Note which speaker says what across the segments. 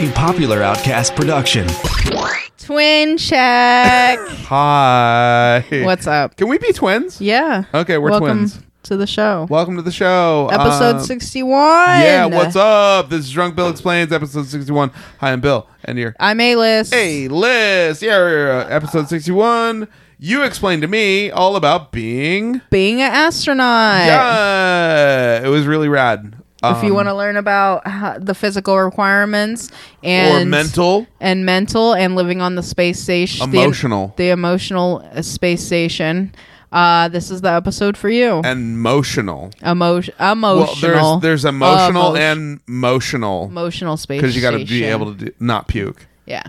Speaker 1: A popular outcast production.
Speaker 2: Twin check.
Speaker 3: Hi.
Speaker 2: What's up?
Speaker 3: Can we be twins?
Speaker 2: Yeah.
Speaker 3: Okay, we're
Speaker 2: Welcome
Speaker 3: twins.
Speaker 2: to the show.
Speaker 3: Welcome to the show.
Speaker 2: Episode
Speaker 3: Uh,
Speaker 2: 61.
Speaker 3: Yeah, what's up? This is Drunk Bill Explains, episode 61. Hi, I'm Bill, and you're
Speaker 2: I'm A-list.
Speaker 3: A List. Yeah, we're, uh, episode 61. You explained to me all about being.
Speaker 2: Being an astronaut.
Speaker 3: Yeah. It was really rad. Um,
Speaker 2: If you want to learn about how, the physical requirements
Speaker 3: Or
Speaker 2: and
Speaker 3: mental.
Speaker 2: and mental and living on the space station, the-
Speaker 3: Emotional.
Speaker 2: the, emotional uh, space station, uh, this is the episode for you.
Speaker 3: And emotional.
Speaker 2: Emo- emotional.
Speaker 3: Well, there's there's
Speaker 2: Emo-
Speaker 3: emotional and emotional
Speaker 2: emotional space
Speaker 3: because you got to be
Speaker 2: station.
Speaker 3: able to do, not puke.
Speaker 2: Yeah,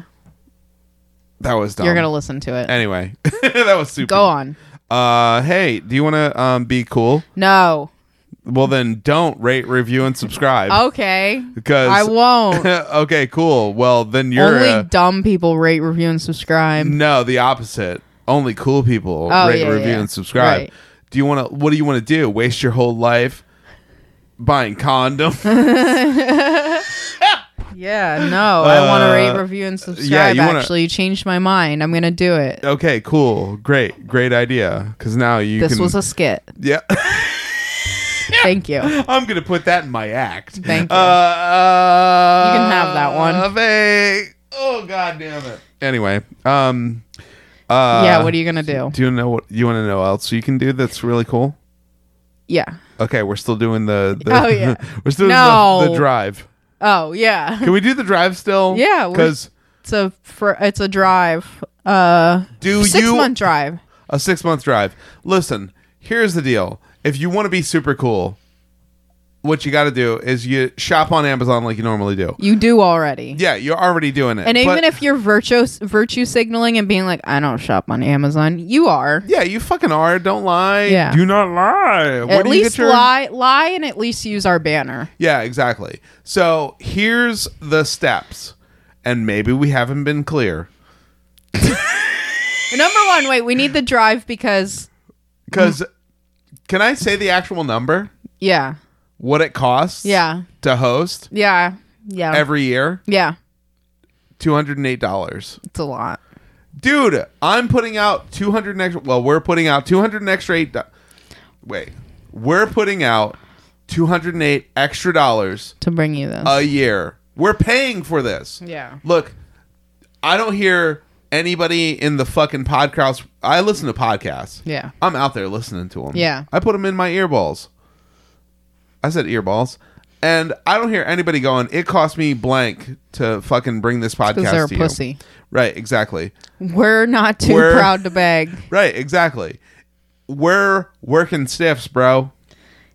Speaker 3: That was dumb.
Speaker 2: you're gonna listen to it.
Speaker 3: Anyway, that was super.
Speaker 2: Go on.
Speaker 3: Uh, hey, do you want to um, be cool?
Speaker 2: No.
Speaker 3: Well, then don't rate, review, and subscribe.
Speaker 2: Okay.
Speaker 3: because
Speaker 2: Oh, I won't.
Speaker 3: okay, cool. Well, then you're
Speaker 2: Only
Speaker 3: uh,
Speaker 2: dumb people rate, review, and subscribe.
Speaker 3: no the opposite. Only cool people
Speaker 2: Oh,
Speaker 3: rate,
Speaker 2: yeah,
Speaker 3: review,
Speaker 2: yeah.
Speaker 3: and subscribe.
Speaker 2: Right.
Speaker 3: Do you want to? What do you want to do? Waste your whole life buying condoms?
Speaker 2: Yeah, no. I want to rate,
Speaker 3: Uh,
Speaker 2: review, and subscribe.
Speaker 3: you wanna-
Speaker 2: Actually, you changed my mind. I'm gonna do it.
Speaker 3: okay, cool, great, great idea. Because now you
Speaker 2: This
Speaker 3: can.
Speaker 2: was a skit.
Speaker 3: yeah.
Speaker 2: Thank you.
Speaker 3: I'm gonna put that in my act.
Speaker 2: Thank you.
Speaker 3: Uh, uh,
Speaker 2: You can have that one.
Speaker 3: they- oh god damn it. Anyway, um, uh,
Speaker 2: yeah. What are you gonna do?
Speaker 3: Do you know what you want to know else you can do that's really cool?
Speaker 2: Yeah.
Speaker 3: Okay, we're still doing the. the
Speaker 2: Oh, yeah.
Speaker 3: we're still
Speaker 2: No.
Speaker 3: doing the, the drive.
Speaker 2: Oh yeah.
Speaker 3: Can we do the drive still?
Speaker 2: Yeah, we're-
Speaker 3: Because
Speaker 2: It's a fr- it's a drive. Uh,
Speaker 3: do
Speaker 2: six
Speaker 3: you
Speaker 2: month drive.
Speaker 3: a six month drive? Listen, here's the deal. If you want to be super cool, what you got to do is you shop on Amazon like you normally do.
Speaker 2: You do already.
Speaker 3: Yeah, you're already doing it.
Speaker 2: And
Speaker 3: but-
Speaker 2: even if you're virtue virtue signaling and being like, I don't shop on Amazon, you are.
Speaker 3: Yeah, you fucking are. Don't lie.
Speaker 2: Yeah.
Speaker 3: Do not lie. Where
Speaker 2: at
Speaker 3: do you
Speaker 2: least
Speaker 3: get your-
Speaker 2: lie lie and at least use our banner.
Speaker 3: Yeah, exactly. So here's the steps. And maybe we haven't been clear.
Speaker 2: Number one, wait, we need the drive because
Speaker 3: Because can I say the actual number?
Speaker 2: yeah,
Speaker 3: What it costs
Speaker 2: yeah,
Speaker 3: to host
Speaker 2: yeah, yeah,
Speaker 3: every year?
Speaker 2: yeah.
Speaker 3: $208.
Speaker 2: It's a lot.
Speaker 3: Dude, I'm putting out 200 and extra. Well, we're putting out 200 and extra eight. Do- Wait. We're putting out 208 extra dollars
Speaker 2: to bring you this.
Speaker 3: a year. We're paying for this.
Speaker 2: Yeah.
Speaker 3: Look, I don't hear anybody in the fucking podcast. I listen to podcasts.
Speaker 2: yeah.
Speaker 3: I'm out there listening to them.
Speaker 2: Yeah.
Speaker 3: I put them in my earballs. I said earballs. And I don't hear anybody going, it cost me blank to fucking bring this podcast
Speaker 2: Because they're a
Speaker 3: to you."
Speaker 2: pussy.
Speaker 3: Right, exactly.
Speaker 2: We're not too
Speaker 3: We're-
Speaker 2: proud to beg.
Speaker 3: Right, exactly. We're working stiffs, bro.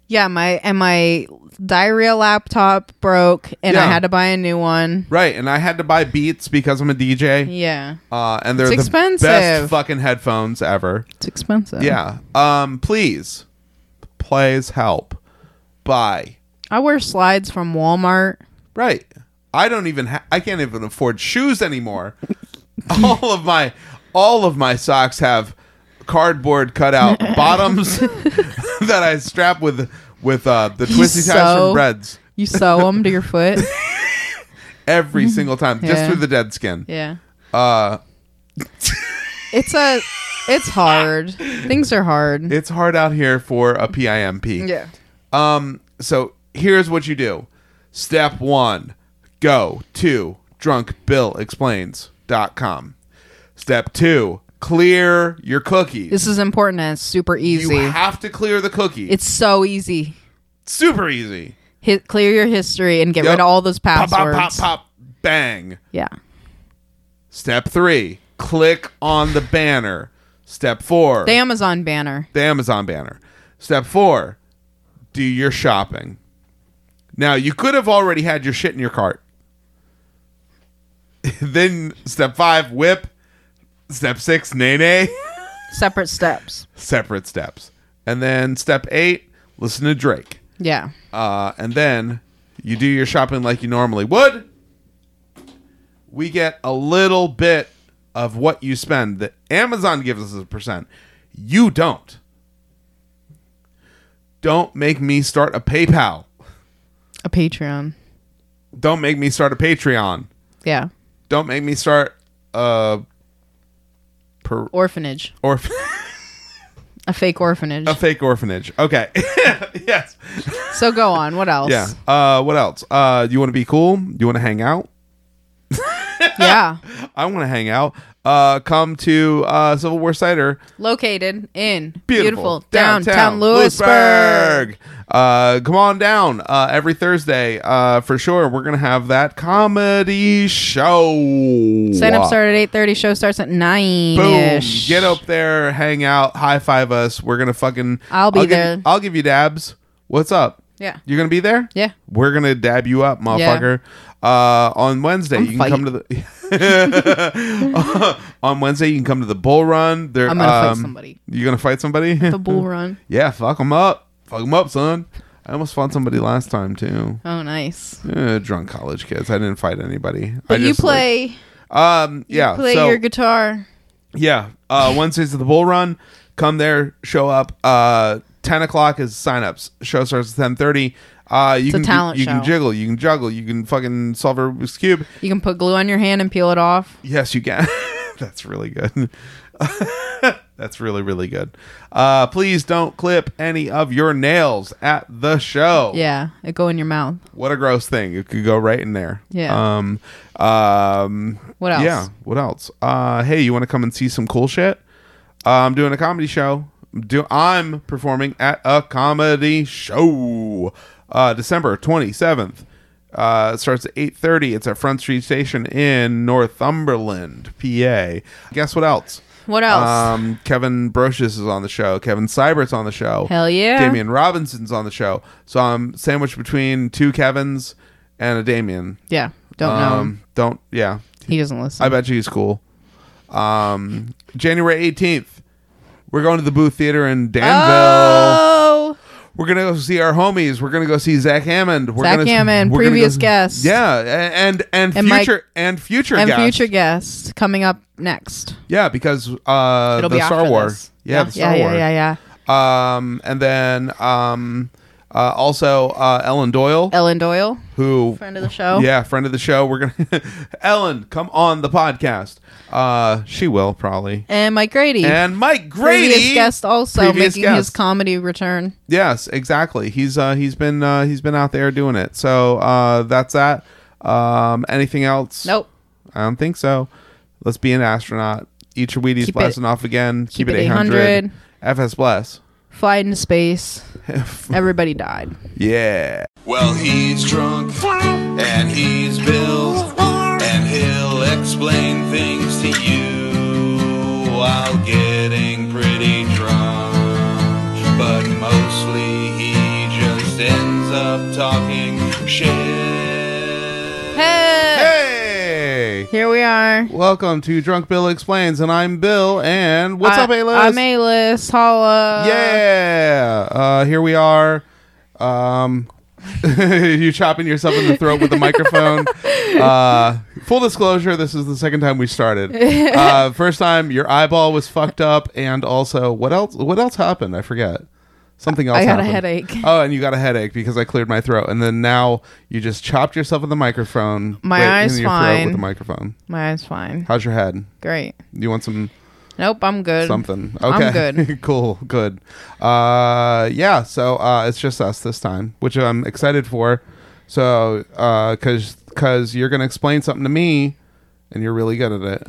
Speaker 2: Yeah, my and my diarrhea laptop broke and I
Speaker 3: Yeah.
Speaker 2: had to buy a new one.
Speaker 3: Right, and I had to buy Beats because I'm a DJ.
Speaker 2: Yeah.
Speaker 3: Uh, and they're
Speaker 2: It's
Speaker 3: the
Speaker 2: expensive.
Speaker 3: best fucking headphones ever.
Speaker 2: It's expensive.
Speaker 3: Yeah. Um, please, please help. Buy.
Speaker 2: I wear slides from Walmart.
Speaker 3: Right. I don't even. Ha- I can't even afford shoes anymore. all of my, all of my socks have cardboard cutout bottoms that I strap with with uh, the twisty ties
Speaker 2: sew?
Speaker 3: from breads
Speaker 2: You sew them to your foot.
Speaker 3: every single time, just
Speaker 2: Yeah.
Speaker 3: through the dead skin.
Speaker 2: Yeah.
Speaker 3: Uh,
Speaker 2: It's a it's hard. Things are hard.
Speaker 3: it's hard out here for a PIMP.
Speaker 2: yeah.
Speaker 3: Um, so here's what you do. Step one, go to drunkbillexplains.com. Step two, clear your cookies.
Speaker 2: This is important and it's super easy.
Speaker 3: You have to clear the cookie. It's
Speaker 2: it's so easy.
Speaker 3: super easy.
Speaker 2: Hit, clear your history and get
Speaker 3: Yep.
Speaker 2: rid of all those
Speaker 3: Pop,
Speaker 2: passwords.
Speaker 3: pop, pop, pop, bang.
Speaker 2: Yeah.
Speaker 3: Step three, click on the banner. Step four,
Speaker 2: The Amazon banner.
Speaker 3: the Amazon banner. Step four, do your shopping. Now, you could have already had your shit in your cart. then step five, whip. Step six, nay nay.
Speaker 2: Separate steps.
Speaker 3: Separate steps. And then step eight, listen to Drake.
Speaker 2: Yeah.
Speaker 3: Uh, and then you do your shopping like you normally would. We get a little bit of what you spend that Amazon gives us a percent. You don't. Don't make me start a PayPal.
Speaker 2: a Patreon.
Speaker 3: Don't make me start a Patreon.
Speaker 2: Yeah.
Speaker 3: Don't make me start a per
Speaker 2: Orphanage.
Speaker 3: or
Speaker 2: A fake orphanage.
Speaker 3: a fake orphanage. Okay. yes.
Speaker 2: so go on. What else?
Speaker 3: Yeah. Uh, what else? Uh, you want to be cool? You want to hang out?
Speaker 2: Yeah.
Speaker 3: I want to hang out. Uh, come to uh, Civil War Cider.
Speaker 2: Located in
Speaker 3: Beautiful,
Speaker 2: beautiful, downtown, Lewisburg.
Speaker 3: Uh, come on down uh, every Thursday uh, for sure. We're gonna have that comedy show.
Speaker 2: Sign up started at eight thirty. Show starts at nine.
Speaker 3: Boom! Get up there, hang out, high five us. We're gonna fucking.
Speaker 2: I'll be
Speaker 3: give-
Speaker 2: there.
Speaker 3: I'll give you dabs. What's up?
Speaker 2: Yeah.
Speaker 3: You're gonna be there?
Speaker 2: Yeah.
Speaker 3: We're gonna dab you up, motherfucker. Uh, on Wednesday, you can
Speaker 2: fight.
Speaker 3: come to the. on Wednesday, you can come to the bull run. There,
Speaker 2: I'm gonna fight
Speaker 3: um,
Speaker 2: somebody.
Speaker 3: You're gonna fight somebody.
Speaker 2: The bull run.
Speaker 3: yeah, fuck them up. Fuck them up, son. I almost fought somebody last time too.
Speaker 2: Oh, nice.
Speaker 3: Eh, drunk college kids. I didn't fight anybody.
Speaker 2: But
Speaker 3: I
Speaker 2: you
Speaker 3: just, like-
Speaker 2: play.
Speaker 3: um. Yeah.
Speaker 2: play
Speaker 3: so,
Speaker 2: your guitar.
Speaker 3: Yeah. Uh, Wednesdays at the Bull Run. Come there. Show up. Uh, ten o'clock is signups. Show starts at ten thirty. Uh, you
Speaker 2: a
Speaker 3: can ju-
Speaker 2: talent
Speaker 3: you can
Speaker 2: show.
Speaker 3: jiggle. You can juggle. You can fucking solve a Rubik's cube.
Speaker 2: You can put glue on your hand and peel it off.
Speaker 3: Yes, you can. That's really good. That's really really good. Uh, please don't clip any of your nails at the show.
Speaker 2: Yeah, it go in your mouth.
Speaker 3: What a gross thing. It could go right in there.
Speaker 2: Yeah.
Speaker 3: Um. Um.
Speaker 2: What else?
Speaker 3: Yeah. What else? Uh, hey, you want to come and see some cool shit? Uh, I'm doing a comedy show. I'm Do I'm performing at a comedy show, uh, December 27th. Uh, it starts at 8:30. It's at Front Street Station in Northumberland, PA. Guess what else?
Speaker 2: What else?
Speaker 3: Um, Kevin Brochus is on the show. Kevin Seibert's on the show.
Speaker 2: Hell yeah.
Speaker 3: Damian Robinson's on the show. So I'm sandwiched between two Kevins and a Damian.
Speaker 2: yeah, don't know. him.
Speaker 3: Don't yeah.
Speaker 2: He doesn't listen.
Speaker 3: um, I bet you he's cool. Um, January 18th, we're going to the Booth Theater in Danville.
Speaker 2: oh,
Speaker 3: We're gonna go see our homies. We're gonna go see Zach Hammond. We're
Speaker 2: Zach
Speaker 3: gonna,
Speaker 2: Hammond,
Speaker 3: we're gonna
Speaker 2: previous
Speaker 3: see-
Speaker 2: guest.
Speaker 3: Yeah, a- and and,
Speaker 2: And Mike-
Speaker 3: future and future
Speaker 2: and
Speaker 3: guest.
Speaker 2: future guest coming up next.
Speaker 3: Yeah, because uh,
Speaker 2: It'll
Speaker 3: the
Speaker 2: be
Speaker 3: Star
Speaker 2: after
Speaker 3: Wars.
Speaker 2: this.
Speaker 3: Yeah, the Star
Speaker 2: yeah,
Speaker 3: War.
Speaker 2: yeah, yeah, yeah.
Speaker 3: Um, and then um, uh, also uh, Ellen Doyle,
Speaker 2: Ellen Doyle,
Speaker 3: who
Speaker 2: friend of the show.
Speaker 3: yeah, friend of the show. We're gonna Ellen come on the podcast. Uh, she will probably.
Speaker 2: and Mike Grady,
Speaker 3: And Mike Grady,
Speaker 2: previous guest, also
Speaker 3: Previous
Speaker 2: making his
Speaker 3: guest.
Speaker 2: comedy return.
Speaker 3: Yes, exactly. He's uh he's been uh he's been out there doing it. So uh that's that. Um anything else?
Speaker 2: Nope.
Speaker 3: I don't think so. Let's be an astronaut. Eat your Wheaties
Speaker 2: Keep
Speaker 3: blasting off again. Keep, it
Speaker 2: it
Speaker 3: 800.
Speaker 2: 800.
Speaker 3: FS bless.
Speaker 2: Fly into space. Everybody died.
Speaker 3: yeah.
Speaker 4: Well, he's drunk and he's Bill, and he'll explain things to you while getting pretty drunk. But mostly he just ends up talking shit.
Speaker 2: Hey,
Speaker 3: Hey.
Speaker 2: here we are.
Speaker 3: Welcome to Drunk Bill Explains and I'm Bill and what's
Speaker 2: I-
Speaker 3: up, A-List?
Speaker 2: I'm A-list. Holla.
Speaker 3: Yeah. Uh, here we are. Um, you chopping yourself in the throat with the microphone. Uh, full disclosure: this is the second time we started. Uh, first time, your eyeball was fucked up, and also, what else? What else happened? I forget. Something else.
Speaker 2: I got a
Speaker 3: happened.
Speaker 2: headache.
Speaker 3: Oh, and you got a headache because I cleared my throat, and then now you just chopped yourself in the microphone.
Speaker 2: My
Speaker 3: wait,
Speaker 2: eye's
Speaker 3: in your Throat
Speaker 2: fine.
Speaker 3: with the microphone.
Speaker 2: My eye's fine.
Speaker 3: How's your head?
Speaker 2: Great.
Speaker 3: You want some?
Speaker 2: Nope, I'm good.
Speaker 3: something.
Speaker 2: I'm
Speaker 3: Okay.
Speaker 2: good.
Speaker 3: cool. Good. Uh, yeah. So uh, it's just us this time, which I'm excited for. So uh, cause cause you're gonna explain something to me, and you're really good at it.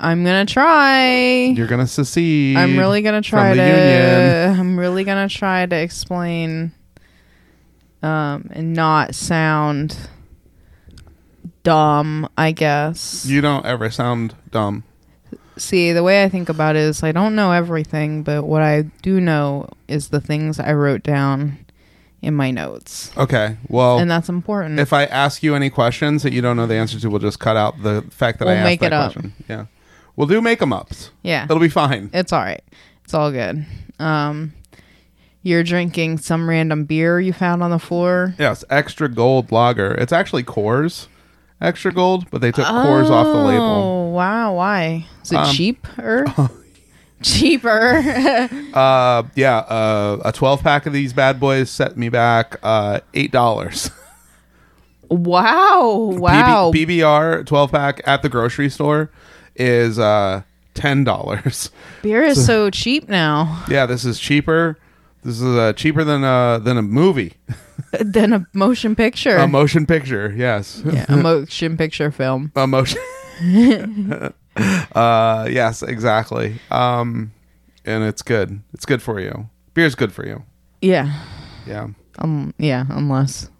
Speaker 2: I'm gonna try.
Speaker 3: You're gonna secede.
Speaker 2: I'm really gonna try
Speaker 3: from
Speaker 2: to.
Speaker 3: the union.
Speaker 2: I'm really gonna try to explain, um, and not sound dumb. I guess.
Speaker 3: You don't ever sound dumb.
Speaker 2: See, the way I think about it is, I don't know everything, but what I do know is the things I wrote down in my notes,
Speaker 3: Okay. Well,
Speaker 2: and that's important.
Speaker 3: if I ask you any questions that you don't know the answer to, we'll just cut out the fact that I
Speaker 2: We'll
Speaker 3: asked
Speaker 2: make
Speaker 3: that
Speaker 2: it up.
Speaker 3: question. Yeah. We'll do make 'em ups.
Speaker 2: yeah,
Speaker 3: It'll be fine.
Speaker 2: it's all right. It's all good. Um, you're drinking some random beer you found on the floor.
Speaker 3: Yes, extra gold lager. It's actually Coors extra gold, but they took Coors off the label.
Speaker 2: Oh wow! Why is it
Speaker 3: Um,
Speaker 2: cheaper? cheaper.
Speaker 3: Uh, yeah, uh, a 12 pack of these bad boys set me back uh, $8.
Speaker 2: Wow. Wow.
Speaker 3: PB, PBR 12 pack at the grocery store is uh, $10.
Speaker 2: Beer is so cheap now
Speaker 3: yeah, this is cheaper. This is uh, cheaper than uh, than a movie,
Speaker 2: than a motion picture.
Speaker 3: a motion picture. Yes,
Speaker 2: yeah, a motion picture film.
Speaker 3: a motion. uh, yes, exactly. Um, and it's good. It's good for you. Beer's good for you.
Speaker 2: Yeah.
Speaker 3: Yeah.
Speaker 2: Um. Yeah. Unless.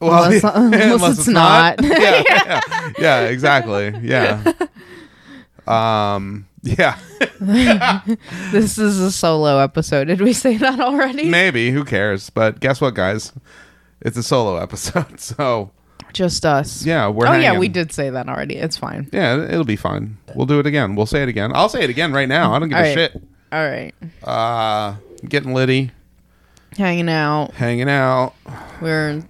Speaker 3: Well,
Speaker 2: Unless-
Speaker 3: yeah,
Speaker 2: unless it's not.
Speaker 3: yeah, yeah, yeah, exactly. Yeah. Um. Yeah.
Speaker 2: This is a solo episode. Did we say that already?
Speaker 3: Maybe. Who cares? But guess what, guys? It's a solo episode, so
Speaker 2: Just us.
Speaker 3: yeah, we're.
Speaker 2: Oh yeah,
Speaker 3: hanging.
Speaker 2: we did say that already. It's fine.
Speaker 3: Yeah, it'll be fine. We'll do it again. We'll say it again. I'll say it again right now. I don't give
Speaker 2: All
Speaker 3: a
Speaker 2: right.
Speaker 3: shit.
Speaker 2: All right.
Speaker 3: Uh, getting litty,
Speaker 2: Hanging out.
Speaker 3: hanging out.
Speaker 2: We were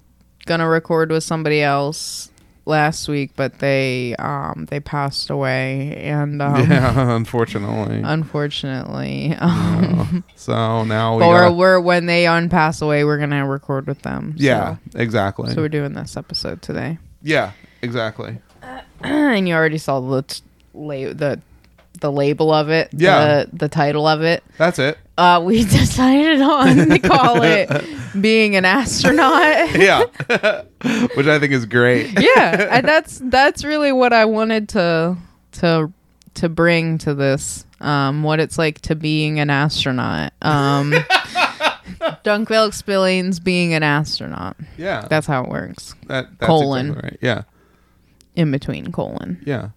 Speaker 2: gonna record with somebody else last week, but they um they passed away, and um,
Speaker 3: yeah, Oh unfortunately.
Speaker 2: unfortunately, um,
Speaker 3: so now we.
Speaker 2: or
Speaker 3: gotta-
Speaker 2: we're when they on pass away, we're gonna record with them. so-
Speaker 3: yeah, exactly.
Speaker 2: So, we're doing this episode today,
Speaker 3: yeah, exactly.
Speaker 2: and you already saw the t- la- the the label of it.
Speaker 3: Yeah.
Speaker 2: The, the title of it.
Speaker 3: That's it.
Speaker 2: Uh, we decided on to call it being an astronaut.
Speaker 3: Yeah, which I think is great.
Speaker 2: yeah I, that's that's really what i wanted to to to bring to this um what it's like to being an astronaut um dunkville explains being an astronaut
Speaker 3: Yeah,
Speaker 2: that's how it works
Speaker 3: that, that's
Speaker 2: colon.
Speaker 3: exactly right. Yeah,
Speaker 2: in between colon
Speaker 3: yeah.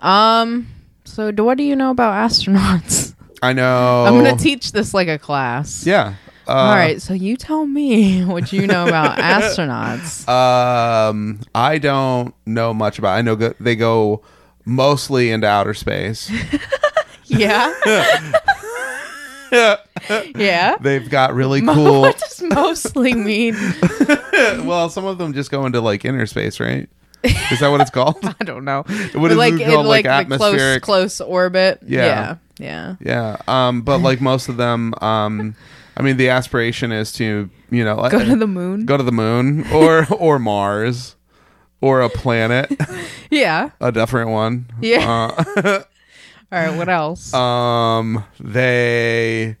Speaker 2: um so do, what do you know about astronauts
Speaker 3: I know.
Speaker 2: i'm gonna teach this like a class
Speaker 3: Oh. yeah. Uh,
Speaker 2: all right so you tell me what you know about astronauts
Speaker 3: Um, I don't know much about. I know go- they go mostly into outer space.
Speaker 2: yeah yeah
Speaker 3: They've got really cool.
Speaker 2: what does mostly mean
Speaker 3: well, some of them just go into like inner space, right? Is that what it's called?
Speaker 2: I don't know.
Speaker 3: What is it called? Like, atmospheric.
Speaker 2: close close orbit.
Speaker 3: Yeah.
Speaker 2: Yeah.
Speaker 3: Yeah. Um, but like most of them, um, I mean, the aspiration is to you know
Speaker 2: Go to the moon.
Speaker 3: go to the moon or or Mars or a planet,
Speaker 2: Yeah.
Speaker 3: a different one.
Speaker 2: Yeah.
Speaker 3: Uh.
Speaker 2: All right, what else?
Speaker 3: Um, they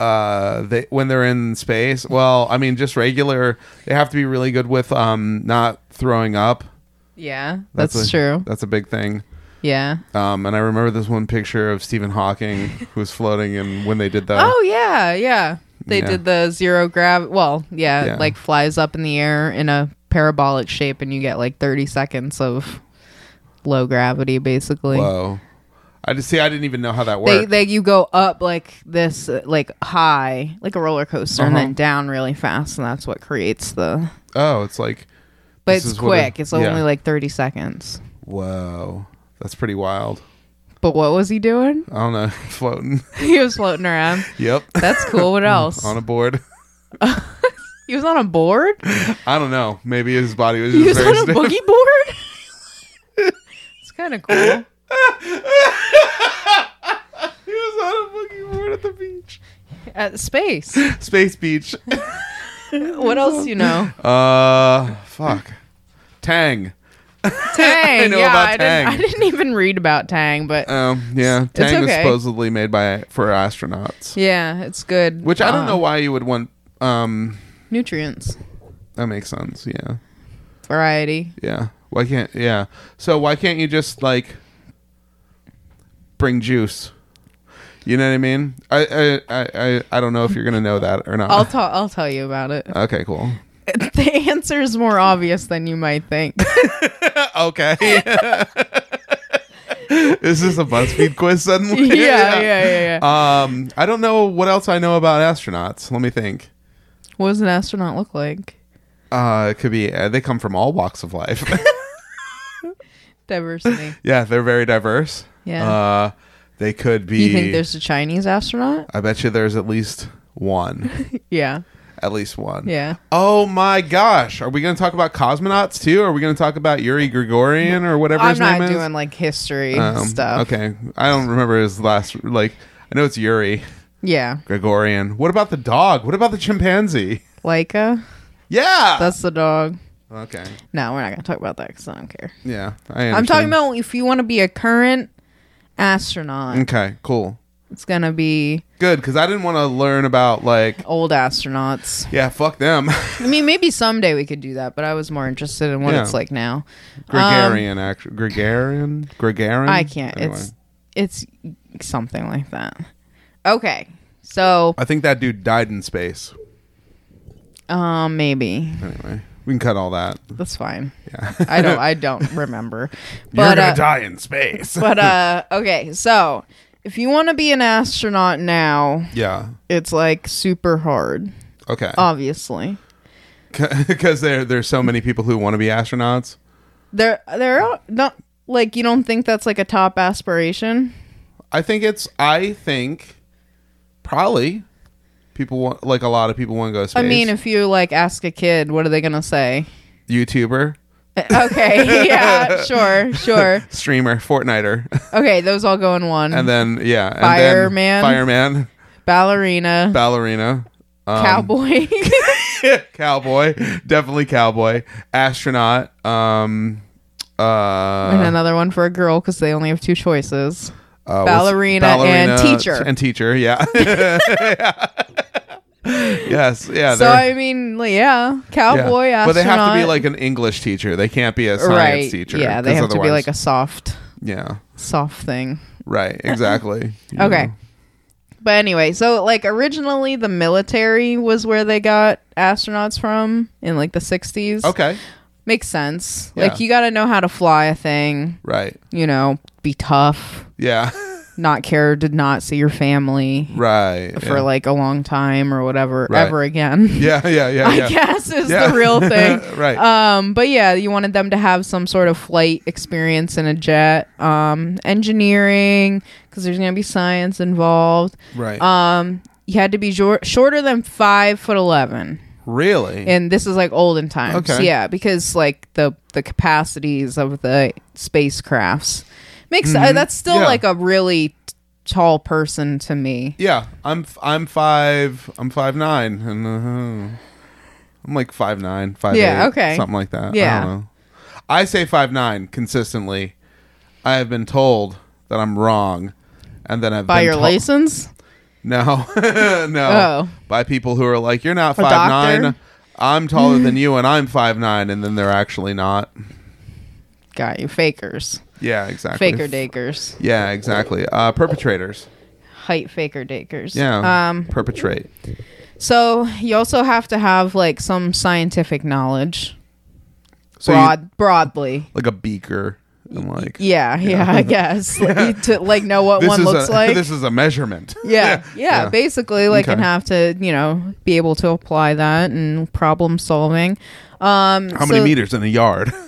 Speaker 3: uh they when they're in space well i mean just regular they have to be really good with um not throwing up
Speaker 2: yeah. That's,
Speaker 3: a-
Speaker 2: true.
Speaker 3: that's a big thing
Speaker 2: yeah.
Speaker 3: Um, and I remember this one picture of Stephen Hawking who was floating, and when they did that,
Speaker 2: Oh yeah, yeah. They
Speaker 3: Uh. Yeah.
Speaker 2: did the zero grav well, yeah,
Speaker 3: Yeah.
Speaker 2: like flies up in the air in a parabolic shape and you get like 30 seconds of low gravity basically.
Speaker 3: whoa! I just see. I didn't even know how that
Speaker 2: They,
Speaker 3: worked.
Speaker 2: they you go up like this uh, like high like a roller coaster
Speaker 3: Uh-huh.
Speaker 2: and then down really fast and that's what creates the
Speaker 3: oh, it's like,
Speaker 2: but
Speaker 3: This
Speaker 2: it's
Speaker 3: is what it-
Speaker 2: quick. it's
Speaker 3: yeah.
Speaker 2: only like 30 seconds.
Speaker 3: whoa, that's pretty wild.
Speaker 2: But what was he doing?
Speaker 3: I don't know, floating.
Speaker 2: He was floating around.
Speaker 3: Yep,
Speaker 2: That's cool. What else?
Speaker 3: on a board.
Speaker 2: he was on a board?
Speaker 3: I don't know. Maybe his body was
Speaker 2: He
Speaker 3: just
Speaker 2: was
Speaker 3: very
Speaker 2: on a
Speaker 3: stiff.
Speaker 2: boogie board? it's kind of cool.
Speaker 3: He was on a boogie board at the beach,
Speaker 2: At space.
Speaker 3: space beach.
Speaker 2: What else you know?
Speaker 3: uh, fuck, Tang.
Speaker 2: Tang.
Speaker 3: know
Speaker 2: yeah,
Speaker 3: about
Speaker 2: I, didn't,
Speaker 3: Tang.
Speaker 2: I didn't even read about Tang, but
Speaker 3: Um, yeah, Tang was
Speaker 2: okay.
Speaker 3: supposedly made by for astronauts,
Speaker 2: yeah, it's good.
Speaker 3: which I don't
Speaker 2: Uh,
Speaker 3: know why you would want. Um,
Speaker 2: Nutrients.
Speaker 3: that makes sense. Yeah.
Speaker 2: Variety.
Speaker 3: Yeah. Why can't yeah. So why can't you just like bring juice? You know what I mean? I I I, I, I don't know if you're gonna know that or not.
Speaker 2: I'll tell I'll tell you about it.
Speaker 3: okay, cool.
Speaker 2: the answer is more obvious than you might think.
Speaker 3: Okay. Is this a BuzzFeed quiz suddenly?
Speaker 2: yeah, yeah, yeah, yeah.
Speaker 3: Um, I don't know what else I know about astronauts. Let me think.
Speaker 2: what does an astronaut look like?
Speaker 3: Uh, it could be uh, they come from all walks of life.
Speaker 2: Diversity.
Speaker 3: yeah, they're very diverse.
Speaker 2: Yeah.
Speaker 3: Uh, they could be.
Speaker 2: You think there's a Chinese astronaut?
Speaker 3: I bet you there's at least one.
Speaker 2: Yeah.
Speaker 3: At least one.
Speaker 2: Yeah.
Speaker 3: Oh my gosh. Are we going to talk about cosmonauts too? Are we going to talk about Yuri Gagarin or whatever
Speaker 2: I'm
Speaker 3: his
Speaker 2: not
Speaker 3: name is?
Speaker 2: doing like history
Speaker 3: Um,
Speaker 2: stuff.
Speaker 3: Okay. I don't remember his last like I know it's Yuri
Speaker 2: Yeah.
Speaker 3: Gregorian. What about the dog? What about the chimpanzee?
Speaker 2: Leica.
Speaker 3: Yeah.
Speaker 2: That's the dog.
Speaker 3: Okay.
Speaker 2: No, we're not gonna talk about that because I don't care.
Speaker 3: Yeah. I
Speaker 2: I'm talking
Speaker 3: understand.
Speaker 2: about if you want to be a current astronaut,
Speaker 3: Okay, cool.
Speaker 2: it's gonna be
Speaker 3: Good, because I didn't want to learn about, like,
Speaker 2: old astronauts.
Speaker 3: yeah, fuck them.
Speaker 2: I mean, maybe someday we could do that, but I was more interested in what
Speaker 3: Yeah.
Speaker 2: it's like now.
Speaker 3: Gregarian, actually. Gregarian?
Speaker 2: Um,
Speaker 3: Gregarian?
Speaker 2: I can't.
Speaker 3: Anyway.
Speaker 2: It's it's something like that. Okay, so
Speaker 3: I think that dude died in space.
Speaker 2: um, maybe
Speaker 3: Anyway, we can cut all that.
Speaker 2: that's fine.
Speaker 3: Yeah.
Speaker 2: I don't. I don't remember.
Speaker 3: You're
Speaker 2: But
Speaker 3: gonna
Speaker 2: uh,
Speaker 3: die in space.
Speaker 2: but uh, okay. So if you want to be an astronaut now,
Speaker 3: yeah.
Speaker 2: it's like super hard.
Speaker 3: Okay.
Speaker 2: Uh, Obviously,
Speaker 3: Because there there's so many people who want to be astronauts.
Speaker 2: there there are not like you don't think that's like a top aspiration.
Speaker 3: I think it's. I think probably people want like a lot of people want to go to space.
Speaker 2: I mean, if you like ask a kid, what are they gonna say?
Speaker 3: YouTuber,
Speaker 2: Okay, yeah, sure, sure.
Speaker 3: streamer, Fortniter,
Speaker 2: Okay, those all go in one.
Speaker 3: and then yeah, and then
Speaker 2: Fireman.
Speaker 3: fireman,
Speaker 2: ballerina,
Speaker 3: ballerina, Um,
Speaker 2: cowboy.
Speaker 3: cowboy, definitely cowboy, astronaut, um, uh,
Speaker 2: and another one for a girl because they only have two choices.
Speaker 3: uh, what's-
Speaker 2: ballerina and teacher.
Speaker 3: and teacher, yeah. yes, yeah.
Speaker 2: so
Speaker 3: they're-
Speaker 2: I mean, like, yeah,
Speaker 3: yeah.
Speaker 2: cowboy astronaut.
Speaker 3: but they have to be like an English teacher. They can't be a science
Speaker 2: right.
Speaker 3: teacher.
Speaker 2: Yeah, they
Speaker 3: 'cause
Speaker 2: have to be like
Speaker 3: otherwise-
Speaker 2: a soft,
Speaker 3: yeah.
Speaker 2: soft thing.
Speaker 3: Right, exactly. You
Speaker 2: Okay.
Speaker 3: know.
Speaker 2: But anyway, so like originally the military was where they got astronauts from in like the 60s.
Speaker 3: Okay.
Speaker 2: Makes sense.
Speaker 3: Yeah.
Speaker 2: Like you got to know how to fly a thing,
Speaker 3: Right.
Speaker 2: you know, be tough,
Speaker 3: Yeah.
Speaker 2: not care to not see your family
Speaker 3: Right.
Speaker 2: for
Speaker 3: yeah.
Speaker 2: like a long time or whatever
Speaker 3: Right.
Speaker 2: ever again.
Speaker 3: Yeah, yeah, yeah,
Speaker 2: I
Speaker 3: yeah.
Speaker 2: guess is
Speaker 3: Yeah.
Speaker 2: the real thing.
Speaker 3: right.
Speaker 2: Um, but yeah, you wanted them to have some sort of flight experience in a jet, um, engineering, because there's gonna be science involved.
Speaker 3: right.
Speaker 2: um, You had to be jor- shorter than five foot eleven,
Speaker 3: really?
Speaker 2: and this is like olden times.
Speaker 3: Okay.
Speaker 2: Yeah, because like the the capacities of the spacecrafts makes uh, that's still
Speaker 3: Mm-hmm. Yeah.
Speaker 2: like a really t- tall person to me.
Speaker 3: yeah, I'm f- I'm 5 I'm 5 9 and uh, I'm like five nine, five
Speaker 2: Yeah,
Speaker 3: eight,
Speaker 2: okay.
Speaker 3: something like that. I
Speaker 2: Yeah.
Speaker 3: don't know. I say five nine consistently. I have been told that I'm wrong and then I've
Speaker 2: By
Speaker 3: been
Speaker 2: your
Speaker 3: to-
Speaker 2: license,
Speaker 3: No. no.
Speaker 2: Oh.
Speaker 3: By people who are like you're not
Speaker 2: A
Speaker 3: 5 9.
Speaker 2: doctor?
Speaker 3: I'm taller than you and I'm 5 9 and then they're actually not.
Speaker 2: got you fakers,
Speaker 3: Yeah, exactly.
Speaker 2: faker dakers,
Speaker 3: Yeah, exactly. Uh, perpetrators.
Speaker 2: height faker dakers.
Speaker 3: Yeah.
Speaker 2: Um.
Speaker 3: perpetrate.
Speaker 2: So you also have to have like some scientific knowledge,
Speaker 3: So you-
Speaker 2: broad broadly.
Speaker 3: like a beaker and like
Speaker 2: Yeah, yeah, I guess like, you to like know what
Speaker 3: this
Speaker 2: one
Speaker 3: is
Speaker 2: looks
Speaker 3: a,
Speaker 2: like.
Speaker 3: This is a measurement.
Speaker 2: yeah, yeah,
Speaker 3: yeah.
Speaker 2: basically, like, and
Speaker 3: Okay.
Speaker 2: have to you know be able to apply that and problem solving. Um,
Speaker 3: How many
Speaker 2: so-
Speaker 3: meters in a yard?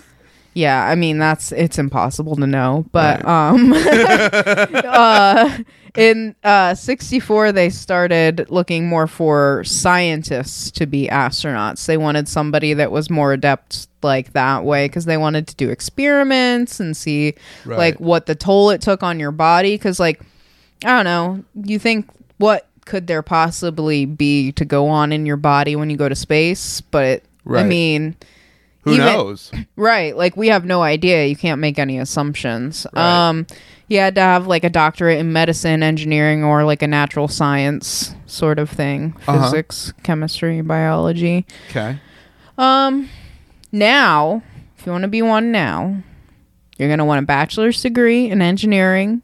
Speaker 2: Yeah, I mean that's it's impossible to know, but um, uh, in uh, '64 they started looking more for scientists to be astronauts. They wanted somebody that was more adept like that way because they wanted to do experiments and see
Speaker 3: Right.
Speaker 2: like what the toll it took on your body. Because like I don't know, you think what could there possibly be to go on in your body when you go to space? But I
Speaker 3: Right.
Speaker 2: mean.
Speaker 3: Who
Speaker 2: Even-
Speaker 3: knows?
Speaker 2: Right. Like we have no idea. You can't make any assumptions.
Speaker 3: Right.
Speaker 2: Um you had to have like a doctorate in medicine, engineering or like a natural science sort of thing.
Speaker 3: Uh-huh.
Speaker 2: Physics, chemistry, biology.
Speaker 3: Okay.
Speaker 2: Um, Now, if you want to be one now, you're going to want a bachelor's degree in engineering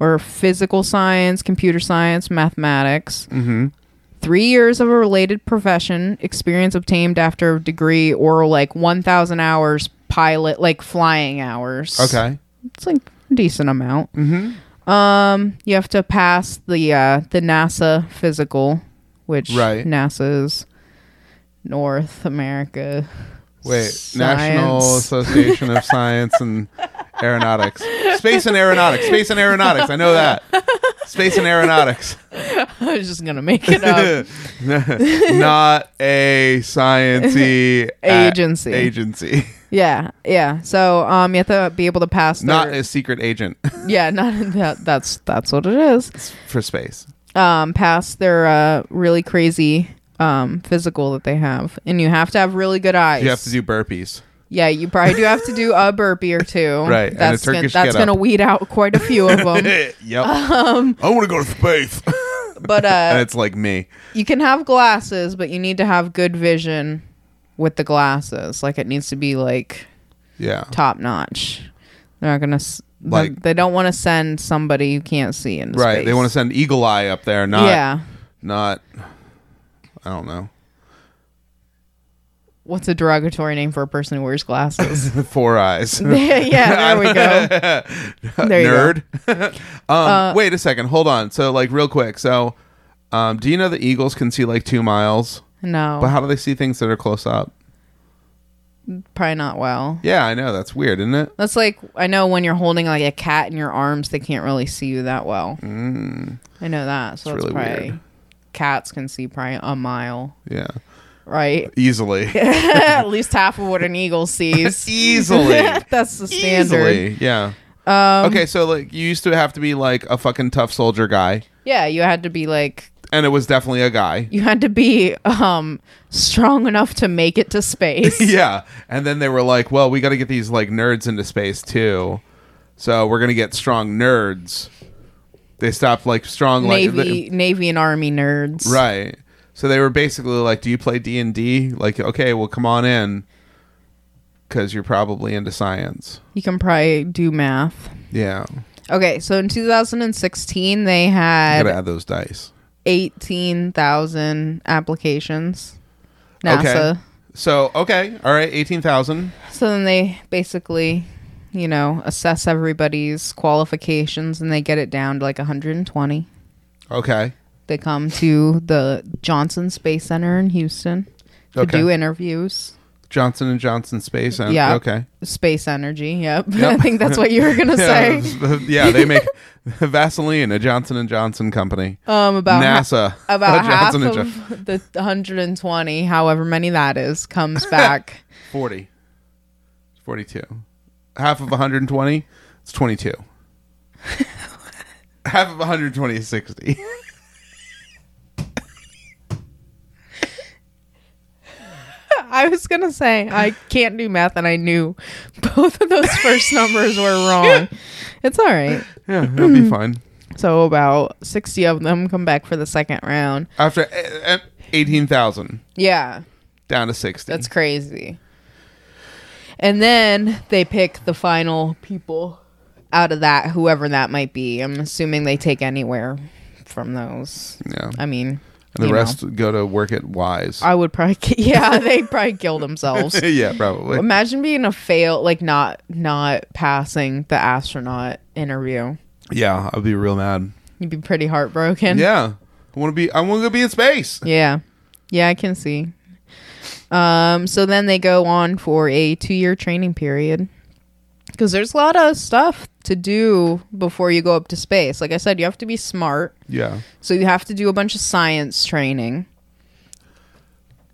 Speaker 2: or physical science, computer science, mathematics. Mm-hmm. Three years of a related profession, experience obtained after a degree, or like 1,000 hours pilot, like flying hours.
Speaker 3: Okay.
Speaker 2: It's like a decent amount. Mm-hmm. Um, you have to pass the uh, the NASA physical, which
Speaker 3: Right.
Speaker 2: NASA is North America.
Speaker 3: Wait.
Speaker 2: Science.
Speaker 3: National Association of Science and Aeronautics. Space and aeronautics. Space and aeronautics. I know that. Space and aeronautics.
Speaker 2: I was just gonna make it up.
Speaker 3: Not a sciency
Speaker 2: Agency.
Speaker 3: agency.
Speaker 2: yeah, yeah. So um, you have to be able to pass. their-
Speaker 3: Not a secret agent
Speaker 2: yeah, not that. That's that's what it is.
Speaker 3: for space.
Speaker 2: Um, pass their uh really crazy um, physical that they have, and you have to have really good eyes.
Speaker 3: You have to do burpees.
Speaker 2: yeah, you probably do have to do a burpee or two.
Speaker 3: Right, and a
Speaker 2: that's gonna,
Speaker 3: Turkish
Speaker 2: that's
Speaker 3: get-up.
Speaker 2: gonna weed out quite a few of them.
Speaker 3: yep. I want to go to space.
Speaker 2: uh, but
Speaker 3: and
Speaker 2: uh,
Speaker 3: it's like me.
Speaker 2: you can have glasses, but you need to have good vision with the glasses. Like it needs to be like
Speaker 3: Yeah.
Speaker 2: top notch. They're not gonna s- they-
Speaker 3: Like-
Speaker 2: they don't want to send somebody who can't see in
Speaker 3: Right. They want to
Speaker 2: to.
Speaker 3: send Eagle Eye up there, not
Speaker 2: Yeah.
Speaker 3: not I don't know.
Speaker 2: What's a derogatory name for a person who wears glasses?
Speaker 3: Four eyes.
Speaker 2: yeah, there we go. There you go. Uh,
Speaker 3: Nerd. um, wait a second. Hold on. So like real quick. So um, do you know the Eagles can see like two miles?
Speaker 2: No,
Speaker 3: But how do they see things that are close up?
Speaker 2: probably not well.
Speaker 3: Yeah, I know. That's weird, isn't it?
Speaker 2: That's like I know when you're holding like a cat in your arms, they can't really see you that well. Mm. I know that, so
Speaker 3: It's
Speaker 2: that's
Speaker 3: really
Speaker 2: probably
Speaker 3: weird.
Speaker 2: cats can see probably a mile,
Speaker 3: Yeah.
Speaker 2: right?
Speaker 3: Easily.
Speaker 2: At least half of what an eagle sees.
Speaker 3: Easily.
Speaker 2: that's the standard.
Speaker 3: Easily. Yeah. okay, so like you used to have to be like a fucking tough soldier guy,
Speaker 2: Yeah, you had to be like
Speaker 3: and it was definitely a guy.
Speaker 2: you had to be um strong enough to make it to space.
Speaker 3: yeah. And then they were like, well, we got to get these like nerds into space too. So we're going to get strong nerds. They stopped like strong like
Speaker 2: Navy, Navy, and Army nerds.
Speaker 3: right. So they were basically like, do you play D&D? Like, okay, well come on in cuz you're probably into science.
Speaker 2: You can probably do math.
Speaker 3: Yeah.
Speaker 2: Okay, so in 2016 they
Speaker 3: I
Speaker 2: had
Speaker 3: got to add those dice.
Speaker 2: 18,000 applications. NASA.
Speaker 3: Okay. So, okay. All right, 18,000.
Speaker 2: So then they basically, you know, assess everybody's qualifications and they get it down to like 120.
Speaker 3: Okay.
Speaker 2: They come to the Johnson Space Center in Houston to
Speaker 3: Okay.
Speaker 2: do interviews.
Speaker 3: Johnson and Johnson Space. And,
Speaker 2: Yeah.
Speaker 3: Oh, Okay.
Speaker 2: Space energy. Yep. I
Speaker 3: Yep.
Speaker 2: think that's what you were going to
Speaker 3: Yeah,
Speaker 2: say.
Speaker 3: yeah, they make Vaseline, a Johnson and Johnson company.
Speaker 2: Um, about ha-
Speaker 3: NASA.
Speaker 2: about half
Speaker 3: Johnson and Johnson.
Speaker 2: of the 120, however many that is, comes back.
Speaker 3: 40. 42. Half of 120, it's 22. Half of 120 is 60.
Speaker 2: I was gonna say I can't do math, and I knew both of those first numbers were wrong. It's all right.
Speaker 3: Yeah, that'll be fine.
Speaker 2: So about sixty of them come back for the second round.
Speaker 3: After eh, eh, 18,000,
Speaker 2: Yeah,
Speaker 3: down to 60.
Speaker 2: that's crazy. And then they pick the final people out of that, whoever that might be. I'm assuming they take anywhere from those.
Speaker 3: yeah.
Speaker 2: I mean,
Speaker 3: And
Speaker 2: you
Speaker 3: the
Speaker 2: know,
Speaker 3: rest go to work at Wise.
Speaker 2: I would probably, ki- yeah, they probably kill themselves.
Speaker 3: yeah, probably.
Speaker 2: Imagine being a fail, like not not passing the astronaut interview.
Speaker 3: Yeah, I'd be real mad.
Speaker 2: You'd be pretty heartbroken.
Speaker 3: Yeah. I want to be I want to be in space.
Speaker 2: yeah, yeah. I can see. Um. So then they go on for a two-year training period because there's a lot of stuff to do before you go up to space. Like I said, you have to be smart,
Speaker 3: Yeah.
Speaker 2: so you have to do a bunch of science training.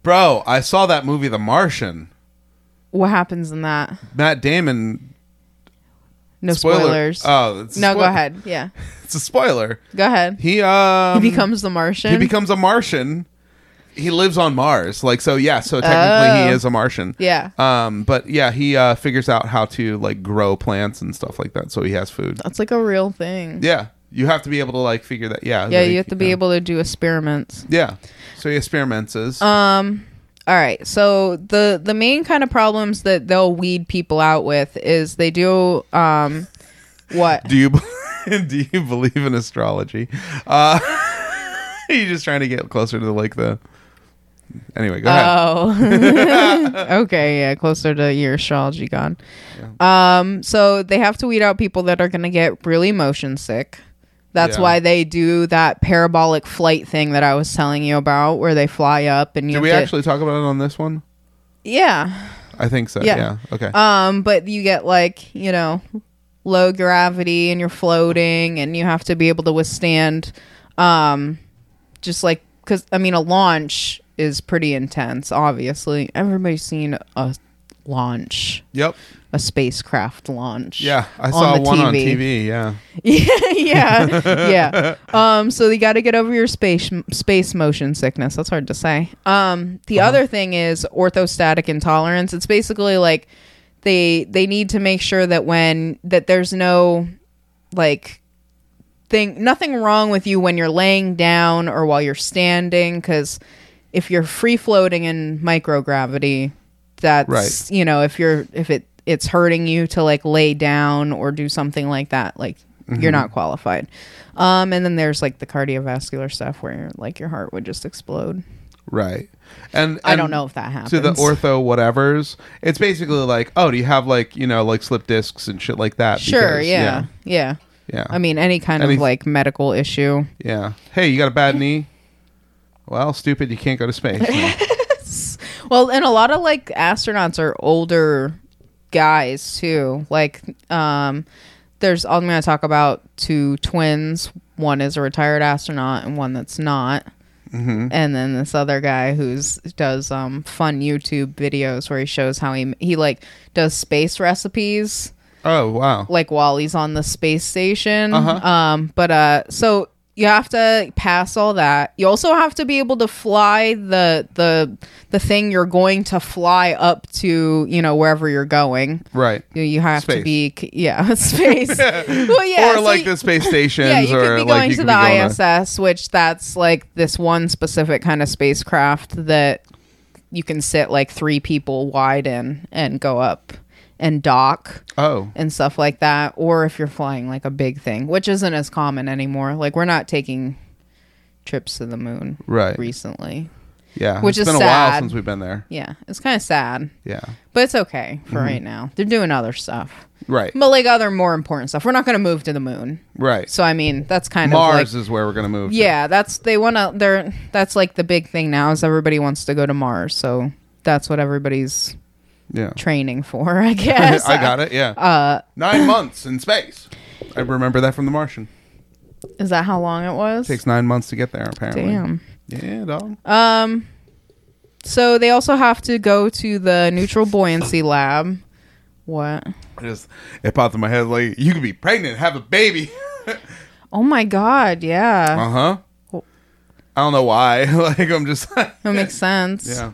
Speaker 3: Bro, I saw that movie The Martian.
Speaker 2: What happens in that?
Speaker 3: Matt Damon
Speaker 2: No
Speaker 3: spoiler.
Speaker 2: spoilers.
Speaker 3: Oh, it's a
Speaker 2: no, go
Speaker 3: spoil-
Speaker 2: ahead. Yeah,
Speaker 3: It's a spoiler.
Speaker 2: go ahead.
Speaker 3: He um,
Speaker 2: he becomes the Martian.
Speaker 3: he becomes a Martian. He lives on Mars. Like so yeah, so technically he
Speaker 2: Oh.
Speaker 3: is a Martian.
Speaker 2: yeah.
Speaker 3: Um but yeah, he uh figures out how to like grow plants and stuff like that so he has food.
Speaker 2: That's like a real thing.
Speaker 3: Yeah. You have to be able to like figure that yeah.
Speaker 2: Yeah,
Speaker 3: like,
Speaker 2: you have to be
Speaker 3: know.
Speaker 2: able to do experiments.
Speaker 3: Yeah. So he experiments.
Speaker 2: All right. So the the main kind of problems that they'll weed people out with is they do um what?
Speaker 3: do you do you believe in astrology? Uh are you just trying to get closer to like the Anyway, go ahead.
Speaker 2: Oh. okay, yeah, closer to your astrology gone. Um so they have to weed out people that are going to get really motion sick. That's
Speaker 3: Yeah.
Speaker 2: why they do that parabolic flight thing that I was telling you about where they fly up and you
Speaker 3: Did
Speaker 2: have
Speaker 3: we
Speaker 2: to-
Speaker 3: actually talk about it on this one?
Speaker 2: Yeah.
Speaker 3: I think so.
Speaker 2: Yeah.
Speaker 3: Yeah. Okay.
Speaker 2: Um, but you get like, you know, low gravity and you're floating and you have to be able to withstand um just like cuz I mean a launch is pretty intense, obviously. Everybody's seen a launch,
Speaker 3: Yep.
Speaker 2: a spacecraft launch.
Speaker 3: Yeah, I saw
Speaker 2: the
Speaker 3: one on TV. Yeah.
Speaker 2: yeah, yeah, yeah. Um, so you got to get over your space space motion sickness. That's hard to say. Um, the other thing is orthostatic intolerance. It's basically like they they need to make sure that when that there's no like thing nothing wrong with you when you're laying down or while you're standing cuz if you're free floating in microgravity that's
Speaker 3: Right.
Speaker 2: you know if you're if it it's hurting you to like lay down or do something like that like
Speaker 3: Mm-hmm.
Speaker 2: you're not qualified um and then there's like the cardiovascular stuff where like your heart would just explode
Speaker 3: Right. And,
Speaker 2: I don't
Speaker 3: and
Speaker 2: know if that happens.
Speaker 3: To the ortho whatevers. It's basically like, oh, do you have like, you know, like slip discs and shit like that?
Speaker 2: sure
Speaker 3: Because-
Speaker 2: yeah, yeah
Speaker 3: Yeah. yeah.
Speaker 2: i mean any kind
Speaker 3: Any-
Speaker 2: of like medical issue
Speaker 3: yeah. Hey, you got a bad knee? Well, stupid, you can't go to space.
Speaker 2: well and a lot of like astronauts are older guys too like um there's i'm going to talk about two twins one is a retired astronaut and one that's not and then this other guy who's does um fun youtube videos where he shows how he he like does space recipes
Speaker 3: oh, wow.
Speaker 2: like while he's on the space station.
Speaker 3: Uh-huh.
Speaker 2: Um, but uh, so you have to pass all that. You also have to be able to fly the the the thing you're going to fly up to. You know wherever you're going.
Speaker 3: Right.
Speaker 2: You- You have to
Speaker 3: Space.
Speaker 2: be c- yeah space. well, yeah,
Speaker 3: or
Speaker 2: so
Speaker 3: like
Speaker 2: you-
Speaker 3: the space stations
Speaker 2: yeah, you
Speaker 3: or
Speaker 2: could be
Speaker 3: like
Speaker 2: going
Speaker 3: you
Speaker 2: to
Speaker 3: could be going
Speaker 2: the ISS, which that's like this one specific kind of spacecraft that you can sit like three people wide in and go up and dock
Speaker 3: oh.
Speaker 2: and stuff like that or if you're flying like a big thing which isn't as common anymore like we're not taking trips to the moon
Speaker 3: Right.
Speaker 2: recently
Speaker 3: Yeah.
Speaker 2: which
Speaker 3: it's
Speaker 2: is
Speaker 3: been a while
Speaker 2: sad.
Speaker 3: since we've been there.
Speaker 2: yeah it's kind of sad
Speaker 3: Yeah.
Speaker 2: but it's okay
Speaker 3: Mm-hmm.
Speaker 2: for right now they're doing other stuff
Speaker 3: Right.
Speaker 2: but like other more important stuff we're not going to move to the moon
Speaker 3: Right.
Speaker 2: so i mean that's kind
Speaker 3: Mars
Speaker 2: of like
Speaker 3: is where we're going to move. to.
Speaker 2: yeah that's they want to they're that's like the big thing now is everybody wants to go to mars so that's what everybody's
Speaker 3: Yeah.
Speaker 2: training for i guess
Speaker 3: I got it. Yeah. Uh, nine months in space. I remember that from The Martian.
Speaker 2: is that how long it was
Speaker 3: Takes nine months to get there. Apparently.
Speaker 2: damn Uh,
Speaker 3: Yeah, dog.
Speaker 2: So they also have to go to the neutral buoyancy lab. What?
Speaker 3: I just it popped in my head like you could be pregnant, have a baby.
Speaker 2: Oh my god, yeah.
Speaker 3: Uh huh. I don't know why. like I'm just like
Speaker 2: Oh. That makes sense.
Speaker 3: yeah.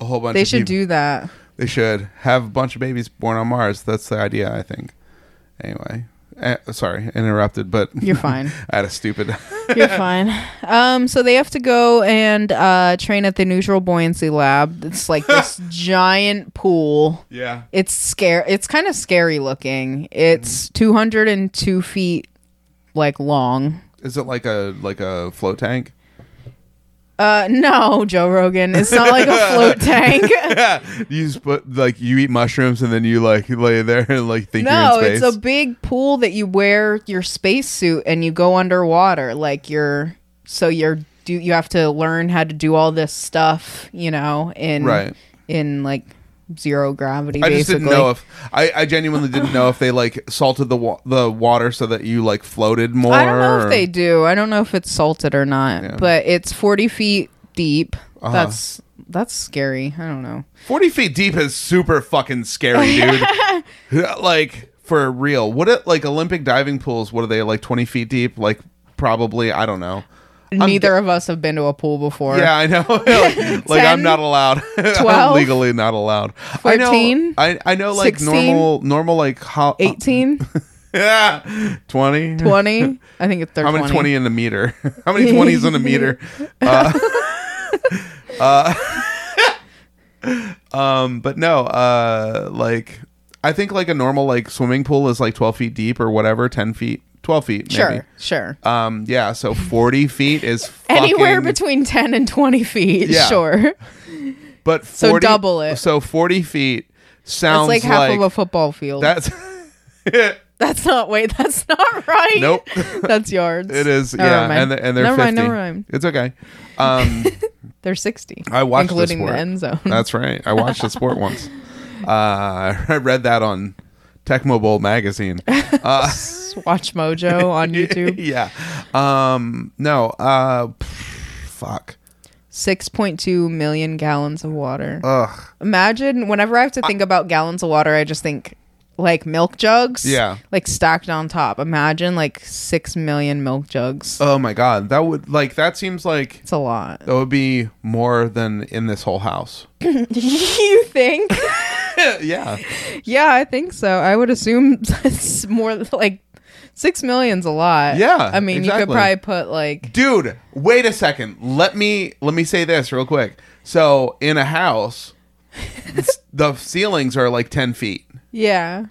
Speaker 3: A whole bunch.
Speaker 2: They
Speaker 3: of
Speaker 2: should
Speaker 3: people-
Speaker 2: do that.
Speaker 3: They should have a bunch of babies born on Mars. That's the idea, I think. Anyway, eh, sorry, interrupted, but
Speaker 2: You're fine.
Speaker 3: I had a stupid.
Speaker 2: You're fine. Um, so they have to go and uh, train at the neutral buoyancy lab. It's like this giant pool.
Speaker 3: yeah.
Speaker 2: It's scare. It's kind of scary looking. It's
Speaker 3: Mm.
Speaker 2: 202 feet, like long.
Speaker 3: Is it like a like a float tank?
Speaker 2: Uh, no, Joe Rogan. It's not like a float tank.
Speaker 3: You just put like you eat mushrooms and then you like lay there and like think
Speaker 2: No,
Speaker 3: you're in
Speaker 2: it's
Speaker 3: space.
Speaker 2: a big pool that you wear your spacesuit and you go underwater. Like you're so you're do you have to learn how to do all this stuff, you know, in
Speaker 3: Right.
Speaker 2: in like zero gravity.
Speaker 3: I
Speaker 2: basically.
Speaker 3: just didn't know if I, I genuinely didn't know if they like salted the wa- the water so that you like floated more.
Speaker 2: I don't know if
Speaker 3: or-
Speaker 2: they do. I don't know if it's salted or not,
Speaker 3: Yeah. Uh-huh.
Speaker 2: but it's forty feet deep. That's that's scary. I don't know.
Speaker 3: forty feet deep is super fucking scary, dude. like for real, what it like Olympic diving pools? What are they like twenty feet deep? Like probably I don't know.
Speaker 2: Neither of us have been to a pool before.
Speaker 3: Yeah, I know. like like, I'm
Speaker 2: 10,
Speaker 3: not allowed. I'm
Speaker 2: 12,
Speaker 3: legally not allowed.
Speaker 2: 14,
Speaker 3: I know. I, I know like
Speaker 2: 16,
Speaker 3: normal normal like how
Speaker 2: 18,
Speaker 3: yeah 20
Speaker 2: 20, I think it's 30.
Speaker 3: How many 20 in a meter? How many 20s in a meter? Uh, uh, um, but no, uh, like I think like a normal like swimming pool is like 12 feet deep or whatever, 10 feet, 12 feet. Maybe.
Speaker 2: Sure, sure.
Speaker 3: Um, yeah. So 40 feet is fucking,
Speaker 2: anywhere between 10 and 20 feet
Speaker 3: Yeah.
Speaker 2: sure
Speaker 3: but 40,
Speaker 2: double it.
Speaker 3: So 40 feet
Speaker 2: that's
Speaker 3: sounds
Speaker 2: like
Speaker 3: like,
Speaker 2: half of a football field
Speaker 3: that's
Speaker 2: that's not wait that's not right
Speaker 3: nope.
Speaker 2: that's yards
Speaker 3: It is,
Speaker 2: Never
Speaker 3: yeah,
Speaker 2: mind.
Speaker 3: and they're, and they're
Speaker 2: never
Speaker 3: 50.
Speaker 2: mind never mind
Speaker 3: It's okay. Um,
Speaker 2: they're 60
Speaker 3: I watched the
Speaker 2: including
Speaker 3: sport.
Speaker 2: the end zone
Speaker 3: That's right. I watched the sport once. Uh, I read that on Tecmo Bowl magazine. Uh,
Speaker 2: watch mojo on youtube
Speaker 3: yeah. Um, no. Uh, pff, fuck.
Speaker 2: 6.2 million gallons of water.
Speaker 3: Ugh.
Speaker 2: Imagine whenever I have to think about gallons of water, I just think like milk jugs.
Speaker 3: Yeah.
Speaker 2: Like stacked on top. Imagine like 6 million milk jugs.
Speaker 3: Oh my god. That would like that seems like
Speaker 2: It's a lot.
Speaker 3: that would be more than in this whole house.
Speaker 2: you think?
Speaker 3: yeah.
Speaker 2: yeah, I think so. I would assume it's more like 6 million's a lot.
Speaker 3: Yeah,
Speaker 2: I mean, you could
Speaker 3: exactly.
Speaker 2: probably put like
Speaker 3: Dude, wait a second. Let me let me say this real quick. So in a house, s- the ceilings are like ten feet.
Speaker 2: yeah.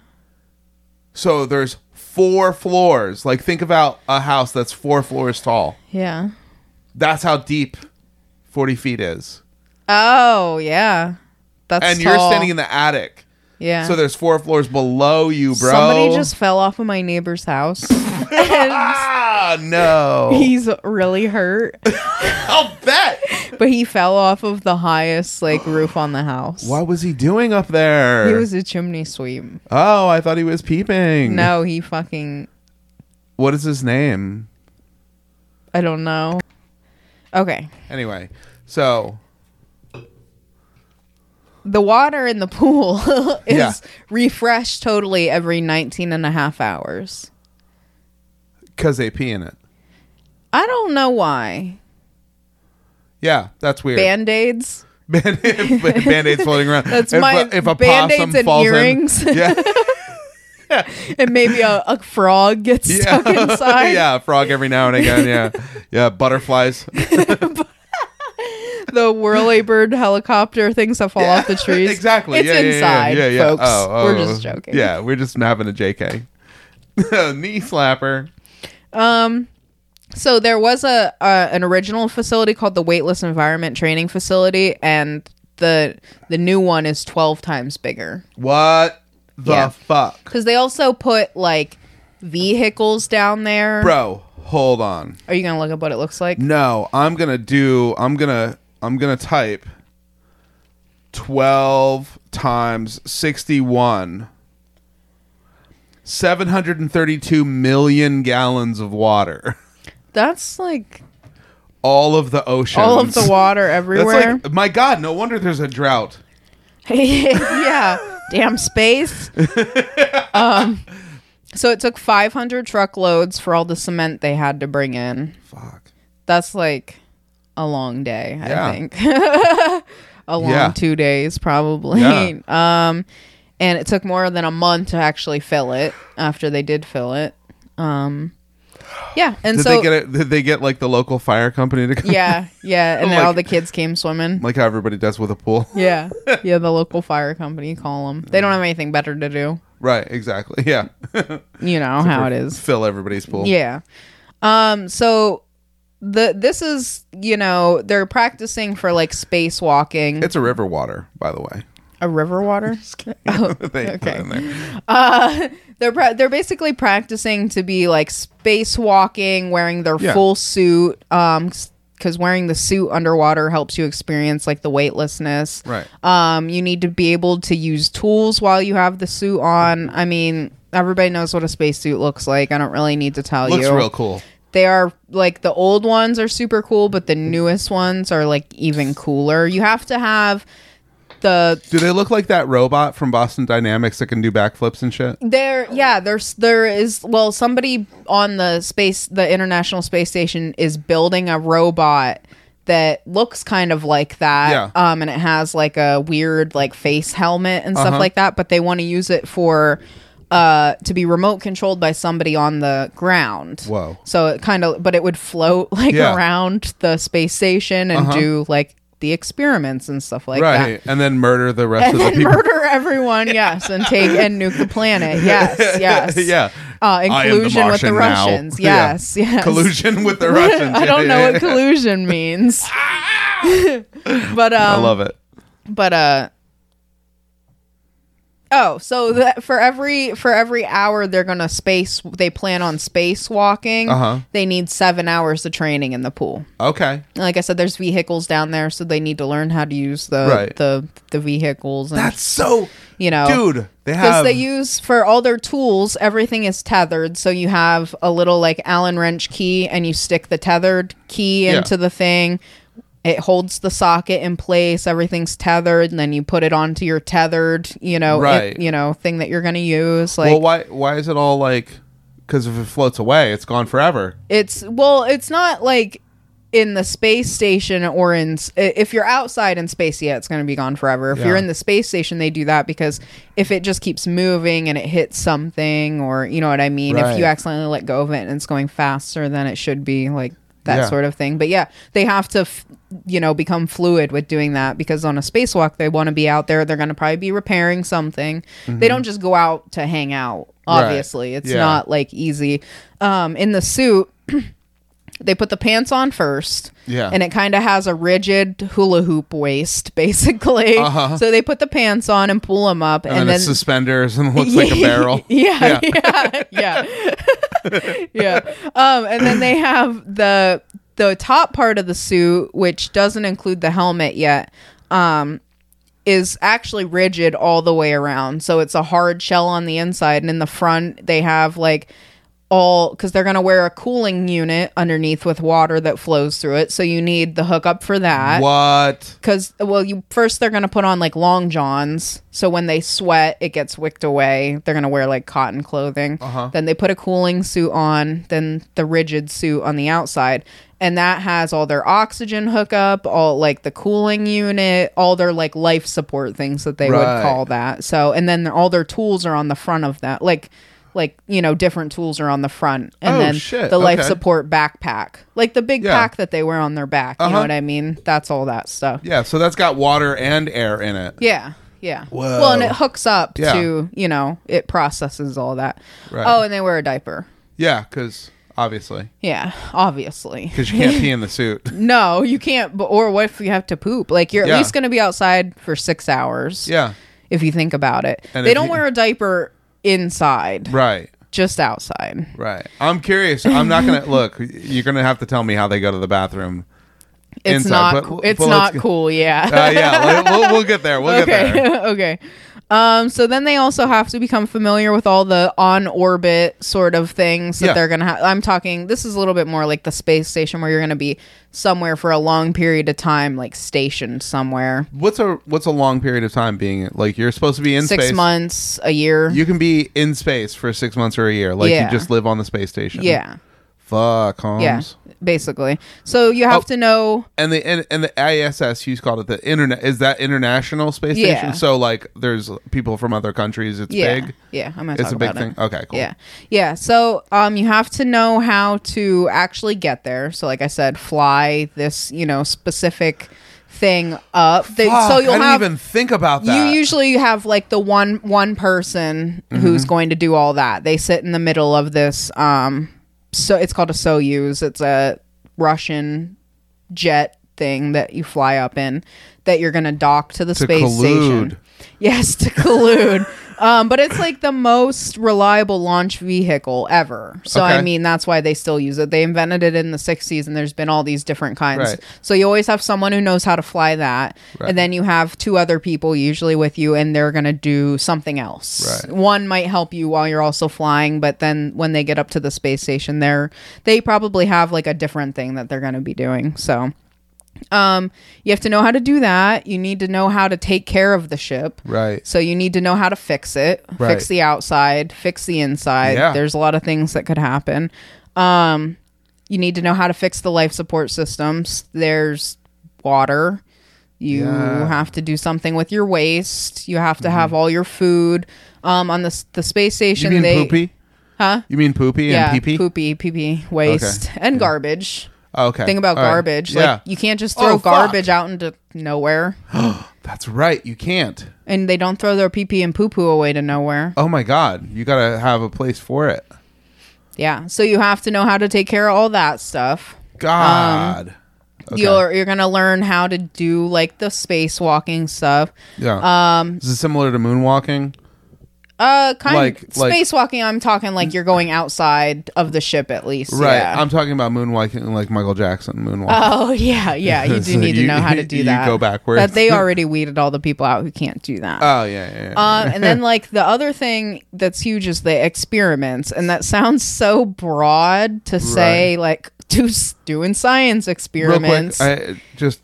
Speaker 3: So there's four floors. Like think about a house that's four floors tall.
Speaker 2: Yeah.
Speaker 3: That's how deep forty feet is.
Speaker 2: Oh, yeah. That's
Speaker 3: And you're
Speaker 2: tall.
Speaker 3: standing in the attic.
Speaker 2: Yeah.
Speaker 3: So there's four floors below you, bro.
Speaker 2: Somebody just fell off of my neighbor's house. and
Speaker 3: Ah no.
Speaker 2: he's really hurt,
Speaker 3: I'll bet.
Speaker 2: but he fell off of the highest like roof on the house.
Speaker 3: What was he doing up there?
Speaker 2: He was a chimney sweep.
Speaker 3: Oh, I thought he was peeping.
Speaker 2: No, he fucking
Speaker 3: What is his name?
Speaker 2: I don't know. Okay.
Speaker 3: Anyway, so
Speaker 2: The water in the pool is
Speaker 3: Yeah.
Speaker 2: refreshed totally every 19 and a half hours.
Speaker 3: because they pee in it.
Speaker 2: I don't know why.
Speaker 3: Yeah, that's weird.
Speaker 2: Band-aids?
Speaker 3: Band- Band-aids floating around.
Speaker 2: That's
Speaker 3: if
Speaker 2: my
Speaker 3: a, if a
Speaker 2: Band-Aids
Speaker 3: possum
Speaker 2: and
Speaker 3: falls in-
Speaker 2: earrings.
Speaker 3: yeah,
Speaker 2: And maybe a, a frog gets
Speaker 3: yeah,
Speaker 2: stuck inside.
Speaker 3: yeah, a frog every now and again. Yeah, yeah, butterflies.
Speaker 2: the whirly bird helicopter things that fall off the trees.
Speaker 3: exactly.
Speaker 2: It's
Speaker 3: yeah, yeah, yeah,
Speaker 2: inside,
Speaker 3: yeah, yeah.
Speaker 2: folks.
Speaker 3: Oh, oh,
Speaker 2: We're just joking.
Speaker 3: Yeah, we're just having a JK knee slapper.
Speaker 2: So there was a uh, an original facility called the Weightless Environment Training Facility, and the the new one is twelve times bigger
Speaker 3: What the
Speaker 2: Yeah.
Speaker 3: fuck,
Speaker 2: because they also put like vehicles down there.
Speaker 3: bro? Hold on.
Speaker 2: Are you gonna look up what it looks like?
Speaker 3: No, I'm gonna do. I'm gonna. I'm gonna type twelve times sixty-one. Seven hundred and thirty-two million gallons of water.
Speaker 2: That's like
Speaker 3: All of the ocean.
Speaker 2: all of the water
Speaker 3: That's
Speaker 2: everywhere.
Speaker 3: like my God. No wonder there's a drought.
Speaker 2: yeah. Damn space. um, so it took 500 truckloads for all the cement they had to bring in.
Speaker 3: Fuck.
Speaker 2: That's like a long day,
Speaker 3: Yeah.
Speaker 2: I think. a long
Speaker 3: Yeah.
Speaker 2: two days, probably.
Speaker 3: Yeah.
Speaker 2: Um, and it took more than a month to actually fill it after they did fill it. Um, yeah. And
Speaker 3: Did
Speaker 2: so,
Speaker 3: they get it? Did they get like the local fire company to come?
Speaker 2: yeah, yeah. And then
Speaker 3: Like-
Speaker 2: all the kids came swimming.
Speaker 3: Like how everybody does with a pool.
Speaker 2: yeah. Yeah. The local fire company call them. They don't have anything better to do.
Speaker 3: Right. Exactly. Yeah.
Speaker 2: you know how it is.
Speaker 3: Fill everybody's pool.
Speaker 2: Yeah. Um so the this is, you know, they're practicing for like spacewalking.
Speaker 3: It's a river water, by the way.
Speaker 2: a river water.
Speaker 3: They put
Speaker 2: Okay.
Speaker 3: in there.
Speaker 2: Uh, They're pra- they're basically practicing to be like spacewalking, wearing their
Speaker 3: Yeah.
Speaker 2: full suit um cuz wearing the suit underwater helps you experience like the weightlessness.
Speaker 3: Right.
Speaker 2: Um you need to be able to use tools while you have the suit on. I mean, everybody knows what a spacesuit looks like. I don't really need to tell
Speaker 3: Looks
Speaker 2: Oh, you.
Speaker 3: real cool.
Speaker 2: they are like the old ones are super cool, but the newest ones are like even cooler. You have to have the
Speaker 3: Do they look like that robot from Boston Dynamics that can do backflips and shit?
Speaker 2: there yeah there's there is well somebody on the space the international space station is building a robot that looks kind of like that
Speaker 3: Yeah.
Speaker 2: um and it has like a weird like face helmet and stuff
Speaker 3: Uh-huh.
Speaker 2: like that but they want to use it for uh to be remote controlled by somebody on the ground
Speaker 3: Whoa.
Speaker 2: so it kind of but it would float like
Speaker 3: Yeah. Uh-huh.
Speaker 2: around the space station and do like the experiments and stuff like that
Speaker 3: right. And then murder the rest
Speaker 2: and
Speaker 3: of the
Speaker 2: then
Speaker 3: people.
Speaker 2: murder everyone yes and take and nuke the planet yes yes
Speaker 3: yeah.
Speaker 2: uh, in
Speaker 3: I am the
Speaker 2: collusion with the
Speaker 3: Martian now.
Speaker 2: russians
Speaker 3: Yeah.
Speaker 2: yes yes
Speaker 3: Collusion with the Russians.
Speaker 2: i don't
Speaker 3: Yeah,
Speaker 2: know
Speaker 3: yeah,
Speaker 2: what
Speaker 3: yeah.
Speaker 2: collusion means but um
Speaker 3: Ah! I love it.
Speaker 2: but uh oh so that for every for every hour they're gonna space they plan on space walking
Speaker 3: Uh-huh.
Speaker 2: they need seven hours of training in the pool
Speaker 3: Okay.
Speaker 2: like i said there's vehicles down there so they need to learn how to use the
Speaker 3: Right.
Speaker 2: the the vehicles and
Speaker 3: That's so.
Speaker 2: you know
Speaker 3: Dude, they
Speaker 2: because
Speaker 3: have.
Speaker 2: they use for all their tools everything is tethered so you have a little like allen wrench key and you stick the tethered key
Speaker 3: Yeah.
Speaker 2: into the thing it holds the socket in place everything's tethered and then you put it onto your tethered you know it-
Speaker 3: Right.
Speaker 2: you know thing that you're gonna use like
Speaker 3: well, why why is it all like? Because if it floats away, it's gone forever.
Speaker 2: it's well it's not like in the space station or in s- i- if you're outside in space yeah it's going to be gone forever if you're
Speaker 3: Yeah.
Speaker 2: in the space station they do that because if it just keeps moving and it hits something or you know what i mean if you
Speaker 3: Right.
Speaker 2: accidentally let go of it and it's going faster than it should be like that
Speaker 3: Yeah.
Speaker 2: sort of thing but yeah they have to f- you know become fluid with doing that because on a spacewalk they want to be out there they're going to probably be repairing something they don't just go out to hang out
Speaker 3: Mm-hmm. Right.
Speaker 2: obviously it's
Speaker 3: Yeah.
Speaker 2: not like easy um in the suit they put the pants on first.
Speaker 3: Yeah.
Speaker 2: And it kind of has a rigid hula hoop waist, basically.
Speaker 3: Uh-huh.
Speaker 2: So they put the pants on and pull them up.
Speaker 3: And, then, it's suspenders and looks like a barrel.
Speaker 2: yeah.
Speaker 3: Yeah.
Speaker 2: Yeah. Yeah. yeah. Um, and then they have the the top part of the suit, which doesn't include the helmet yet, um, is actually rigid all the way around. So it's a hard shell on the inside, and in the front they have like all because they're gonna wear a cooling unit underneath with water that flows through it. So you need the hookup for that
Speaker 3: What?
Speaker 2: because well you first they're gonna put on like long johns so when they sweat it gets wicked away they're gonna wear like cotton clothing
Speaker 3: Uh-huh.
Speaker 2: then they put a cooling suit on then the rigid suit on the outside and that has all their oxygen hookup all like the cooling unit all their like life support things that they would
Speaker 3: Right.
Speaker 2: call that so and then all their tools are on the front of that like like you know different tools are on the front and
Speaker 3: Oh,
Speaker 2: then
Speaker 3: shit.
Speaker 2: the life
Speaker 3: Okay.
Speaker 2: support backpack like the big
Speaker 3: Yeah.
Speaker 2: pack that they wear on their back you know
Speaker 3: Uh-huh.
Speaker 2: what i mean that's all that stuff
Speaker 3: Yeah. So that's got water and air in it.
Speaker 2: yeah. Yeah.
Speaker 3: Whoa.
Speaker 2: Well, and it hooks up
Speaker 3: Yeah.
Speaker 2: to, you know, it processes all that.
Speaker 3: Right.
Speaker 2: Oh, and they wear a diaper.
Speaker 3: Yeah. Because obviously,
Speaker 2: Yeah, obviously.
Speaker 3: because you can't pee in the suit.
Speaker 2: No, you can't. But or what if you have to poop? Like you're at
Speaker 3: Yeah.
Speaker 2: least going to be outside for six hours.
Speaker 3: Yeah.
Speaker 2: If you think about it,
Speaker 3: And
Speaker 2: they
Speaker 3: if
Speaker 2: don't
Speaker 3: you-
Speaker 2: wear a diaper inside,
Speaker 3: Right.
Speaker 2: just outside.
Speaker 3: Right. I'm curious. I'm not gonna look. You're gonna have to tell me how they go to the bathroom.
Speaker 2: It's
Speaker 3: Inside,
Speaker 2: not.
Speaker 3: but-
Speaker 2: cool.
Speaker 3: but
Speaker 2: It's
Speaker 3: let's
Speaker 2: not
Speaker 3: go-
Speaker 2: cool. Yeah.
Speaker 3: Uh, yeah. we'll- we'll, we'll get there. We'll get there.
Speaker 2: okay. okay. Um, so then they also have to become familiar with all the on orbit sort of things that
Speaker 3: Yeah.
Speaker 2: they're gonna have. I'm talking. This is a little bit more like the space station where you're gonna be somewhere for a long period of time, like stationed somewhere.
Speaker 3: What's a what's a long period of time being like? You're supposed to be in
Speaker 2: Six
Speaker 3: space.
Speaker 2: months, a year.
Speaker 3: You can be in space for six months or a year. Like
Speaker 2: Yeah.
Speaker 3: you just live on the space station.
Speaker 2: yeah.
Speaker 3: Fuck, Holmes.
Speaker 2: Yeah. Basically. So you have
Speaker 3: Oh.
Speaker 2: to know.
Speaker 3: And the and, and the ISS, you called it the internet. Is that international space
Speaker 2: Yeah.
Speaker 3: station? So like, there's people from other countries. It's
Speaker 2: Yeah.
Speaker 3: big.
Speaker 2: Yeah. I'm gonna
Speaker 3: It's
Speaker 2: talk
Speaker 3: a big
Speaker 2: about it.
Speaker 3: thing. Okay, cool.
Speaker 2: Yeah. Yeah. So um you have to know how to actually get there. So like I said, fly this, you know, specific thing up. They-
Speaker 3: Fuck,
Speaker 2: so you'll
Speaker 3: Ah, I didn't
Speaker 2: have
Speaker 3: even think about
Speaker 2: you
Speaker 3: that.
Speaker 2: usually have like the one one person
Speaker 3: Mm-hmm.
Speaker 2: who's going to do all that. They sit in the middle of this um so it's called a Soyuz. It's a Russian jet thing that you fly up in that you're going to dock to the space
Speaker 3: collude.
Speaker 2: station. Yes, to collude. um, but it's like the most reliable launch vehicle ever. So I
Speaker 3: Okay.
Speaker 2: mean, that's why they still use it. They invented it in the 60s and there's been all these different kinds.
Speaker 3: Right.
Speaker 2: So you always have someone who knows how to fly that.
Speaker 3: Right.
Speaker 2: And then you have two other people usually with you and they're going to do something else.
Speaker 3: Right.
Speaker 2: One might help you while you're also flying, but then when they get up to the space station they're they probably have like a different thing that they're going to be doing. So um, you have to know how to do that. You need to know how to take care of the ship.
Speaker 3: Right.
Speaker 2: So you need to know how to fix it,
Speaker 3: Right.
Speaker 2: fix the outside, fix the inside.
Speaker 3: Yeah.
Speaker 2: There's a lot of things that could happen. Um, you need to know how to fix the life support systems. There's water. You
Speaker 3: Yeah. Mm-hmm.
Speaker 2: have to do something with your waste. You have to have all your food. Um, on the s- the space
Speaker 3: You
Speaker 2: station,
Speaker 3: mean
Speaker 2: they
Speaker 3: poopy? Huh? You mean poopy
Speaker 2: yeah
Speaker 3: and pee pee?
Speaker 2: poopy pee waste and garbage.
Speaker 3: Oh, Okay.
Speaker 2: Thing about
Speaker 3: All right.
Speaker 2: garbage,
Speaker 3: Yeah.
Speaker 2: like you can't just throw
Speaker 3: Oh, fuck.
Speaker 2: garbage out into nowhere,
Speaker 3: That's right. You can't.
Speaker 2: and they don't throw their pee pee and poo poo away to nowhere.
Speaker 3: Oh my god. You gotta have a place for it.
Speaker 2: Yeah. So you have to know how to take care of all that stuff.
Speaker 3: God. Okay.
Speaker 2: Um, You're you're gonna learn how to do like the spacewalking stuff.
Speaker 3: yeah. Um. Is it similar to moonwalking?
Speaker 2: Uh, kind
Speaker 3: Like-
Speaker 2: of
Speaker 3: like-
Speaker 2: spacewalking. I'm talking like you're going outside of the ship at least.
Speaker 3: Right.
Speaker 2: Yeah.
Speaker 3: I'm talking about moonwalking, like Michael Jackson moonwalking.
Speaker 2: oh yeah, yeah. You do
Speaker 3: So
Speaker 2: need to
Speaker 3: you-
Speaker 2: know how to do
Speaker 3: you
Speaker 2: that.
Speaker 3: go backwards.
Speaker 2: But they already weeded all the people out who can't do that.
Speaker 3: oh yeah, yeah. yeah.
Speaker 2: Um, and then like the other thing that's huge is the experiments, and that sounds so broad to say like do s- doing science
Speaker 3: Real quick,
Speaker 2: experiments.
Speaker 3: I just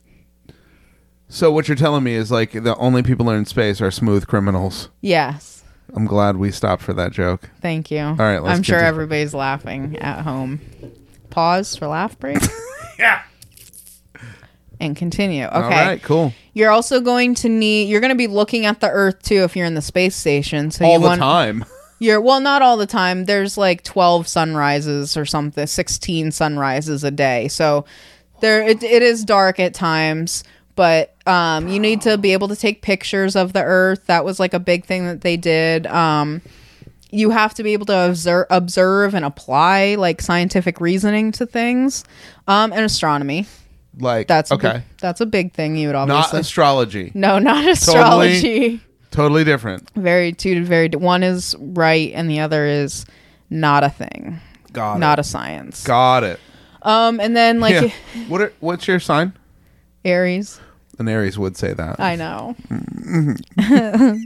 Speaker 3: So what you're telling me is like the only people in space are smooth criminals.
Speaker 2: Yes.
Speaker 3: I'm glad we stopped for that joke.
Speaker 2: Thank you. All
Speaker 3: right, let's
Speaker 2: I'm sure
Speaker 3: continue.
Speaker 2: everybody's laughing at home. Pause for laugh break. yeah. And continue. Okay.
Speaker 3: All right, cool.
Speaker 2: You're also going to need. You're going to be looking at the Earth too if you're in the space station. So
Speaker 3: All
Speaker 2: you
Speaker 3: the
Speaker 2: want,
Speaker 3: time.
Speaker 2: You're well, not all the time. There's like 12 sunrises or something, 16 sunrises a day. So there, it, it is dark at times, but um, you need to be able to take pictures of the Earth. That was like a big thing that they did. Um, you have to be able to observe, observe and apply like scientific reasoning to things, um, and astronomy.
Speaker 3: Like
Speaker 2: That's a
Speaker 3: okay.
Speaker 2: big, that's a big thing. You would
Speaker 3: Not
Speaker 2: obviously
Speaker 3: astrology.
Speaker 2: no, not astrology
Speaker 3: Totally different.
Speaker 2: very two very one is right and the other is not a thing
Speaker 3: Got
Speaker 2: not
Speaker 3: it.
Speaker 2: a science
Speaker 3: Got it.
Speaker 2: um and then like
Speaker 3: Yeah. What are, what's your sign?
Speaker 2: aries
Speaker 3: An Aries would say that.
Speaker 2: i know
Speaker 3: Mm-hmm.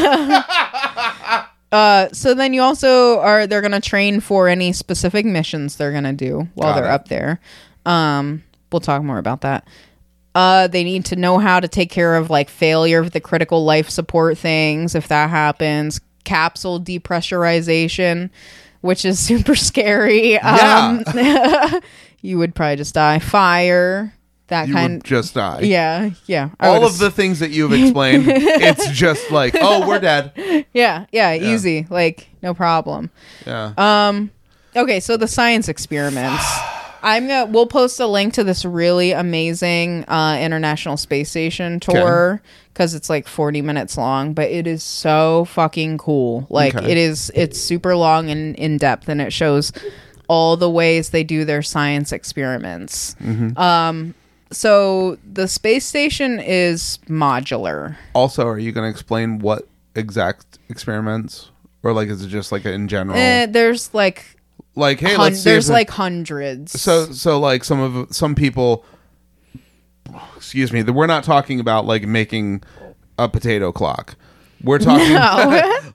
Speaker 2: uh, uh, so then you also are they're gonna train for any specific missions they're gonna do while
Speaker 3: Got
Speaker 2: they're
Speaker 3: it.
Speaker 2: up there um we'll talk more about that uh, they need to know how to take care of like failure of the critical life support things if that happens capsule depressurization which is super scary um you would probably just die fire that
Speaker 3: you
Speaker 2: kind
Speaker 3: would just die.
Speaker 2: yeah yeah I
Speaker 3: All
Speaker 2: would
Speaker 3: of the things that you've explained, it's just like, oh, we're dead.
Speaker 2: Yeah, yeah, easy. Like no problem.
Speaker 3: Yeah.
Speaker 2: Okay, so the science experiments. I'm gonna we'll post a link to this really amazing uh International Space Station tour cuz it's like 40 minutes long, but it is so fucking cool. Like
Speaker 3: Okay.
Speaker 2: it is it's super long and in depth and it shows all the ways they do their science experiments. Um
Speaker 3: Mm-hmm.
Speaker 2: so the space station is modular.
Speaker 3: also, are you going to explain what exact experiments? Or like, is it just like in general?
Speaker 2: Eh, there's like
Speaker 3: like, hey,
Speaker 2: hun-
Speaker 3: let's see.
Speaker 2: there's
Speaker 3: if-
Speaker 2: like hundreds.
Speaker 3: so so like some of some people excuse me that we're not talking about like making a potato clock we're talking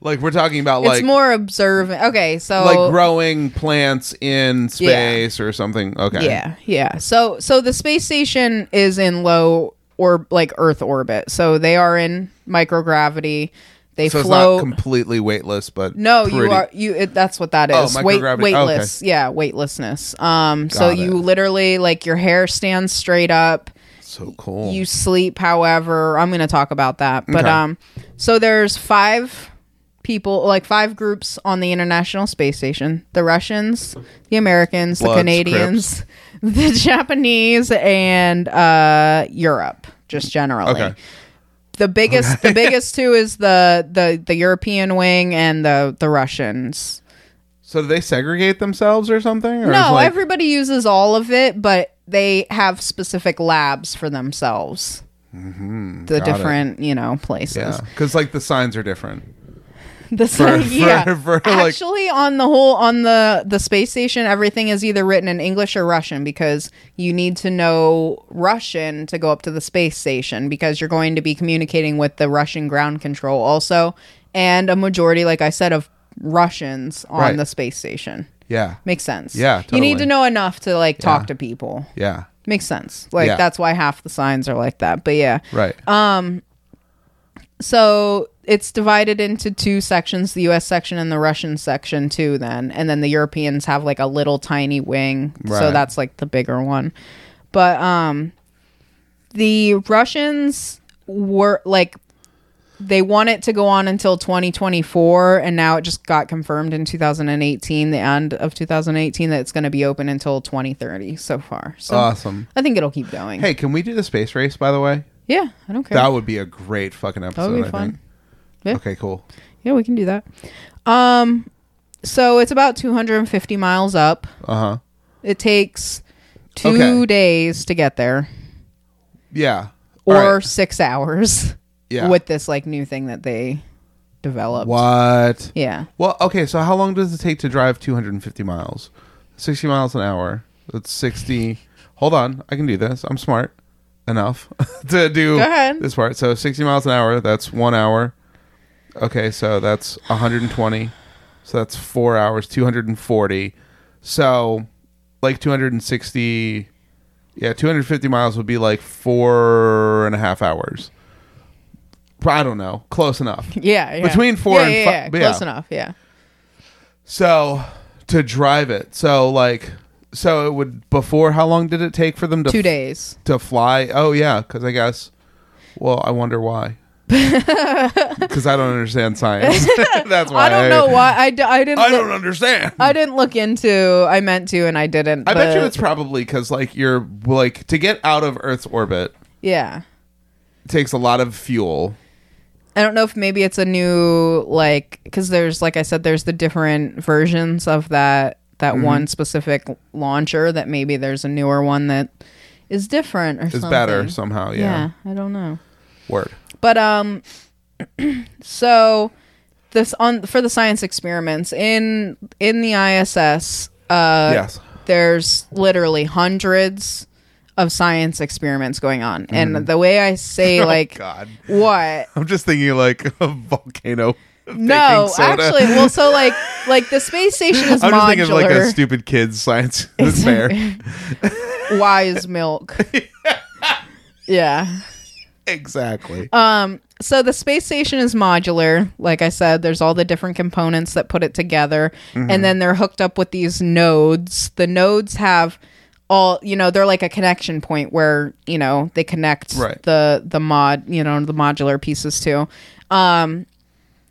Speaker 3: like we're talking about like
Speaker 2: it's more observant. Okay, so
Speaker 3: like growing plants in space or something okay
Speaker 2: yeah, yeah. So so the space station is in low or like Earth orbit. So they are in microgravity. They
Speaker 3: so it's
Speaker 2: float.
Speaker 3: not completely weightless but
Speaker 2: no, you
Speaker 3: pretty-
Speaker 2: are you. It, that's what that
Speaker 3: Oh,
Speaker 2: is. Weight,
Speaker 3: microgravity.
Speaker 2: weightless. Yeah, weightlessness. Um, so
Speaker 3: Got
Speaker 2: you
Speaker 3: it.
Speaker 2: literally like your hair stands straight up.
Speaker 3: so cool
Speaker 2: You sleep, however, I'm going to talk about that. But
Speaker 3: Okay.
Speaker 2: um, so there's five people, like five groups on the International Space Station: the Russians, the Americans,
Speaker 3: Bloods,
Speaker 2: the Canadians, the Japanese, and uh, Europe, just generally.
Speaker 3: Okay.
Speaker 2: The biggest, the biggest two is the the the European wing and the the Russians.
Speaker 3: so do they segregate themselves or something or
Speaker 2: No,
Speaker 3: is, like,
Speaker 2: everybody uses all of it, but they have specific labs for themselves. the
Speaker 3: Mm-hmm. got it.
Speaker 2: different, you know,
Speaker 3: yeah
Speaker 2: places.
Speaker 3: because like the signs are different
Speaker 2: The
Speaker 3: For-
Speaker 2: si-
Speaker 3: for-
Speaker 2: yeah.
Speaker 3: for, like-
Speaker 2: Actually, on the whole, on the the space station, everything is either written in English or Russian because you need to know Russian to go up to the space station because you're going to be communicating with the Russian ground control also, and a majority, like I said, of Russians on
Speaker 3: Right.
Speaker 2: the space station.
Speaker 3: yeah
Speaker 2: Makes sense.
Speaker 3: Yeah,
Speaker 2: You need to
Speaker 3: totally.
Speaker 2: know enough to like talk to people.
Speaker 3: yeah
Speaker 2: Makes sense. Like
Speaker 3: Yeah.
Speaker 2: that's why half the signs are like that. But yeah.
Speaker 3: right
Speaker 2: Um, So it's divided into two sections, the US section and the Russian section too then. And then the Europeans have like a little tiny wing. So
Speaker 3: Right.
Speaker 2: that's like the bigger one. But um the Russians were like they want it to go on until 2024 and now it just got confirmed in 2018 the end of 2018 that it's going to be open until 2030 so far so
Speaker 3: awesome
Speaker 2: i think it'll keep going
Speaker 3: Uh, hey can we do the space race by the way
Speaker 2: yeah i don't care
Speaker 3: that would be a great fucking episode
Speaker 2: be
Speaker 3: I
Speaker 2: fun.
Speaker 3: think.
Speaker 2: Yeah.
Speaker 3: okay cool
Speaker 2: Yeah, we can do that. Um, so it's about 250 miles up.
Speaker 3: uh-huh
Speaker 2: It takes two
Speaker 3: Okay.
Speaker 2: days to get there,
Speaker 3: Yeah.
Speaker 2: or
Speaker 3: All right.
Speaker 2: six hours
Speaker 3: yeah.
Speaker 2: with this like new thing that they developed.
Speaker 3: what?
Speaker 2: Yeah,
Speaker 3: Well, okay. So how long does it take to drive 250 miles? 60 miles an hour. That's 60. Hold on, I can do this. I'm smart enough to do
Speaker 2: Go ahead.
Speaker 3: this part. So 60 miles an hour. That's one hour. Okay, so that's 120. So that's four hours. 240. So like 260. Yeah, 250 miles would be like four and a half hours. I don't know. Close enough.
Speaker 2: Yeah, yeah.
Speaker 3: Between four
Speaker 2: yeah,
Speaker 3: and
Speaker 2: yeah,
Speaker 3: fi-
Speaker 2: yeah.
Speaker 3: but
Speaker 2: close
Speaker 3: yeah.
Speaker 2: enough. Yeah,
Speaker 3: So to drive it, so like, so it would before. How long did it take for them to
Speaker 2: two days.
Speaker 3: to fly? Oh yeah, because I guess. Well, I wonder why. Because I don't understand science. That's why
Speaker 2: I don't know why I, d- I didn't.
Speaker 3: I
Speaker 2: look,
Speaker 3: don't understand.
Speaker 2: I didn't look into. I meant to, and I didn't.
Speaker 3: I bet you
Speaker 2: but-
Speaker 3: it's probably because like you're like to get out of Earth's orbit
Speaker 2: Yeah,
Speaker 3: takes a lot of fuel.
Speaker 2: I don't know if maybe it's a new like because there's like I said there's the different versions of that that
Speaker 3: Mm-hmm.
Speaker 2: one specific launcher that maybe there's a newer one that is different or
Speaker 3: It's
Speaker 2: something.
Speaker 3: better somehow. Yeah.
Speaker 2: Yeah, I don't know.
Speaker 3: Word.
Speaker 2: But um, so this on for the science experiments in in the ISS. Uh,
Speaker 3: yes.
Speaker 2: there's literally hundreds of science experiments going on, and the way I say like
Speaker 3: Mm-hmm. oh God.
Speaker 2: what
Speaker 3: I'm just thinking like a volcano.
Speaker 2: no
Speaker 3: baking soda.
Speaker 2: actually well so like like the space station is
Speaker 3: I'm just thinking of like a
Speaker 2: modular
Speaker 3: stupid kid's science fair.
Speaker 2: wise milk yeah
Speaker 3: exactly.
Speaker 2: Uh, so the space station is modular like i said there's all the different components that put it together
Speaker 3: Mm-hmm.
Speaker 2: and then they're hooked up with these nodes the nodes have all you know they're like a connection point where you know they connect
Speaker 3: Right.
Speaker 2: the the mod you know the modular pieces too um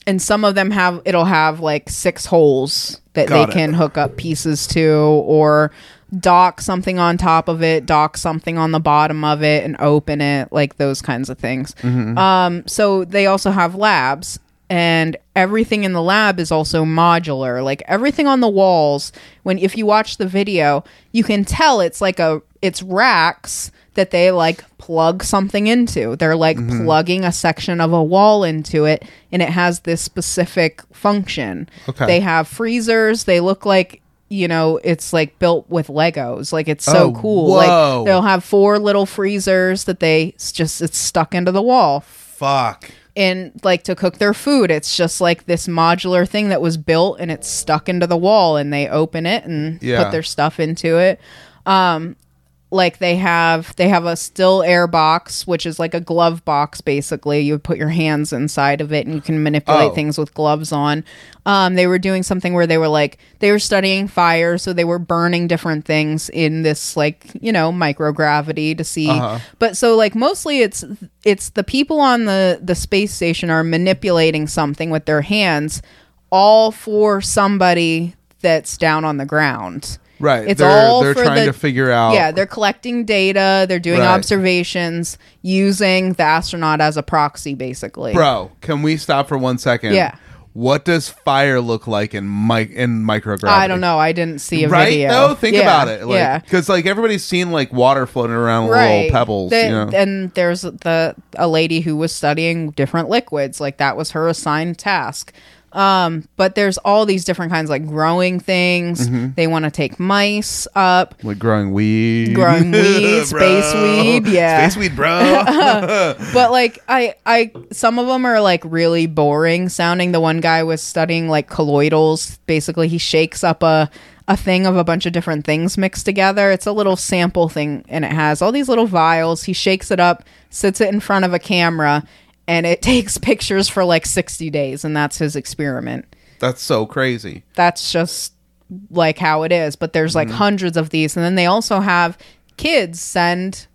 Speaker 2: and some of them have it'll have like six holes that
Speaker 3: Got
Speaker 2: they
Speaker 3: it.
Speaker 2: can hook up pieces to or dock something on top of it dock something on the bottom of it and open it like those kinds of things Um, so they also have labs and everything in the lab is also modular like everything on the walls when if you watch the video you can tell it's like a it's racks that they like plug something into they're like plugging a section of a wall into it and it has this specific function
Speaker 3: Okay.
Speaker 2: they have freezers they look like you know it's like built with legos like it's so
Speaker 3: Oh,
Speaker 2: cool
Speaker 3: whoa.
Speaker 2: like they'll have four little freezers that they it's just it's stuck into the wall
Speaker 3: Fuck.
Speaker 2: and like to cook their food. It's just like this modular thing that was built and it's stuck into the wall and they open it and
Speaker 3: Yeah.
Speaker 2: put their stuff into it. Um like they have they have a still air box which is like a glove box basically. You would put your hands inside of it and you can manipulate
Speaker 3: Oh.
Speaker 2: things with gloves on. Um they were doing something where they were like they were studying fire so they were burning different things in this like, you know, microgravity to see but so like mostly it's it's the people on the the space station are manipulating something with their hands all for somebody that's down on the ground.
Speaker 3: Right.
Speaker 2: It's
Speaker 3: they're
Speaker 2: all
Speaker 3: they're
Speaker 2: for
Speaker 3: trying
Speaker 2: the-
Speaker 3: to figure out
Speaker 2: Yeah, they're collecting data, they're doing
Speaker 3: Oh. Right.
Speaker 2: observations using the astronaut as a proxy basically.
Speaker 3: Bro, can we stop for one second?
Speaker 2: Yeah.
Speaker 3: What does fire look like in mic in microgravity?
Speaker 2: I don't know. I didn't see a
Speaker 3: Right?
Speaker 2: video.
Speaker 3: No, think
Speaker 2: Yeah,
Speaker 3: about it. Like,
Speaker 2: yeah.
Speaker 3: Because like everybody's seen like water floating around with
Speaker 2: right
Speaker 3: little pebbles.
Speaker 2: The-
Speaker 3: you know?
Speaker 2: and there's the a lady who was studying different liquids like that was her assigned task um but there's all these different kinds like growing things
Speaker 3: Mm-hmm.
Speaker 2: they want to take mice up
Speaker 3: like growing weed.
Speaker 2: growing weed
Speaker 3: Bro.
Speaker 2: space weed yeah
Speaker 3: Space weed, bro.
Speaker 2: but like i i some of them are like really boring sounding the one guy was studying like colloidals basically he shakes up a a thing of a bunch of different things mixed together it's a little sample thing and it has all these little vials he shakes it up sits it in front of a camera and it takes pictures for like 60 days and that's his experiment
Speaker 3: That's so crazy.
Speaker 2: that's just like how it is but there's like hundreds of these and then they also have kids send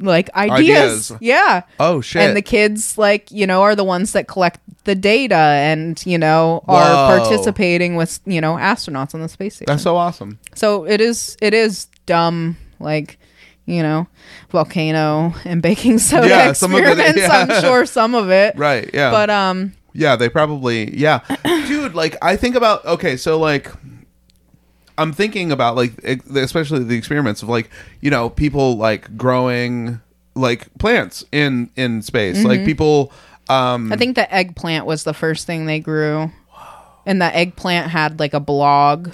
Speaker 2: like ideas,
Speaker 3: Ideas.
Speaker 2: yeah
Speaker 3: Oh shit.
Speaker 2: and the kids like you know are the ones that collect the data and you know are
Speaker 3: Whoa.
Speaker 2: participating with you know astronauts on the space station
Speaker 3: That's so awesome.
Speaker 2: so it is it is dumb like you know volcano and baking soda
Speaker 3: Yeah, some of it-
Speaker 2: experiments i'm sure some of it
Speaker 3: Right. Yeah.
Speaker 2: but um
Speaker 3: Yeah, they probably yeah. Dude, like I think about okay, so like I'm thinking about like ex- especially the experiments of like, you know, people like growing like plants in in space.
Speaker 2: Mm-hmm.
Speaker 3: Like people um
Speaker 2: i think the eggplant was the first thing they grew and the eggplant had like a blog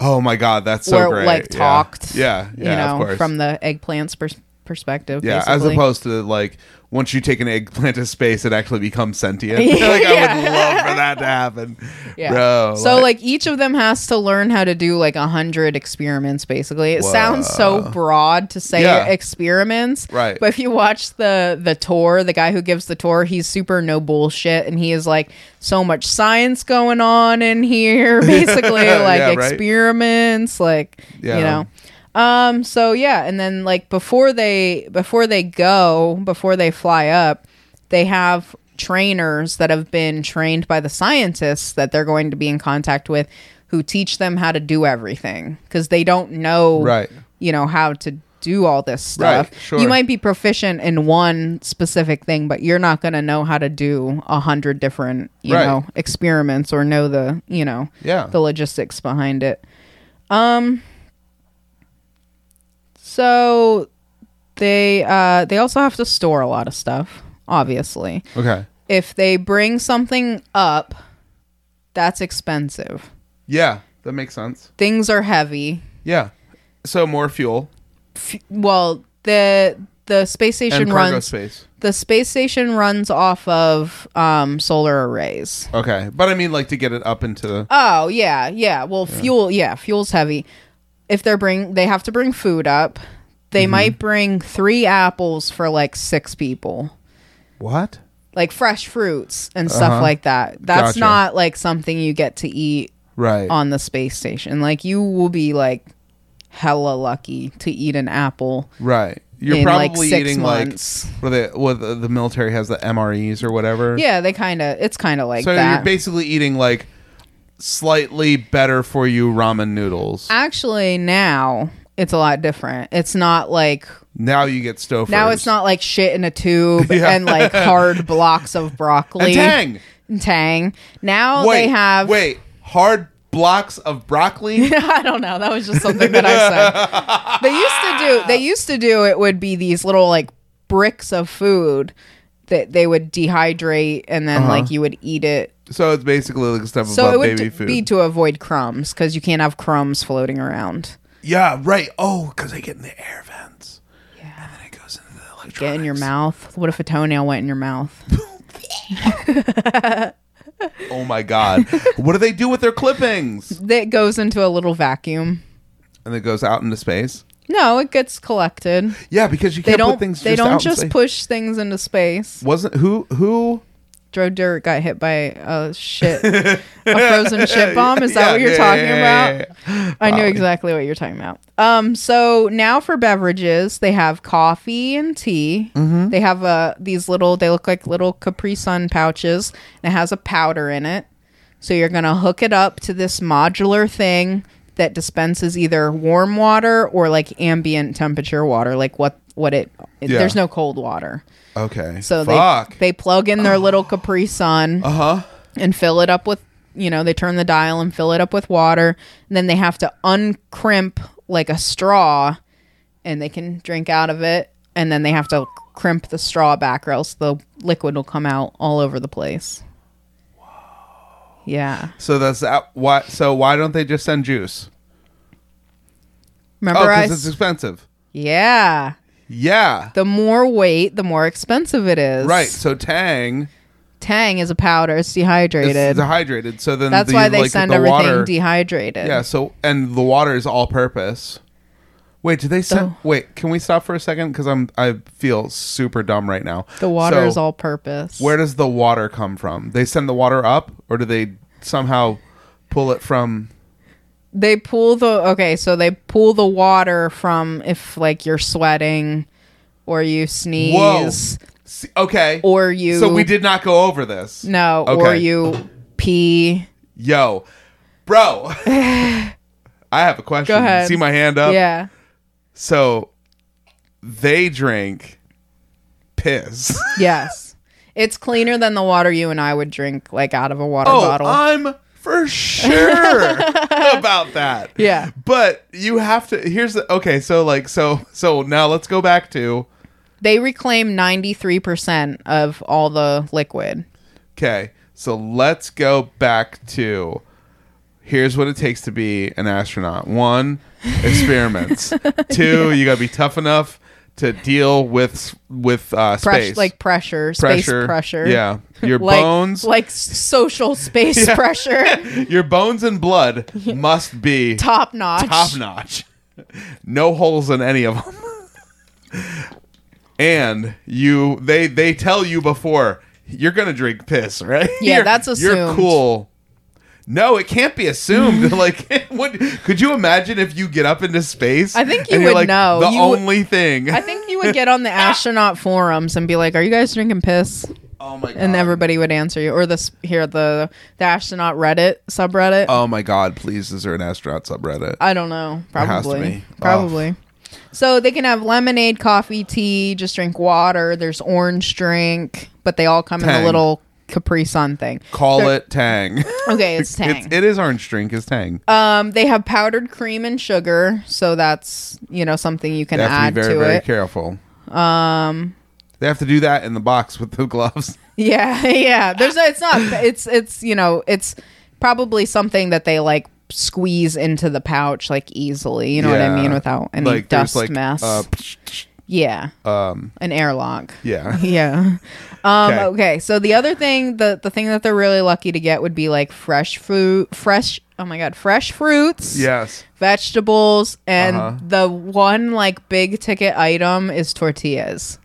Speaker 3: oh my god, that's so
Speaker 2: where it,
Speaker 3: great.
Speaker 2: like
Speaker 3: Yeah.
Speaker 2: talked
Speaker 3: Yeah, yeah,
Speaker 2: you know
Speaker 3: of course.
Speaker 2: from the eggplant's pers- perspective.
Speaker 3: Yeah, as
Speaker 2: basically.
Speaker 3: opposed to like once you take an eggplant to space, it actually becomes sentient. like I would love for that to happen,
Speaker 2: Yeah.
Speaker 3: bro.
Speaker 2: so like each of them has to learn how to do like a hundred experiments basically. It sounds so broad to say
Speaker 3: Yeah.
Speaker 2: experiments.
Speaker 3: Right.
Speaker 2: But if you watch the the tour, the guy who gives the tour, he's super no bullshit and he is like so much science going on in here, basically. like
Speaker 3: Yeah, right.
Speaker 2: experiments, like
Speaker 3: Yeah.
Speaker 2: you know. Um so yeah, and then like before they before they go, before they fly up, they have trainers that have been trained by the scientists that they're going to be in contact with who teach them how to do everything because they don't know
Speaker 3: Right.
Speaker 2: you know how to do all this
Speaker 3: Right,
Speaker 2: stuff
Speaker 3: sure.
Speaker 2: you might be proficient in one specific thing but you're not going to know how to do a hundred different you
Speaker 3: Right.
Speaker 2: know experiments or know the you know
Speaker 3: Yeah.
Speaker 2: the logistics behind it um so they uh they also have to store a lot of stuff obviously
Speaker 3: okay,
Speaker 2: if they bring something up that's expensive
Speaker 3: yeah, that makes sense.
Speaker 2: things are heavy
Speaker 3: Yeah, so more fuel
Speaker 2: well the the space
Speaker 3: and
Speaker 2: station
Speaker 3: cargo
Speaker 2: runs
Speaker 3: space.
Speaker 2: the space station runs off of um solar arrays
Speaker 3: Okay, but I mean like to get it up into the
Speaker 2: oh yeah yeah well fuel yeah fuel's heavy if they're bring they have to bring food up
Speaker 3: Mm-hmm.
Speaker 2: they might bring three apples for like six people
Speaker 3: what?
Speaker 2: like fresh fruits and stuff like that that's
Speaker 3: Uh-huh. Gotcha.
Speaker 2: not like something you get to eat
Speaker 3: Right.
Speaker 2: on the space station like you will be like hella lucky to eat an apple
Speaker 3: Right. You're
Speaker 2: in, like,
Speaker 3: probably
Speaker 2: six
Speaker 3: eating
Speaker 2: months.
Speaker 3: like what they what uh, the, the military has the MREs or whatever.
Speaker 2: yeah they kind of it's kind of like
Speaker 3: So
Speaker 2: that
Speaker 3: you're basically eating like slightly better for you ramen noodles.
Speaker 2: Uh, actually now it's a lot different it's not like
Speaker 3: now you get stofers.
Speaker 2: now it's not like shit in a tube
Speaker 3: Yeah.
Speaker 2: and like hard blocks of
Speaker 3: and
Speaker 2: broccoli
Speaker 3: tang.
Speaker 2: And tang now
Speaker 3: Wait,
Speaker 2: they have
Speaker 3: wait hard blocks of broccoli.
Speaker 2: I don't know. That was just something that I said. they used to do. They used to do. It would be these little like bricks of food that they would dehydrate, and then like you would eat it.
Speaker 3: so it's basically like stuff
Speaker 2: So
Speaker 3: Uh-huh. about
Speaker 2: it would
Speaker 3: baby
Speaker 2: t-
Speaker 3: food.
Speaker 2: be to avoid crumbs because you can't have crumbs floating around.
Speaker 3: yeah, right. Oh, because they get in the air vents. Yeah. And then it goes into the electronics.
Speaker 2: Get in your mouth. What if a toenail went in your mouth?
Speaker 3: Oh my god. what do they do with their clippings?
Speaker 2: That goes into a little vacuum.
Speaker 3: And it goes out into space.
Speaker 2: No, it gets collected.
Speaker 3: Yeah, because you
Speaker 2: They
Speaker 3: can't
Speaker 2: don't.
Speaker 3: put things.
Speaker 2: they
Speaker 3: just
Speaker 2: don't
Speaker 3: out in
Speaker 2: just
Speaker 3: space.
Speaker 2: push things into space.
Speaker 3: Wasn't who who
Speaker 2: Joe Dirt got hit by a shit, a frozen shit bomb. Is that what you're talking about? I knew exactly what you're talking about. Um, so now for beverages, they have coffee and tea. They have uh, these little. They look like little Capri Sun pouches. And it has a powder in it. So you're gonna hook it up to this modular thing that dispenses either warm water or like ambient temperature water, like what what it.
Speaker 3: Yeah.
Speaker 2: There's no cold water.
Speaker 3: Okay.
Speaker 2: So
Speaker 3: fuck.
Speaker 2: they they plug in their little Capri Sun
Speaker 3: uh huh.
Speaker 2: and fill it up with you know they turn the dial and fill it up with water and then they have to uncrimp like a straw and they can drink out of it and then they have to crimp the straw back or else the liquid will come out all over the place yeah
Speaker 3: So that's that. Why? So why don't they just send juice? Oh,
Speaker 2: remember i s-
Speaker 3: because Oh, it's expensive.
Speaker 2: yeah
Speaker 3: Yeah.
Speaker 2: the more weight the more expensive it is
Speaker 3: Right. So Tang
Speaker 2: tang is a powder it's
Speaker 3: is
Speaker 2: dehydrated
Speaker 3: dehydrated. So then
Speaker 2: that's
Speaker 3: the,
Speaker 2: why they
Speaker 3: like,
Speaker 2: send
Speaker 3: the
Speaker 2: everything
Speaker 3: water,
Speaker 2: dehydrated
Speaker 3: Yeah. So and the water is all purpose. Wait, do they send?
Speaker 2: The-
Speaker 3: wait, can we stop for a second? Because I'm I feel super dumb right now.
Speaker 2: the water
Speaker 3: So
Speaker 2: is all purpose
Speaker 3: Where does the water come from? They send the water up, or do they somehow pull it from?
Speaker 2: they pull the okay so they pull the water from if like you're sweating or you sneeze
Speaker 3: See- Okay.
Speaker 2: or you
Speaker 3: So we did not go over this.
Speaker 2: no or
Speaker 3: Okay.
Speaker 2: you pee
Speaker 3: Yo, bro. I have a question.
Speaker 2: Go ahead.
Speaker 3: See my hand up?
Speaker 2: yeah
Speaker 3: So they drink piss.
Speaker 2: yes it's cleaner than the water you and I would drink like out of a water
Speaker 3: Oh,
Speaker 2: bottle
Speaker 3: I'm for sure about that.
Speaker 2: Yeah.
Speaker 3: But you have to here's the okay, so like so so now let's go back to
Speaker 2: they reclaim 93% of all the liquid
Speaker 3: okay. So let's go back to here's what it takes to be an astronaut. One, experiments. Two, you gotta be tough enough to deal with with uh,
Speaker 2: Press-
Speaker 3: space,
Speaker 2: like pressure, space pressure.
Speaker 3: Yeah, your
Speaker 2: Like,
Speaker 3: bones,
Speaker 2: like social space
Speaker 3: Yeah.
Speaker 2: pressure,
Speaker 3: your bones and blood must be
Speaker 2: top notch.
Speaker 3: top notch. No holes in any of them. and you, they, they tell you before you're gonna drink piss, right?
Speaker 2: Yeah,
Speaker 3: You're-
Speaker 2: that's
Speaker 3: You're
Speaker 2: assumed.
Speaker 3: cool. No, it can't be assumed. like, what? Could you imagine if you get up into space?
Speaker 2: I think you
Speaker 3: and you're
Speaker 2: would
Speaker 3: like,
Speaker 2: know.
Speaker 3: The
Speaker 2: You would-
Speaker 3: only thing.
Speaker 2: I think you would get on the astronaut forums and be like, "Are you guys drinking piss?"
Speaker 3: oh my god.
Speaker 2: And everybody would answer you, or this here the the astronaut Reddit subreddit.
Speaker 3: oh my god! Please, is there an astronaut subreddit?
Speaker 2: I don't know.
Speaker 3: has to
Speaker 2: Probably.
Speaker 3: be. Oh.
Speaker 2: Probably. So they can have lemonade, coffee, tea, just drink water. There's orange drink, but they all come in
Speaker 3: Tang.
Speaker 2: a little Capri Sun thing.
Speaker 3: Call
Speaker 2: They're-
Speaker 3: it Tang.
Speaker 2: Okay, it's Tang.
Speaker 3: It's, it is orange drink. Is Tang.
Speaker 2: um, they have powdered cream and sugar, so that's you know something you can
Speaker 3: they have
Speaker 2: add
Speaker 3: to be very
Speaker 2: to
Speaker 3: very
Speaker 2: it. Um,
Speaker 3: careful. Um, they have to do that in the box with the gloves.
Speaker 2: Yeah, yeah. There's no, it's not. It's it's you know it's probably something that they like squeeze into the pouch like easily. You know what I
Speaker 3: Yeah.
Speaker 2: mean? Without any
Speaker 3: Like, there's,
Speaker 2: dust
Speaker 3: like,
Speaker 2: mess.
Speaker 3: uh,
Speaker 2: yeah. Um, an airlock.
Speaker 3: yeah.
Speaker 2: Yeah. Um,
Speaker 3: Okay.
Speaker 2: okay. So the other thing, the the thing that they're really lucky to get would be like fresh fruit, fresh. Oh my god, fresh fruits.
Speaker 3: yes.
Speaker 2: Vegetables and
Speaker 3: Uh-huh.
Speaker 2: the one like big ticket item is tortillas.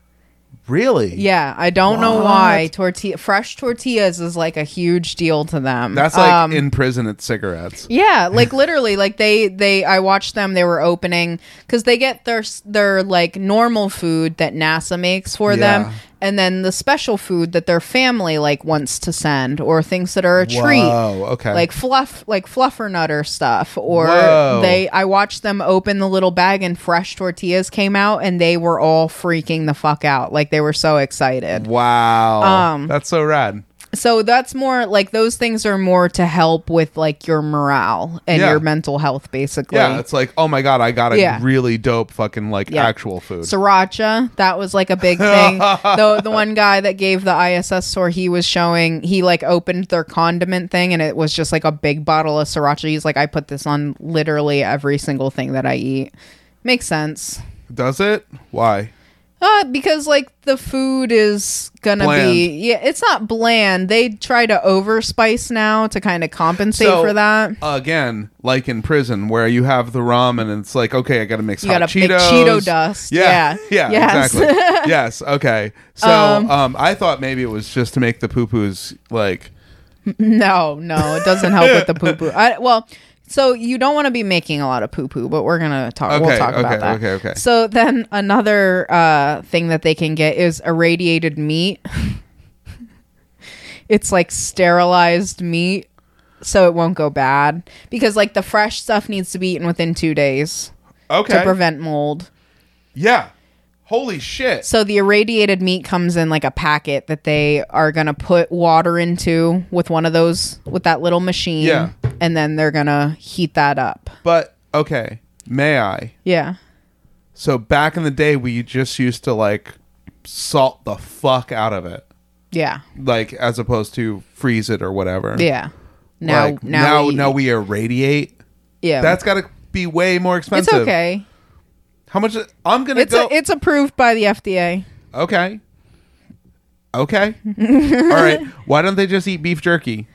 Speaker 3: Really?
Speaker 2: Yeah, I don't know why tortilla fresh tortillas is like a huge deal to them.
Speaker 3: That's like
Speaker 2: Um,
Speaker 3: in prison. It's cigarettes.
Speaker 2: yeah, like literally, like they they I watched them. They were opening because they get their s- their like normal food that NASA makes for
Speaker 3: Yeah.
Speaker 2: them, and then the special food that their family like wants to send or things that are a treat.
Speaker 3: Whoa. Okay.
Speaker 2: Like fluff, like fluffer nutter stuff, or
Speaker 3: Whoa.
Speaker 2: they. I watched them open the little bag and fresh tortillas came out, and they were all freaking the fuck out, like they were so excited
Speaker 3: wow.
Speaker 2: um,
Speaker 3: That's so rad.
Speaker 2: so that's more like those things are more to help with like your morale and
Speaker 3: Yeah.
Speaker 2: your mental health basically
Speaker 3: Yeah. It's like, oh my god, I got a
Speaker 2: Yeah.
Speaker 3: really dope fucking like
Speaker 2: Yeah.
Speaker 3: actual food.
Speaker 2: sriracha that was like a big thing the, the one guy that gave the iss tour he was showing he like opened their condiment thing and it was just like a big bottle of sriracha he's like i put this on literally every single thing that i eat makes sense
Speaker 3: Does it? Why?
Speaker 2: Uh, because like the food is gonna
Speaker 3: Bland.
Speaker 2: be yeah, it's not bland. They try to overspice now to kind of compensate
Speaker 3: So,
Speaker 2: for that.
Speaker 3: Again, like in prison, where you have the ramen and it's like, okay, I got to mix
Speaker 2: You
Speaker 3: hot
Speaker 2: gotta
Speaker 3: Cheetos.
Speaker 2: make Cheeto dust.
Speaker 3: Yeah,
Speaker 2: Yeah.
Speaker 3: yeah,
Speaker 2: Yes.
Speaker 3: exactly. yes, okay. So um, I thought maybe it was just to make the poo-poos like
Speaker 2: No, no, it doesn't help with the poo poo. I Well, so you don't want to be making a lot of poo poo, but we're gonna talk.
Speaker 3: Okay,
Speaker 2: we'll talk
Speaker 3: okay,
Speaker 2: about that.
Speaker 3: okay, okay.
Speaker 2: So then another uh, thing that they can get is irradiated meat. it's like sterilized meat, so it won't go bad because like the fresh stuff needs to be eaten within two days
Speaker 3: okay,
Speaker 2: to prevent mold.
Speaker 3: yeah. Holy shit!
Speaker 2: So the irradiated meat comes in like a packet that they are gonna put water into with one of those with that little machine.
Speaker 3: Yeah.
Speaker 2: And then they're gonna heat that up.
Speaker 3: But okay, may I?
Speaker 2: Yeah.
Speaker 3: So back in the day, we just used to like salt the fuck out of it,
Speaker 2: Yeah.
Speaker 3: like as opposed to freeze it or whatever.
Speaker 2: Yeah. Now
Speaker 3: Like,
Speaker 2: now,
Speaker 3: now,
Speaker 2: we,
Speaker 3: now we irradiate.
Speaker 2: yeah.
Speaker 3: That's got to be way more
Speaker 2: it's
Speaker 3: expensive.
Speaker 2: okay.
Speaker 3: How much? I'm gonna
Speaker 2: It's
Speaker 3: go.
Speaker 2: a, it's approved by the FDA.
Speaker 3: Okay. Okay. All right. Why don't they just eat beef jerky?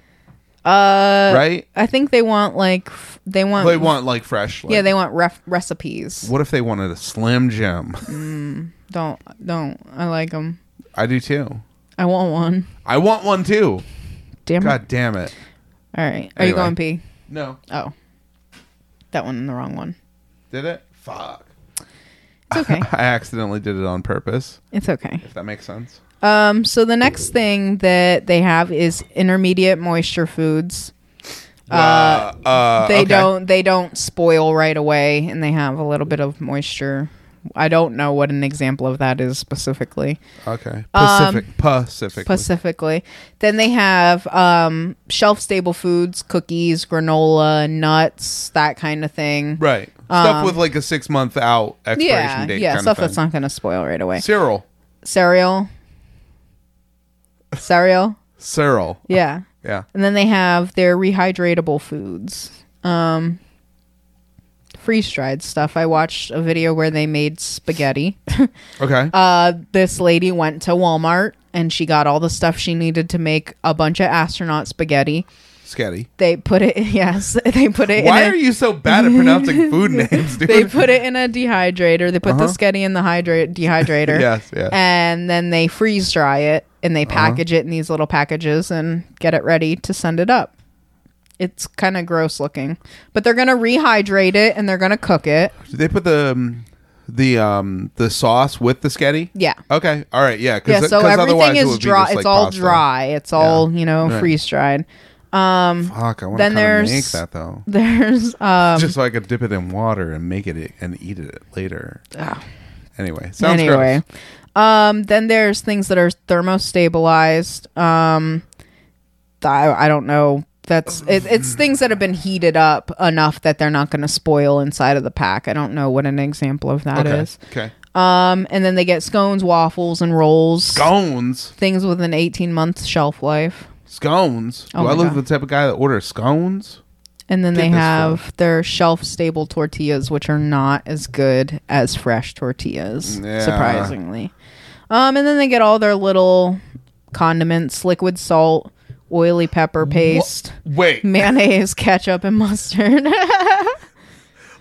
Speaker 3: Uh, right.
Speaker 2: I think they want like f- they want
Speaker 3: They want like fresh. Like,
Speaker 2: um, yeah they want ref- recipes.
Speaker 3: What if they wanted a Slim Jim?
Speaker 2: Don't don't I like them.
Speaker 3: I do too.
Speaker 2: I want one.
Speaker 3: I want one too.
Speaker 2: Damn
Speaker 3: God damn it.
Speaker 2: it. All right. Are
Speaker 3: Anyway.
Speaker 2: you going pee?
Speaker 3: No.
Speaker 2: Oh, that one, the wrong one.
Speaker 3: Did it? Fuck.
Speaker 2: It's okay.
Speaker 3: I accidentally did it on purpose.
Speaker 2: it's okay.
Speaker 3: If that makes sense.
Speaker 2: Um, so the next thing that they have is intermediate moisture foods.
Speaker 3: Uh, uh,
Speaker 2: They
Speaker 3: okay.
Speaker 2: don't they don't spoil right away and they have a little bit of moisture. I don't know what an example of that is specifically.
Speaker 3: Okay.
Speaker 2: um,
Speaker 3: Pacific. Pacific.
Speaker 2: Specifically. Then they have um shelf stable foods, cookies, granola, nuts, that kind of thing.
Speaker 3: right. stuff with like a six month out expiration
Speaker 2: um, Yeah,
Speaker 3: date.
Speaker 2: yeah,
Speaker 3: kind
Speaker 2: stuff
Speaker 3: of
Speaker 2: that's
Speaker 3: thing.
Speaker 2: not going to spoil right away.
Speaker 3: Cyril.
Speaker 2: Cereal. Cereal.
Speaker 3: Cyril.
Speaker 2: Yeah.
Speaker 3: Yeah.
Speaker 2: And then they have their rehydratable foods. Um, freeze dried stuff. I watched a video where they made spaghetti.
Speaker 3: Okay.
Speaker 2: uh, this lady went to Walmart and she got all the stuff she needed to make a bunch of astronaut spaghetti.
Speaker 3: Sketty.
Speaker 2: They put it, yes, they put it.
Speaker 3: Why
Speaker 2: in a-
Speaker 3: are you so bad at pronouncing food names, dude?
Speaker 2: They put it in a dehydrator. They put the sketty in the hydra- dehydrator.
Speaker 3: Uh-huh. Yes, yes. Uh-huh.
Speaker 2: And then they freeze dry it and they package it in these little packages and get it ready to send it up. It's kind of gross looking, but they're gonna rehydrate it and they're gonna cook it.
Speaker 3: Did they put the um, the um the sauce with the sketty?
Speaker 2: Yeah.
Speaker 3: Okay. All right. Yeah. Cause,
Speaker 2: Yeah, so
Speaker 3: 'cause
Speaker 2: everything
Speaker 3: otherwise it
Speaker 2: is
Speaker 3: would be
Speaker 2: dry.
Speaker 3: just
Speaker 2: It's
Speaker 3: like
Speaker 2: all
Speaker 3: pasta.
Speaker 2: dry. It's all you know
Speaker 3: Right.
Speaker 2: freeze dried.
Speaker 3: Fuck. I want to
Speaker 2: Then
Speaker 3: kind of
Speaker 2: there's-
Speaker 3: make that though,
Speaker 2: There's um,
Speaker 3: just so I could dip it in water and make it and eat it later. Anyway, sounds
Speaker 2: Ah. anyway,
Speaker 3: gross.
Speaker 2: um, then there's things that are thermostabilized. Um, th- I, I don't know. That's it, it's things that have been heated up enough that they're not going to spoil inside of the pack. I don't know what an example of that is.
Speaker 3: Okay. Okay.
Speaker 2: Um, and then they get scones, waffles, and rolls.
Speaker 3: Scones.
Speaker 2: Things with an 18 month shelf life.
Speaker 3: Scones.
Speaker 2: Oh
Speaker 3: Do I
Speaker 2: my
Speaker 3: look
Speaker 2: God.
Speaker 3: the type of guy that orders scones?
Speaker 2: And then
Speaker 3: Get
Speaker 2: they
Speaker 3: this
Speaker 2: have their shelf stable tortillas, which are not as good as fresh tortillas,
Speaker 3: Yeah.
Speaker 2: surprisingly. Um, and then they get all their little condiments liquid salt, oily pepper paste,
Speaker 3: Wait.
Speaker 2: mayonnaise, ketchup, and mustard.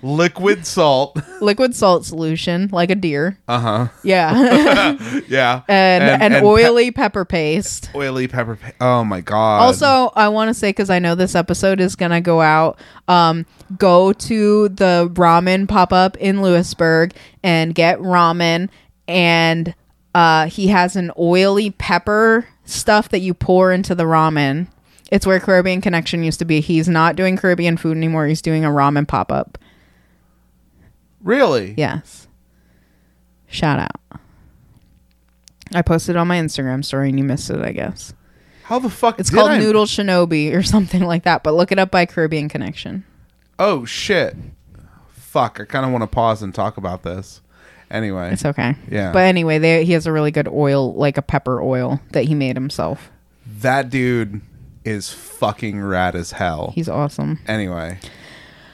Speaker 3: Liquid salt.
Speaker 2: liquid salt solution, like a deer.
Speaker 3: Uh huh.
Speaker 2: Yeah.
Speaker 3: Yeah.
Speaker 2: and, and,
Speaker 3: and
Speaker 2: oily pepper paste.
Speaker 3: pe- oily pepper. pa- oh my god.
Speaker 2: Also, I want to say because I know this episode is gonna go out. Um, go to the ramen pop up in Lewisburg and get ramen. And uh, he has an oily pepper stuff that you pour into the ramen. It's where Caribbean Connection used to be. He's not doing Caribbean food anymore. He's doing a ramen pop up.
Speaker 3: really.
Speaker 2: Yes. Shout out. I posted it on my Instagram story and you missed it, I guess.
Speaker 3: How the fuck?
Speaker 2: It's
Speaker 3: did
Speaker 2: called
Speaker 3: I-
Speaker 2: Noodle Shinobi or something like that, but look it up by Caribbean Connection.
Speaker 3: Oh shit. Fuck. I kind of want to pause and talk about this. Anyway.
Speaker 2: It's okay.
Speaker 3: Yeah.
Speaker 2: But anyway, they, he has a really good oil, like a pepper oil that he made himself.
Speaker 3: That dude is fucking rad as hell.
Speaker 2: He's awesome.
Speaker 3: anyway,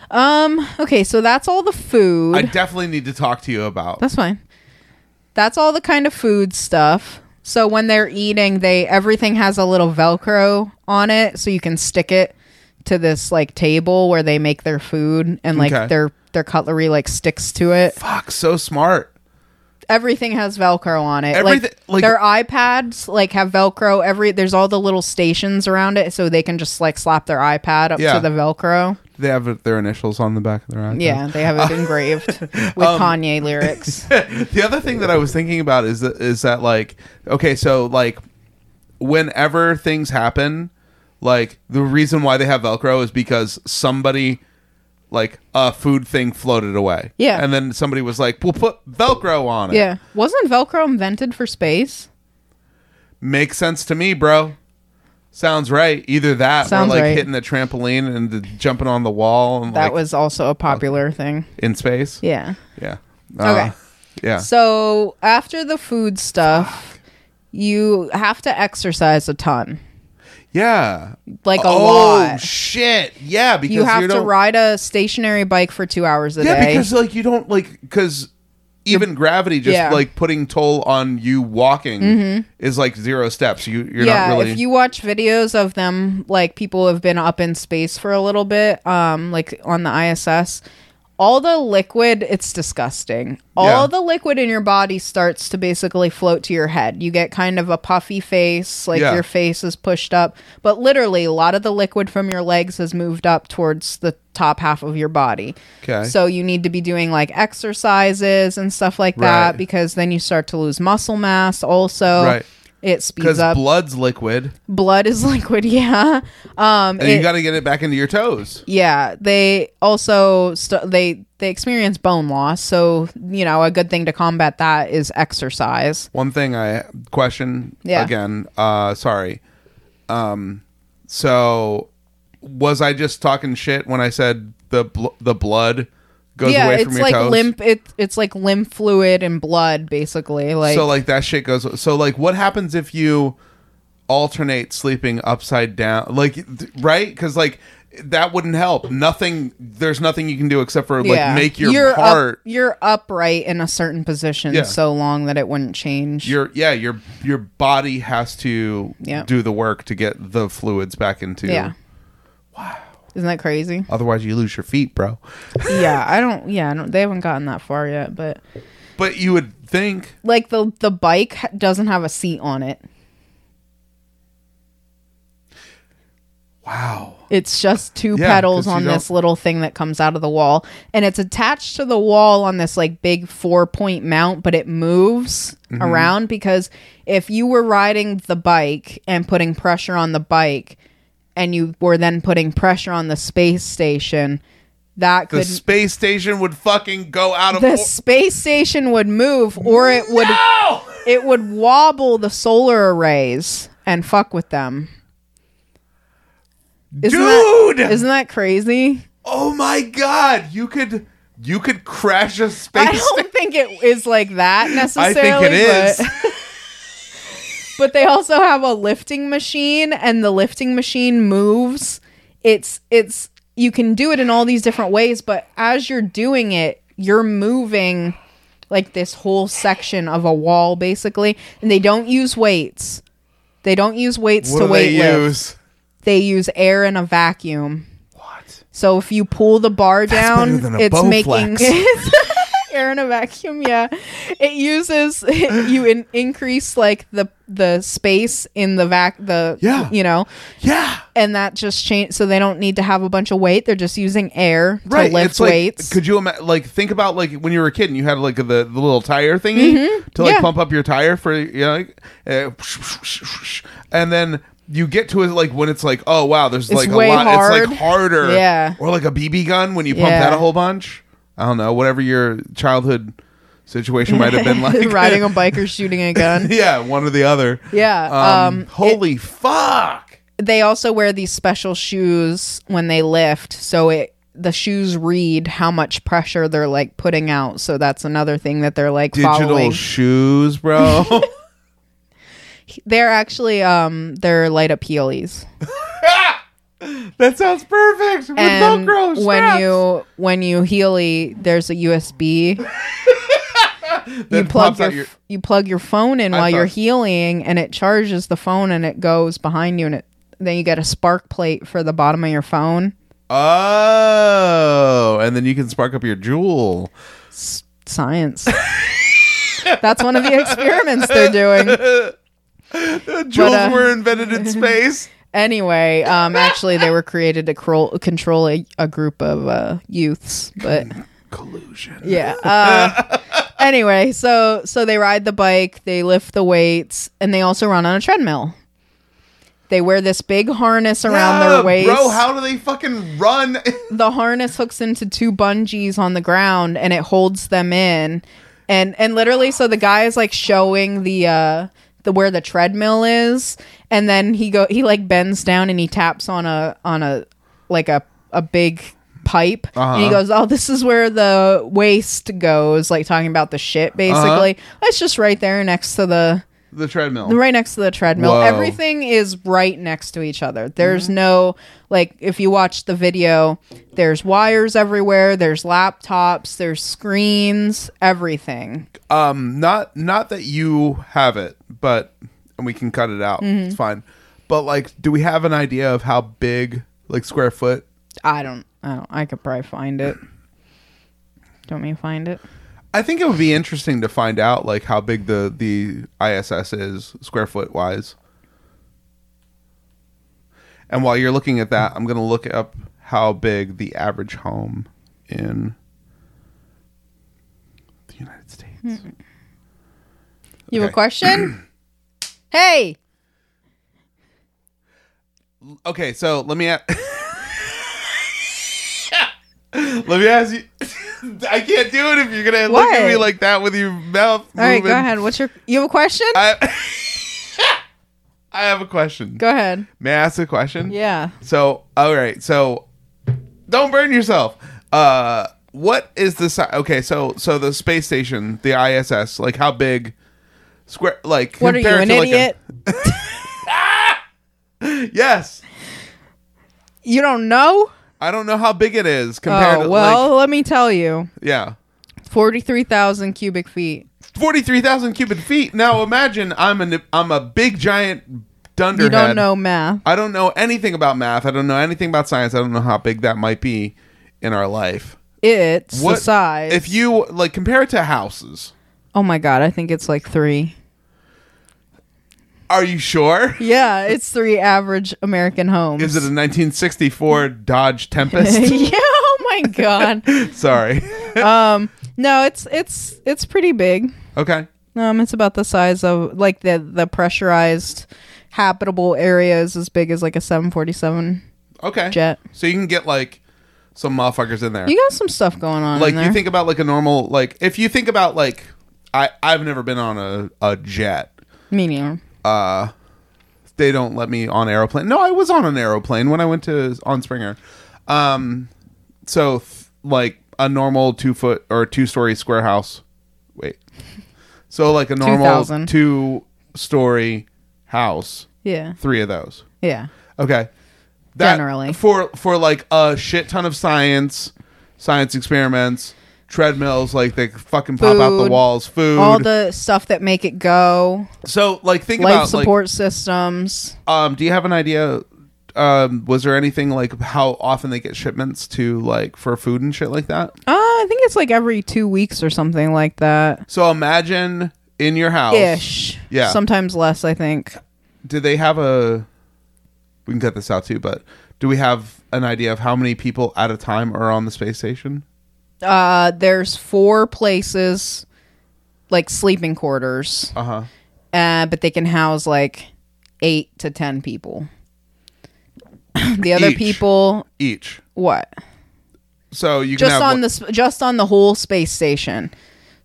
Speaker 2: Okay, so that's all the food.
Speaker 3: I definitely need to talk to you about.
Speaker 2: that's fine. That's all the kind of food stuff. So when they're eating, they everything has a little Velcro on it, so you can stick it to this like table where they make their food and like
Speaker 3: Okay.
Speaker 2: their their cutlery like sticks to it.
Speaker 3: Fuck, so smart.
Speaker 2: everything has velcro on it
Speaker 3: Everything-
Speaker 2: like,
Speaker 3: like-
Speaker 2: their ipads like have velcro every there's all the little stations around it so they can just like slap their ipad up
Speaker 3: Yeah.
Speaker 2: to the velcro
Speaker 3: Do they have their initials on the back of their eyes?
Speaker 2: yeah they have it engraved with
Speaker 3: Um,
Speaker 2: kanye lyrics
Speaker 3: the other thing that I was thinking about is that is that like okay, so like whenever things happen, like the reason why they have Velcro is because somebody like a food thing floated away.
Speaker 2: Yeah.
Speaker 3: And then somebody was like, We'll put Velcro on it.
Speaker 2: yeah wasn't velcro invented for space
Speaker 3: Makes sense to me, bro. Sounds right. Either that
Speaker 2: Sounds
Speaker 3: or like
Speaker 2: right.
Speaker 3: hitting the trampoline and the, jumping on the wall and
Speaker 2: that
Speaker 3: like,
Speaker 2: was also a popular thing
Speaker 3: in space.
Speaker 2: yeah
Speaker 3: Yeah. Uh,
Speaker 2: Okay.
Speaker 3: Yeah.
Speaker 2: so after the food stuff you have to exercise a ton
Speaker 3: yeah.
Speaker 2: like a
Speaker 3: oh
Speaker 2: lot
Speaker 3: shit. Yeah, because
Speaker 2: you have to
Speaker 3: don't-
Speaker 2: ride a stationary bike for two hours a
Speaker 3: Yeah,
Speaker 2: day
Speaker 3: because like you don't like because even gravity just
Speaker 2: Yeah. Mm-hmm.
Speaker 3: like putting toll on you walking is like zero steps. You you're
Speaker 2: yeah,
Speaker 3: not really
Speaker 2: if you watch videos of them, like people have been up in space for a little bit, um, like on the ISS, all the liquid, it's disgusting. All
Speaker 3: Yeah.
Speaker 2: the liquid in your body starts to basically float to your head. You get kind of a puffy face, like
Speaker 3: Yeah.
Speaker 2: your face is pushed up. But literally, a lot of the liquid from your legs has moved up towards the top half of your body.
Speaker 3: Okay.
Speaker 2: So you need to be doing like exercises and stuff like
Speaker 3: Right.
Speaker 2: that because then you start to lose muscle mass also.
Speaker 3: Right.
Speaker 2: It speeds
Speaker 3: because
Speaker 2: up
Speaker 3: blood's liquid
Speaker 2: blood is liquid yeah um
Speaker 3: and
Speaker 2: it-
Speaker 3: you got to get it back into your toes.
Speaker 2: yeah they also st- they they experience bone loss so you know a good thing to combat that is exercise
Speaker 3: One thing I question
Speaker 2: Yeah.
Speaker 3: again. Uh, sorry. Um, so was I just talking shit when I said the bl- the blood goes
Speaker 2: yeah
Speaker 3: away from
Speaker 2: it's
Speaker 3: your
Speaker 2: like
Speaker 3: toes?
Speaker 2: lymph it, it's like lymph fluid and blood basically like,
Speaker 3: so like that shit goes so like what happens if you alternate sleeping upside down, like th- right? Because like that wouldn't help. Nothing. There's nothing you can do except for like make your
Speaker 2: you're
Speaker 3: heart.
Speaker 2: Up, you're upright in a certain position
Speaker 3: Yeah.
Speaker 2: so long that it wouldn't change.
Speaker 3: Your yeah, your your body has to
Speaker 2: Yeah.
Speaker 3: do the work to get the fluids back into.
Speaker 2: yeah. Wow. Isn't that crazy?
Speaker 3: Otherwise, you lose your feet, bro.
Speaker 2: yeah, I don't. Yeah, I don't, they haven't gotten that far yet, but
Speaker 3: But you would think
Speaker 2: like the the bike ha- doesn't have a seat on it.
Speaker 3: Wow.
Speaker 2: It's just two
Speaker 3: Yeah, 'cause
Speaker 2: pedals
Speaker 3: you
Speaker 2: on this
Speaker 3: don't-
Speaker 2: little thing that comes out of the wall, and it's attached to the wall on this like big four point mount, but it moves
Speaker 3: Mm-hmm.
Speaker 2: around because if you were riding the bike and putting pressure on the bike, and you were then putting pressure on the space station, that
Speaker 3: The
Speaker 2: could
Speaker 3: space station would fucking go out of
Speaker 2: the space station would move or it would
Speaker 3: Oh,
Speaker 2: it would wobble the solar arrays and fuck with them. Isn't
Speaker 3: Dude!
Speaker 2: that, isn't that crazy?
Speaker 3: oh my god, you could you could crash a
Speaker 2: I
Speaker 3: space station.
Speaker 2: don't think it is like that
Speaker 3: I
Speaker 2: necessarily.
Speaker 3: think it is.
Speaker 2: But, but they also have a lifting machine, and the lifting machine moves. It's it's you can do it in all these different ways, but as you're doing it, you're moving like this whole section of a wall basically, and they don't use weights. They don't use weights
Speaker 3: What
Speaker 2: to
Speaker 3: do they
Speaker 2: weight lift.
Speaker 3: use?
Speaker 2: They use air in a vacuum.
Speaker 3: What?
Speaker 2: So if you pull the bar down,
Speaker 3: better than a
Speaker 2: it's
Speaker 3: Bowflex.
Speaker 2: making it air in a vacuum. Yeah, it uses you in, increase like the the space in the vac the
Speaker 3: Yeah.
Speaker 2: you know,
Speaker 3: Yeah.
Speaker 2: and that just change. So they don't need to have a bunch of weight. They're just using air
Speaker 3: Right.
Speaker 2: to lift
Speaker 3: it's like
Speaker 2: weights.
Speaker 3: could you imagine like think about like when you were a kid and you had like the, the little tire thingy to like
Speaker 2: Mm-hmm. Yeah.
Speaker 3: pump up your tire for you know like, uh, and then you get to it like when it's like oh wow there's like a
Speaker 2: way
Speaker 3: lot it's
Speaker 2: hard.
Speaker 3: like harder
Speaker 2: Yeah.
Speaker 3: or like a BB gun when you pump
Speaker 2: Yeah.
Speaker 3: that a whole bunch I don't know whatever your childhood situation might have been like
Speaker 2: Riding a bike or shooting a gun.
Speaker 3: yeah, one or the other.
Speaker 2: Yeah,
Speaker 3: Um,
Speaker 2: um,
Speaker 3: holy fuck.
Speaker 2: they also wear these special shoes when they lift so it the shoes read how much pressure they're like putting out so that's another thing that they're like
Speaker 3: Digital
Speaker 2: following
Speaker 3: shoes, bro.
Speaker 2: they're actually um they're light up heelys
Speaker 3: that sounds perfect. With
Speaker 2: and
Speaker 3: Velcro
Speaker 2: when
Speaker 3: straps.
Speaker 2: you when you heely there's a usb you
Speaker 3: That
Speaker 2: plug
Speaker 3: pops out
Speaker 2: your, f- you plug your phone in
Speaker 3: I
Speaker 2: while you're
Speaker 3: thought-
Speaker 2: healing and it charges the phone and it goes behind you and it then you get a spark plate for the bottom of your phone
Speaker 3: Oh, and then you can spark up your jewel.
Speaker 2: science. That's one of the experiments they're doing.
Speaker 3: Uh, Jewels
Speaker 2: uh,
Speaker 3: were invented in space.
Speaker 2: Anyway, um, actually, they were created to cro- control a, a group of uh, youths, but
Speaker 3: Collusion.
Speaker 2: yeah. Uh, anyway, so so they ride the bike, they lift the weights, and they also run on a treadmill. They wear this big harness around
Speaker 3: Yeah,
Speaker 2: their waist.
Speaker 3: Ah, Bro, how do they fucking run?
Speaker 2: the harness hooks into two bungees on the ground and it holds them in and and literally so the guy is like showing the uh the where the treadmill is and then he go he like bends down and he taps on a on a like a a big pipe and he
Speaker 3: Uh-huh.
Speaker 2: goes oh this is where the waste goes like talking about the shit basically it's just right there next to the
Speaker 3: the treadmill.
Speaker 2: right next to the treadmill.
Speaker 3: Whoa.
Speaker 2: Everything is right next to each other. There's no like if you watch the video, there's wires everywhere, there's laptops, there's screens, everything.
Speaker 3: um not not that you have it but and we can cut it out
Speaker 2: Mm-hmm.
Speaker 3: it's fine but like do we have an idea of how big like square foot
Speaker 2: I don't I don't I could probably find it. Don't me find it.
Speaker 3: i think it would be interesting to find out like how big the the iss is square foot wise and while you're looking at that i'm gonna look up how big the average home in the united states
Speaker 2: Hmm. You have
Speaker 3: Okay.
Speaker 2: a question? hey.
Speaker 3: okay so let me a- let me ask you i can't do it if you're gonna look at
Speaker 2: What?
Speaker 3: me like that with your mouth
Speaker 2: All right, go
Speaker 3: moving. Uh,
Speaker 2: ahead. What's your You have a question?
Speaker 3: I, I have a question
Speaker 2: go ahead.
Speaker 3: may i ask a question
Speaker 2: Yeah.
Speaker 3: so all right so don't burn yourself uh what is the si- okay so so the space station the iss like how big square like
Speaker 2: What are you
Speaker 3: compared
Speaker 2: an
Speaker 3: to, like, a-
Speaker 2: idiot?
Speaker 3: Yes.
Speaker 2: You don't know?
Speaker 3: I don't know how big it is compared
Speaker 2: Oh,
Speaker 3: to
Speaker 2: well,
Speaker 3: like
Speaker 2: let me tell you.
Speaker 3: yeah.
Speaker 2: 43,000 cubic feet.
Speaker 3: 43,000 cubic feet. Now imagine I'm a I'm a big giant dunderhead.
Speaker 2: You don't know math.
Speaker 3: I don't know anything about math. I don't know anything about science. I don't know how big that might be in our life.
Speaker 2: It's the size.
Speaker 3: If you like compare it to houses.
Speaker 2: oh my god, I think it's like 3.
Speaker 3: Are you sure?
Speaker 2: Yeah, it's 3 average American homes.
Speaker 3: Is it a 1964 Dodge Tempest?
Speaker 2: yeah, oh my god.
Speaker 3: Sorry.
Speaker 2: No, it's it's it's pretty big.
Speaker 3: Okay.
Speaker 2: Um, it's about the size of like the the pressurized habitable area is as big as like a 747
Speaker 3: Okay.
Speaker 2: jet.
Speaker 3: So you can get like some motherfuckers in there.
Speaker 2: You got some stuff going on.
Speaker 3: like
Speaker 2: in there.
Speaker 3: you think about like a normal like if you think about like I I've never been on a a jet.
Speaker 2: Me neither.
Speaker 3: They don't let me on aeroplane. No, I was on an aeroplane when I went to on Springer. Um, so th- like a normal two foot or two story square house. Wait. So like a normal
Speaker 2: 2,000.
Speaker 3: two story house.
Speaker 2: Yeah,
Speaker 3: Three of those.
Speaker 2: yeah.
Speaker 3: Okay. That,
Speaker 2: Generally.
Speaker 3: For for like a shit ton of science, science experiments, treadmills, like they fucking pop out the
Speaker 2: Food.
Speaker 3: walls, food.
Speaker 2: All the stuff that make it go,
Speaker 3: so like think
Speaker 2: life
Speaker 3: about
Speaker 2: support systems.
Speaker 3: like um do you have an idea um was there anything like how often they get shipments to like for food and shit like that?
Speaker 2: Uh, I think it's like every two weeks or something like that.
Speaker 3: So imagine in your house
Speaker 2: Ish.
Speaker 3: Yeah.
Speaker 2: Sometimes less, I think.
Speaker 3: do they have a we can cut this out too, but do we have an idea of how many people at a time are on the space station?
Speaker 2: Uh, there's four places, like sleeping quarters.
Speaker 3: Uh huh.
Speaker 2: uh, but they can house like eight to ten people. the other
Speaker 3: Each.
Speaker 2: people,
Speaker 3: Each.
Speaker 2: what?
Speaker 3: So you can
Speaker 2: Just
Speaker 3: have
Speaker 2: on
Speaker 3: one-
Speaker 2: the sp- just on the whole space station.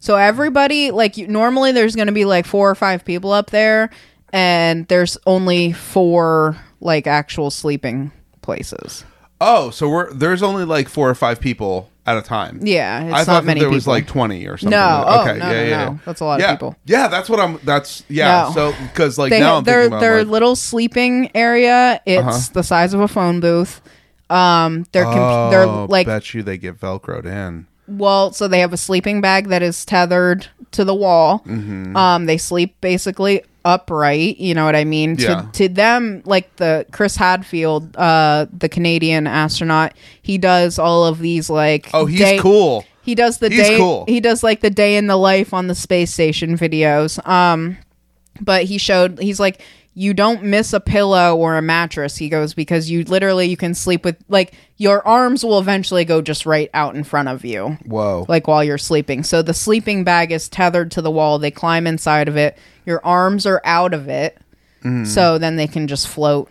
Speaker 2: So everybody, like you, normally, there's going to be like four or five people up there, and there's only four like actual sleeping places.
Speaker 3: Oh, so we're there's only like four or five people at a time.
Speaker 2: Yeah, it's
Speaker 3: I
Speaker 2: not
Speaker 3: thought that
Speaker 2: many
Speaker 3: there was
Speaker 2: people.
Speaker 3: like twenty or something.
Speaker 2: No,
Speaker 3: Like-
Speaker 2: oh, no, no, no. That's a lot of
Speaker 3: yeah.
Speaker 2: people.
Speaker 3: Yeah, that's what I'm. That's yeah.
Speaker 2: No.
Speaker 3: So because like
Speaker 2: They
Speaker 3: now I'm
Speaker 2: their
Speaker 3: thinking about
Speaker 2: their
Speaker 3: like, Uh-huh.
Speaker 2: little sleeping area. It's the size of a phone booth. Um, they're comp- they're
Speaker 3: oh,
Speaker 2: like
Speaker 3: bet you they get velcroed in.
Speaker 2: Well, so they have a sleeping bag that is tethered to the wall.
Speaker 3: Mm-hmm.
Speaker 2: Um, they sleep basically upright. You know what I mean?
Speaker 3: Yeah.
Speaker 2: To, to them, like the Chris Hadfield, uh, the Canadian astronaut, he does all of these like.
Speaker 3: Oh, he's
Speaker 2: day-
Speaker 3: cool.
Speaker 2: He does the
Speaker 3: He's
Speaker 2: day.
Speaker 3: cool.
Speaker 2: He does like the day in the life on the space station videos. Um, but he showed he's like you don't miss a pillow or a mattress he goes because you literally you can sleep with like your arms will eventually go just right out in front of you
Speaker 3: Whoa.
Speaker 2: like while you're sleeping so the sleeping bag is tethered to the wall they climb inside of it your arms are out of it so then they can just float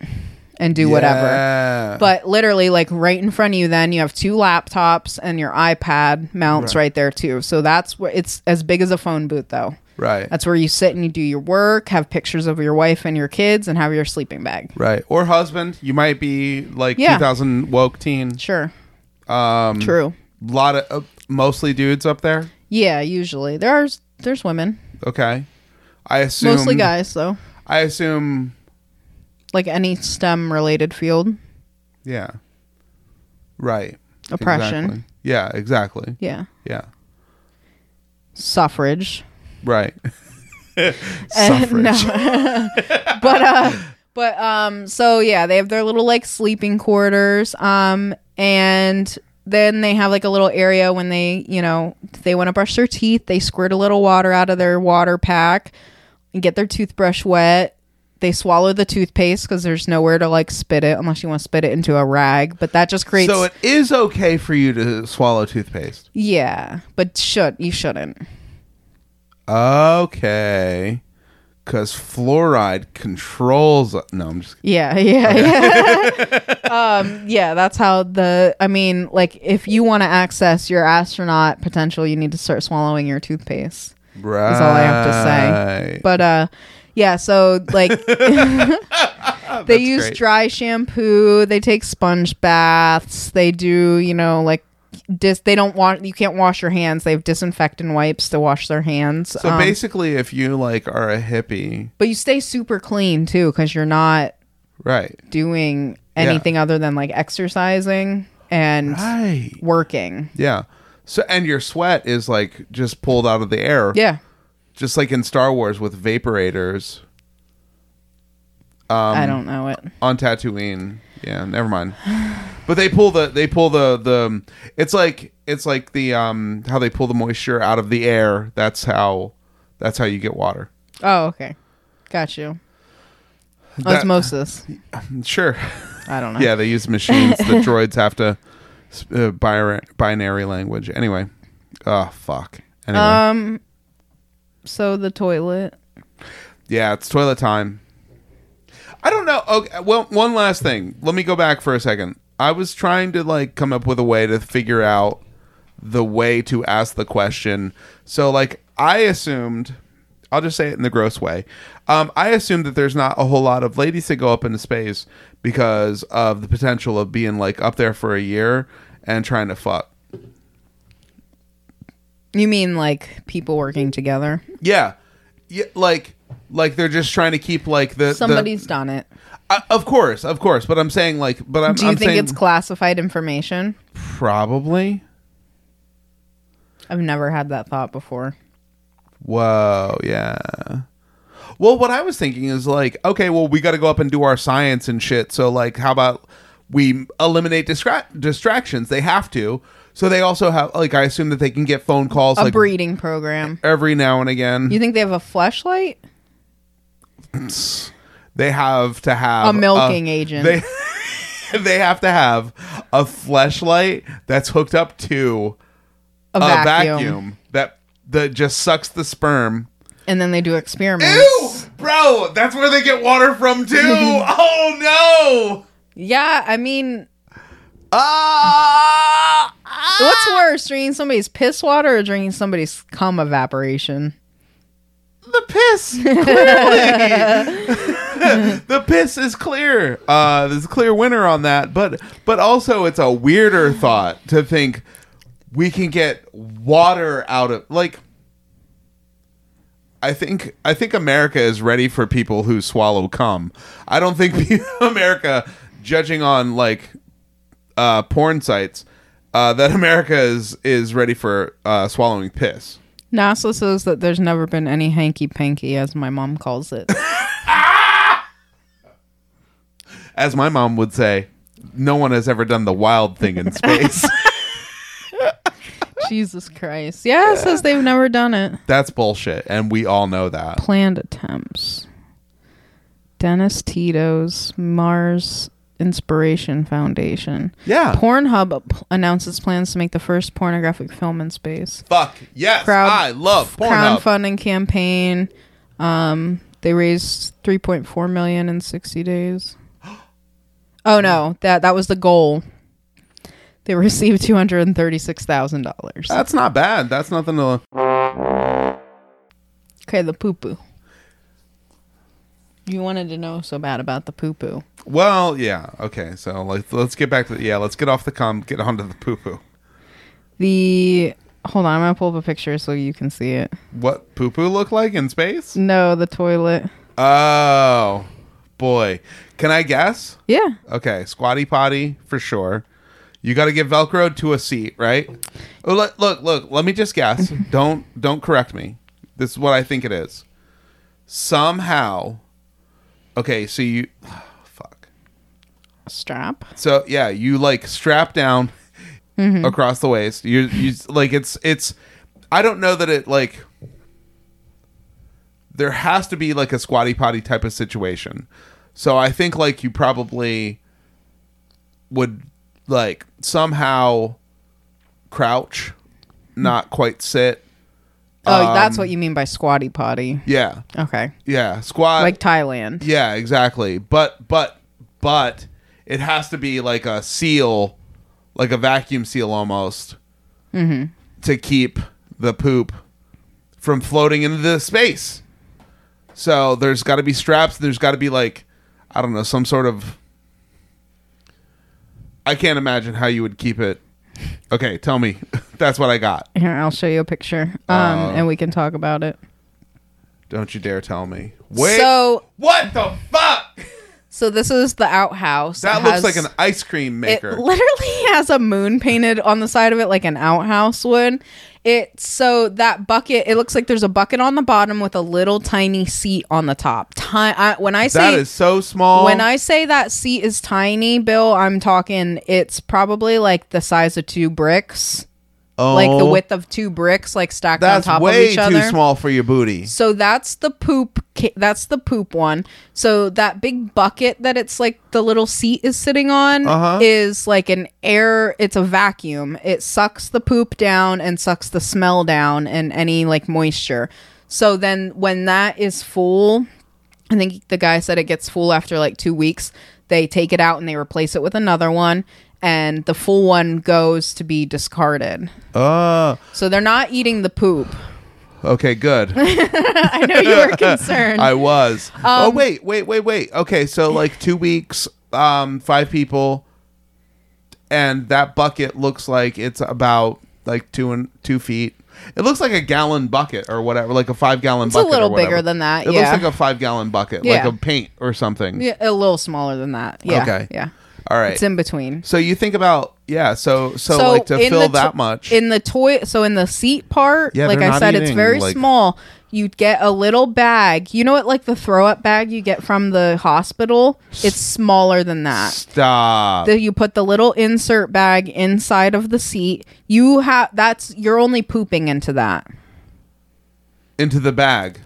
Speaker 2: and do whatever
Speaker 3: Mm. Yeah.
Speaker 2: but literally like right in front of you then you have two laptops and your ipad mounts right, there too so that's where it's as big as a phone booth though
Speaker 3: right.
Speaker 2: that's where you sit and you do your work, have pictures of your wife and your kids, and have your sleeping bag.
Speaker 3: right. Or husband, you might be like
Speaker 2: Yeah.
Speaker 3: 2000 woke teen.
Speaker 2: Sure. Um, True.
Speaker 3: lot of uh, mostly dudes up there.
Speaker 2: Yeah, usually there are there's women,
Speaker 3: Okay. I assume
Speaker 2: mostly guys though.
Speaker 3: I assume
Speaker 2: Like any STEM related field,
Speaker 3: Yeah. Right.
Speaker 2: Oppression.
Speaker 3: Exactly. Yeah, exactly.
Speaker 2: yeah,
Speaker 3: Yeah.
Speaker 2: suffrage.
Speaker 3: Right.
Speaker 2: Uh, And-
Speaker 3: Suffrage.
Speaker 2: but uh but um so yeah they have their little like sleeping quarters um and then they have like a little area when they you know if they want to brush their teeth they squirt a little water out of their water pack and get their toothbrush wet they swallow the toothpaste because there's nowhere to like spit it unless you want to spit it into a rag but that just creates
Speaker 3: So it is okay for you to swallow toothpaste.
Speaker 2: yeah but should you shouldn't
Speaker 3: Okay. Cause fluoride controls. No, I'm just. Kidding.
Speaker 2: Yeah, yeah, yeah. um, yeah, that's how the. I mean, like, if you want to access your astronaut potential, you need to start swallowing your toothpaste.
Speaker 3: Right.
Speaker 2: That's all I have to say. But uh, yeah. So like, they use
Speaker 3: great.
Speaker 2: dry shampoo. They take sponge baths. They do, you know, like. Dis- they don't want you can't wash your hands. They have disinfectant wipes to wash their hands.
Speaker 3: so
Speaker 2: Um,
Speaker 3: basically, if you like are a hippie,
Speaker 2: but you stay super clean too because you're not
Speaker 3: Right.
Speaker 2: doing anything other than like exercising and
Speaker 3: Right.
Speaker 2: working.
Speaker 3: Yeah. So and your sweat is like just pulled out of the air.
Speaker 2: Yeah.
Speaker 3: Just like in Star Wars with vaporators Um,
Speaker 2: I don't know it.
Speaker 3: on Tatooine. Yeah, never mind. But they pull the they pull the the it's like it's like the um how they pull the moisture out of the air. That's how that's how you get water.
Speaker 2: Oh, okay. Got you.
Speaker 3: That-
Speaker 2: Osmosis.
Speaker 3: Sure.
Speaker 2: I don't know.
Speaker 3: Yeah, they use machines. the droids have to uh, binary, binary language. Anyway. Oh fuck. Anyway.
Speaker 2: Um so the toilet.
Speaker 3: Yeah, it's toilet time. I don't know. Okay, well, one last thing. Let me go back for a second. I was trying to like come up with a way to figure out the way to ask the question. So like I assumed I'll just say it in the gross way. Um, I assume that there's not a whole lot of ladies that go up into space because of the potential of being like up there for a year and trying to fuck.
Speaker 2: You mean like people working together?
Speaker 3: Yeah. yeah like like they're just trying to keep like the the-
Speaker 2: Somebody's done it.
Speaker 3: I, of course, of course. But I'm saying like, but I'm.
Speaker 2: Do you
Speaker 3: I'm
Speaker 2: think
Speaker 3: saying
Speaker 2: it's classified information?
Speaker 3: probably?
Speaker 2: I've never had that thought before.
Speaker 3: Whoa, yeah. Well, what I was thinking is like, okay, well, we got to go up and do our science and shit. So like, how about we eliminate distra- distractions? They have to. So they also have like, I assume that they can get phone calls
Speaker 2: A
Speaker 3: like
Speaker 2: breeding program.
Speaker 3: every now and again.
Speaker 2: You think they have a flashlight?
Speaker 3: they have to have
Speaker 2: A milking agent.
Speaker 3: Uh, They they have to have a flashlight that's hooked up to
Speaker 2: A,
Speaker 3: a
Speaker 2: vacuum.
Speaker 3: vacuum that that just sucks the sperm.
Speaker 2: And then they do experiments.
Speaker 3: Ew, bro, that's where they get water from too. oh no.
Speaker 2: Yeah, I mean,
Speaker 3: Ah.
Speaker 2: what's worse, drinking somebody's piss water or drinking somebody's cum evaporation?
Speaker 3: the piss clearly the piss is clear uh there's a clear winner on that but but also it's a weirder thought to think we can get water out of like I think I think America is ready for people who swallow cum. I don't think pe- America, judging on like uh, porn sites, uh, that America is is ready for uh, swallowing piss.
Speaker 2: NASA says that there's never been any hanky panky, as my mom calls it.
Speaker 3: as my mom would say, no one has ever done the wild thing in space.
Speaker 2: Jesus Christ. Yeah, it says they've never done it.
Speaker 3: That's bullshit, and we all know that.
Speaker 2: Planned attempts. Dennis Tito's Mars Inspiration Foundation.
Speaker 3: Yeah.
Speaker 2: Pornhub p- announces plans to make the first pornographic film in space.
Speaker 3: Fuck yes,
Speaker 2: Crowd-
Speaker 3: I love Pornhub.
Speaker 2: crowdfunding campaign. Um, they raised 3.4 million in 60 days. Oh no, that that was the goal. They received two hundred and thirty-six thousand dollars.
Speaker 3: That's not bad. That's nothing to.
Speaker 2: Okay, the poo poo. You wanted to know so bad about the poo poo.
Speaker 3: Well, yeah, okay. So like, let's get back to the, yeah. Let's get off the cum, get onto the poo poo.
Speaker 2: The hold on, I'm gonna pull up a picture so you can see it.
Speaker 3: What poo poo look like in space?
Speaker 2: No, the toilet.
Speaker 3: Oh boy, can I guess?
Speaker 2: Yeah,
Speaker 3: Okay, squatty potty for sure. You got to get velcroed to a seat, right? Oh, look, look, look. Let me just guess. don't don't correct me. This is what I think it is. Somehow, okay. So you, fuck.
Speaker 2: strap.
Speaker 3: So yeah, you like strap down across the waist. You you like it's it's. I don't know that it like. There has to be like a squatty potty type of situation, so I think like you probably would like somehow crouch, not quite sit.
Speaker 2: Oh, that's what you mean by squatty potty.
Speaker 3: Yeah,
Speaker 2: Okay,
Speaker 3: yeah, squat.
Speaker 2: like Thailand.
Speaker 3: Yeah, exactly. But but but it has to be like a seal, like a vacuum seal almost,
Speaker 2: Mm-hmm.
Speaker 3: to keep the poop from floating into the space. So there's got to be straps. There's got to be like I don't know some sort of. I can't imagine how you would keep it. Okay, tell me. That's what I got.
Speaker 2: Here, I'll show you a picture, um,
Speaker 3: Uh,
Speaker 2: and we can talk about it.
Speaker 3: Don't you dare tell me. Wait.
Speaker 2: So
Speaker 3: what the fuck?
Speaker 2: So this is the outhouse.
Speaker 3: That
Speaker 2: It
Speaker 3: looks
Speaker 2: has-
Speaker 3: like an ice cream
Speaker 2: It
Speaker 3: maker.
Speaker 2: literally has a moon painted on the side of it like an outhouse would. It so that bucket. It looks like there's a bucket on the bottom with a little tiny seat on the top. Ti- I, when I say
Speaker 3: that is so small.
Speaker 2: when I say that seat is tiny, Bill, I'm talking it's probably like the size of two bricks,
Speaker 3: oh,
Speaker 2: like the width of two bricks, like stacked
Speaker 3: That's
Speaker 2: on top
Speaker 3: way
Speaker 2: of each
Speaker 3: too
Speaker 2: other.
Speaker 3: small for your booty.
Speaker 2: So that's the poop. Ca- that's the poop one. So that big bucket that it's like the little seat is sitting on
Speaker 3: Uh-huh.
Speaker 2: is like an air. It's a vacuum. It sucks the poop down and sucks the smell down and any like moisture. So then when that is full, I think the guy said it gets full after like two weeks. They take it out and they replace it with another one, and the full one goes to be discarded.
Speaker 3: Oh,
Speaker 2: So they're not eating the poop.
Speaker 3: okay, good.
Speaker 2: I know you were concerned.
Speaker 3: I was. oh
Speaker 2: Um,
Speaker 3: wait, wait, wait, wait. Okay, so like two weeks, um, five people, and that bucket looks like it's about like two and two feet. It looks like a gallon bucket or whatever, like a five gallon.
Speaker 2: a
Speaker 3: bucket or
Speaker 2: little
Speaker 3: whatever.
Speaker 2: bigger than that,
Speaker 3: It
Speaker 2: yeah.
Speaker 3: looks like a five gallon bucket,
Speaker 2: Yeah.
Speaker 3: like a paint or something.
Speaker 2: Yeah, a little smaller than that. Yeah.
Speaker 3: Okay.
Speaker 2: Yeah.
Speaker 3: All right.
Speaker 2: It's in between.
Speaker 3: so you think about yeah. So so, like to
Speaker 2: in
Speaker 3: fill
Speaker 2: the to-
Speaker 3: that much.
Speaker 2: in the toy. So in the seat part,
Speaker 3: Yeah,
Speaker 2: like
Speaker 3: they're
Speaker 2: I
Speaker 3: not
Speaker 2: said, it's
Speaker 3: eating,
Speaker 2: very
Speaker 3: like-
Speaker 2: small. You'd get a little bag. You know what, like the throw up bag you get from the hospital. It's smaller than that.
Speaker 3: Stop.
Speaker 2: That you put the little insert bag inside of the seat. You have that's you're only pooping into that.
Speaker 3: into the bag.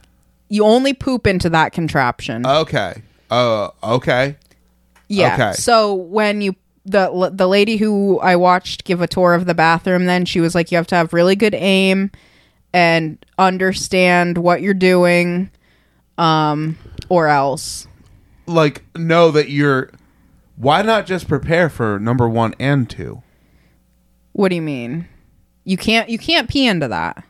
Speaker 2: You only poop into that contraption.
Speaker 3: Okay. Uh. Okay.
Speaker 2: Yeah.
Speaker 3: Okay.
Speaker 2: So when you the the lady who I watched give a tour of the bathroom, then she was like, "You have to have really good aim and understand what you're doing, um, or else."
Speaker 3: like know that you're why not just prepare for number one and two
Speaker 2: What do you mean? You can't you can't pee into that.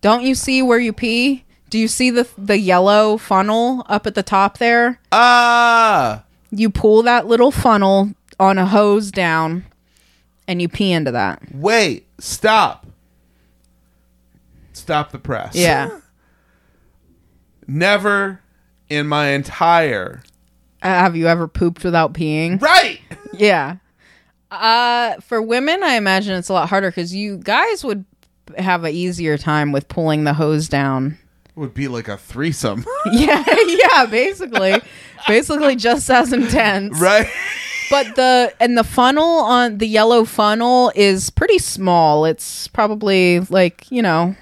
Speaker 2: Don't you see where you pee? Do you see the the yellow funnel up at the top there?
Speaker 3: ah
Speaker 2: You pull that little funnel on a hose down, and you pee into that.
Speaker 3: wait stop stop the press
Speaker 2: Yeah.
Speaker 3: never in my entire
Speaker 2: Uh, have you ever pooped without peeing?
Speaker 3: right
Speaker 2: Yeah. Uh, for women, I imagine it's a lot harder because you guys would have an easier time with pulling the hose down.
Speaker 3: would be like a threesome
Speaker 2: Yeah, yeah, basically, basically just as intense.
Speaker 3: right
Speaker 2: But the and the funnel on the yellow funnel is pretty small. It's probably like you know,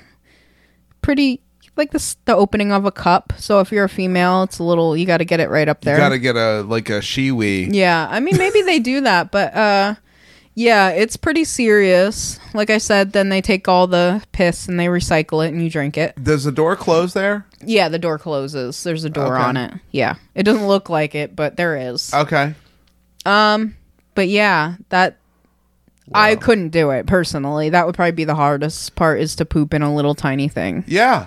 Speaker 2: pretty like this the opening of a cup. So if you're a female, it's a little you got to get it right up there.
Speaker 3: gotta get a like a shiwi
Speaker 2: Yeah, I mean maybe they do that, but uh yeah, it's pretty serious. Like I said, then they take all the piss and they recycle it and you drink it.
Speaker 3: does the door close there
Speaker 2: Yeah, the door closes. There's a door
Speaker 3: Okay.
Speaker 2: on it. Yeah. It doesn't look like it, but there is.
Speaker 3: okay
Speaker 2: but yeah, that I couldn't do it personally. That would probably be the hardest part is to poop in a little tiny thing.
Speaker 3: yeah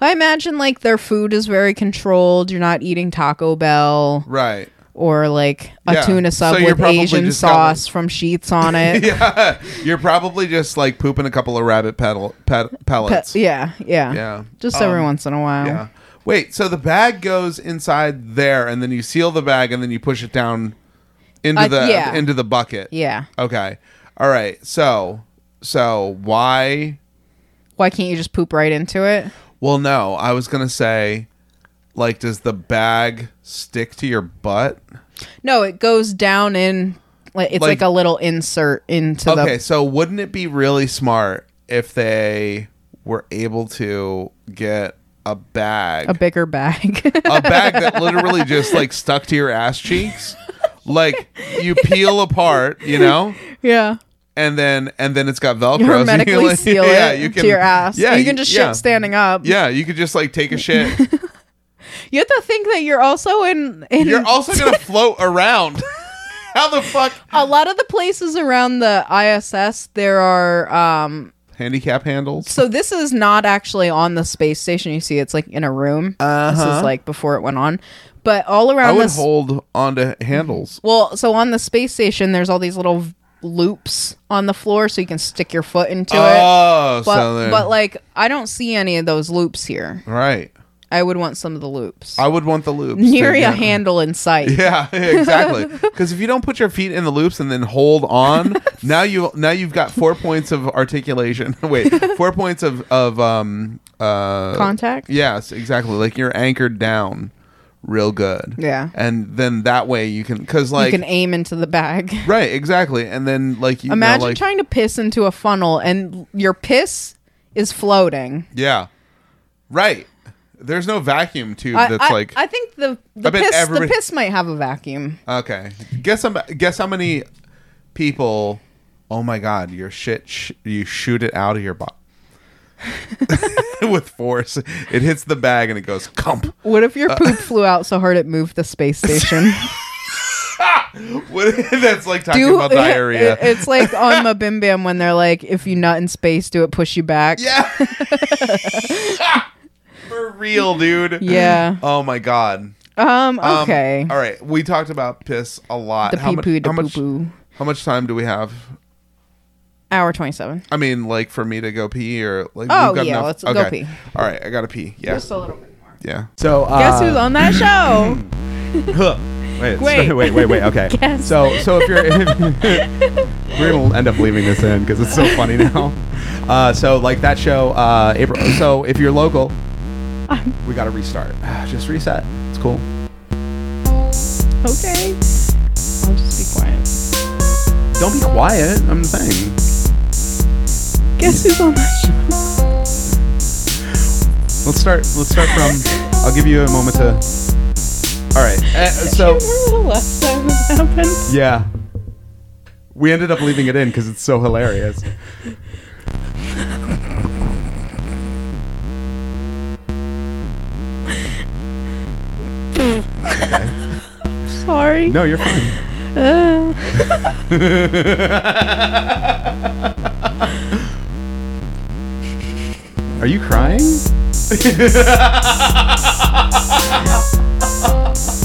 Speaker 2: I imagine like their food is very controlled. You're not eating Taco Bell
Speaker 3: right
Speaker 2: or like a
Speaker 3: Yeah.
Speaker 2: tuna sub
Speaker 3: So you're
Speaker 2: with
Speaker 3: probably
Speaker 2: Asian
Speaker 3: just got,
Speaker 2: sauce from sheets on it.
Speaker 3: yeah you're probably just like pooping a couple of rabbit pedal, ped, pellets
Speaker 2: Pe- yeah, yeah,
Speaker 3: Yeah. Um,
Speaker 2: Just every once in a while.
Speaker 3: Yeah. Wait, so the bag goes inside there and then you seal the bag and then you push it down into
Speaker 2: Uh,
Speaker 3: the
Speaker 2: yeah.
Speaker 3: into the bucket.
Speaker 2: Yeah.
Speaker 3: Okay. All right. So so why
Speaker 2: Why can't you just poop right into it?
Speaker 3: well no, I was going to say like does the bag stick to your butt?
Speaker 2: No, it goes down in. Like it's
Speaker 3: Like-
Speaker 2: like, a little insert into
Speaker 3: Okay,
Speaker 2: the.
Speaker 3: so wouldn't it be really smart if they were able to get a bag
Speaker 2: A bigger bag.
Speaker 3: a bag that literally just like stuck to your ass cheeks like you peel apart you know
Speaker 2: yeah.
Speaker 3: and then and then it's got velcro so you
Speaker 2: Hermetically
Speaker 3: like-
Speaker 2: seal it to your ass. Yeah, you can just
Speaker 3: yeah.
Speaker 2: shit standing up.
Speaker 3: yeah you could just like take a shit
Speaker 2: You have to think that you're also in. in
Speaker 3: you're also gonna float around how the fuck
Speaker 2: a lot of the places around the ISS, there are. um
Speaker 3: handicap handles
Speaker 2: So this is not actually on the space station. You see, it's like in a room. This
Speaker 3: Uh-huh.
Speaker 2: is like before it went on, but all
Speaker 3: i
Speaker 2: around
Speaker 3: would
Speaker 2: this
Speaker 3: hold onto handles
Speaker 2: Well, so on the space station, there's all these little v- loops on the floor, so you can stick your foot into it.
Speaker 3: oh
Speaker 2: But
Speaker 3: so there-
Speaker 2: but like I don't see any of those loops here.
Speaker 3: right
Speaker 2: I would want some of the loops.
Speaker 3: I would want the loops.
Speaker 2: Near
Speaker 3: to-
Speaker 2: a
Speaker 3: yeah.
Speaker 2: handle in sight.
Speaker 3: Yeah, exactly. Because if you don't put your feet in the loops and then hold on, now you now you've got four points of articulation. Wait, four points of of um uh
Speaker 2: Contact?
Speaker 3: Yes, exactly. Like you're anchored down, real good.
Speaker 2: Yeah.
Speaker 3: and then that way you can because like
Speaker 2: you can aim into the bag.
Speaker 3: right exactly, and then like you know,
Speaker 2: Imagine
Speaker 3: like-
Speaker 2: trying to piss into a funnel and your piss is floating.
Speaker 3: Yeah, right. There's no vacuum tube
Speaker 2: I-
Speaker 3: that's
Speaker 2: I,
Speaker 3: like
Speaker 2: I think the the
Speaker 3: I bet
Speaker 2: piss
Speaker 3: everybody-
Speaker 2: the piss might have a vacuum.
Speaker 3: Okay. Guess how, m- guess how many people. Oh my God! Your shit, sh- you shoot it out of your butt with force. It hits the bag and it goes clump.
Speaker 2: What if
Speaker 3: Uh,
Speaker 2: your poop flew out so hard it moved the space station?
Speaker 3: What- That's like talking about diarrhea.
Speaker 2: it- it's like on Mabim Bam when they're like, if you nut in space, do it push you back?
Speaker 3: yeah. For real, dude.
Speaker 2: Yeah.
Speaker 3: Oh my God.
Speaker 2: Um.
Speaker 3: Um,
Speaker 2: Okay.
Speaker 3: all right. We talked about piss a lot.
Speaker 2: The pee
Speaker 3: mu-
Speaker 2: poo, the
Speaker 3: how
Speaker 2: poo
Speaker 3: much?
Speaker 2: poo.
Speaker 3: How much time do we have?
Speaker 2: Hour twenty-seven.
Speaker 3: I mean, like for me to go pee or like.
Speaker 2: Oh,
Speaker 3: we've got
Speaker 2: yeah, let's
Speaker 3: enough-
Speaker 2: go pee.
Speaker 3: All right, I gotta pee. Yeah,
Speaker 2: Just a little bit more.
Speaker 3: yeah.
Speaker 5: So uh,
Speaker 2: Guess who's on that show?
Speaker 5: Wait,
Speaker 2: Wait.
Speaker 5: wait, wait, wait, wait. Okay.
Speaker 2: Guess.
Speaker 5: So, so if you're, we're gonna end up leaving this in because it's so funny now. Uh, so, like that show, uh, April. So, if you're local, we got to restart. Just reset. It's cool.
Speaker 2: okay. I'll just be quiet.
Speaker 5: Don't be quiet. I'm saying.
Speaker 2: Guess who's on that show?
Speaker 5: Let's start. Let's start from. I'll give you a moment to. All right. Uh, so,
Speaker 3: Oh.
Speaker 2: Remember the last time this happened?
Speaker 5: yeah. We ended up leaving it in because it's so hilarious.
Speaker 2: Sorry.
Speaker 5: No, you're fine. Are you crying?
Speaker 6: It's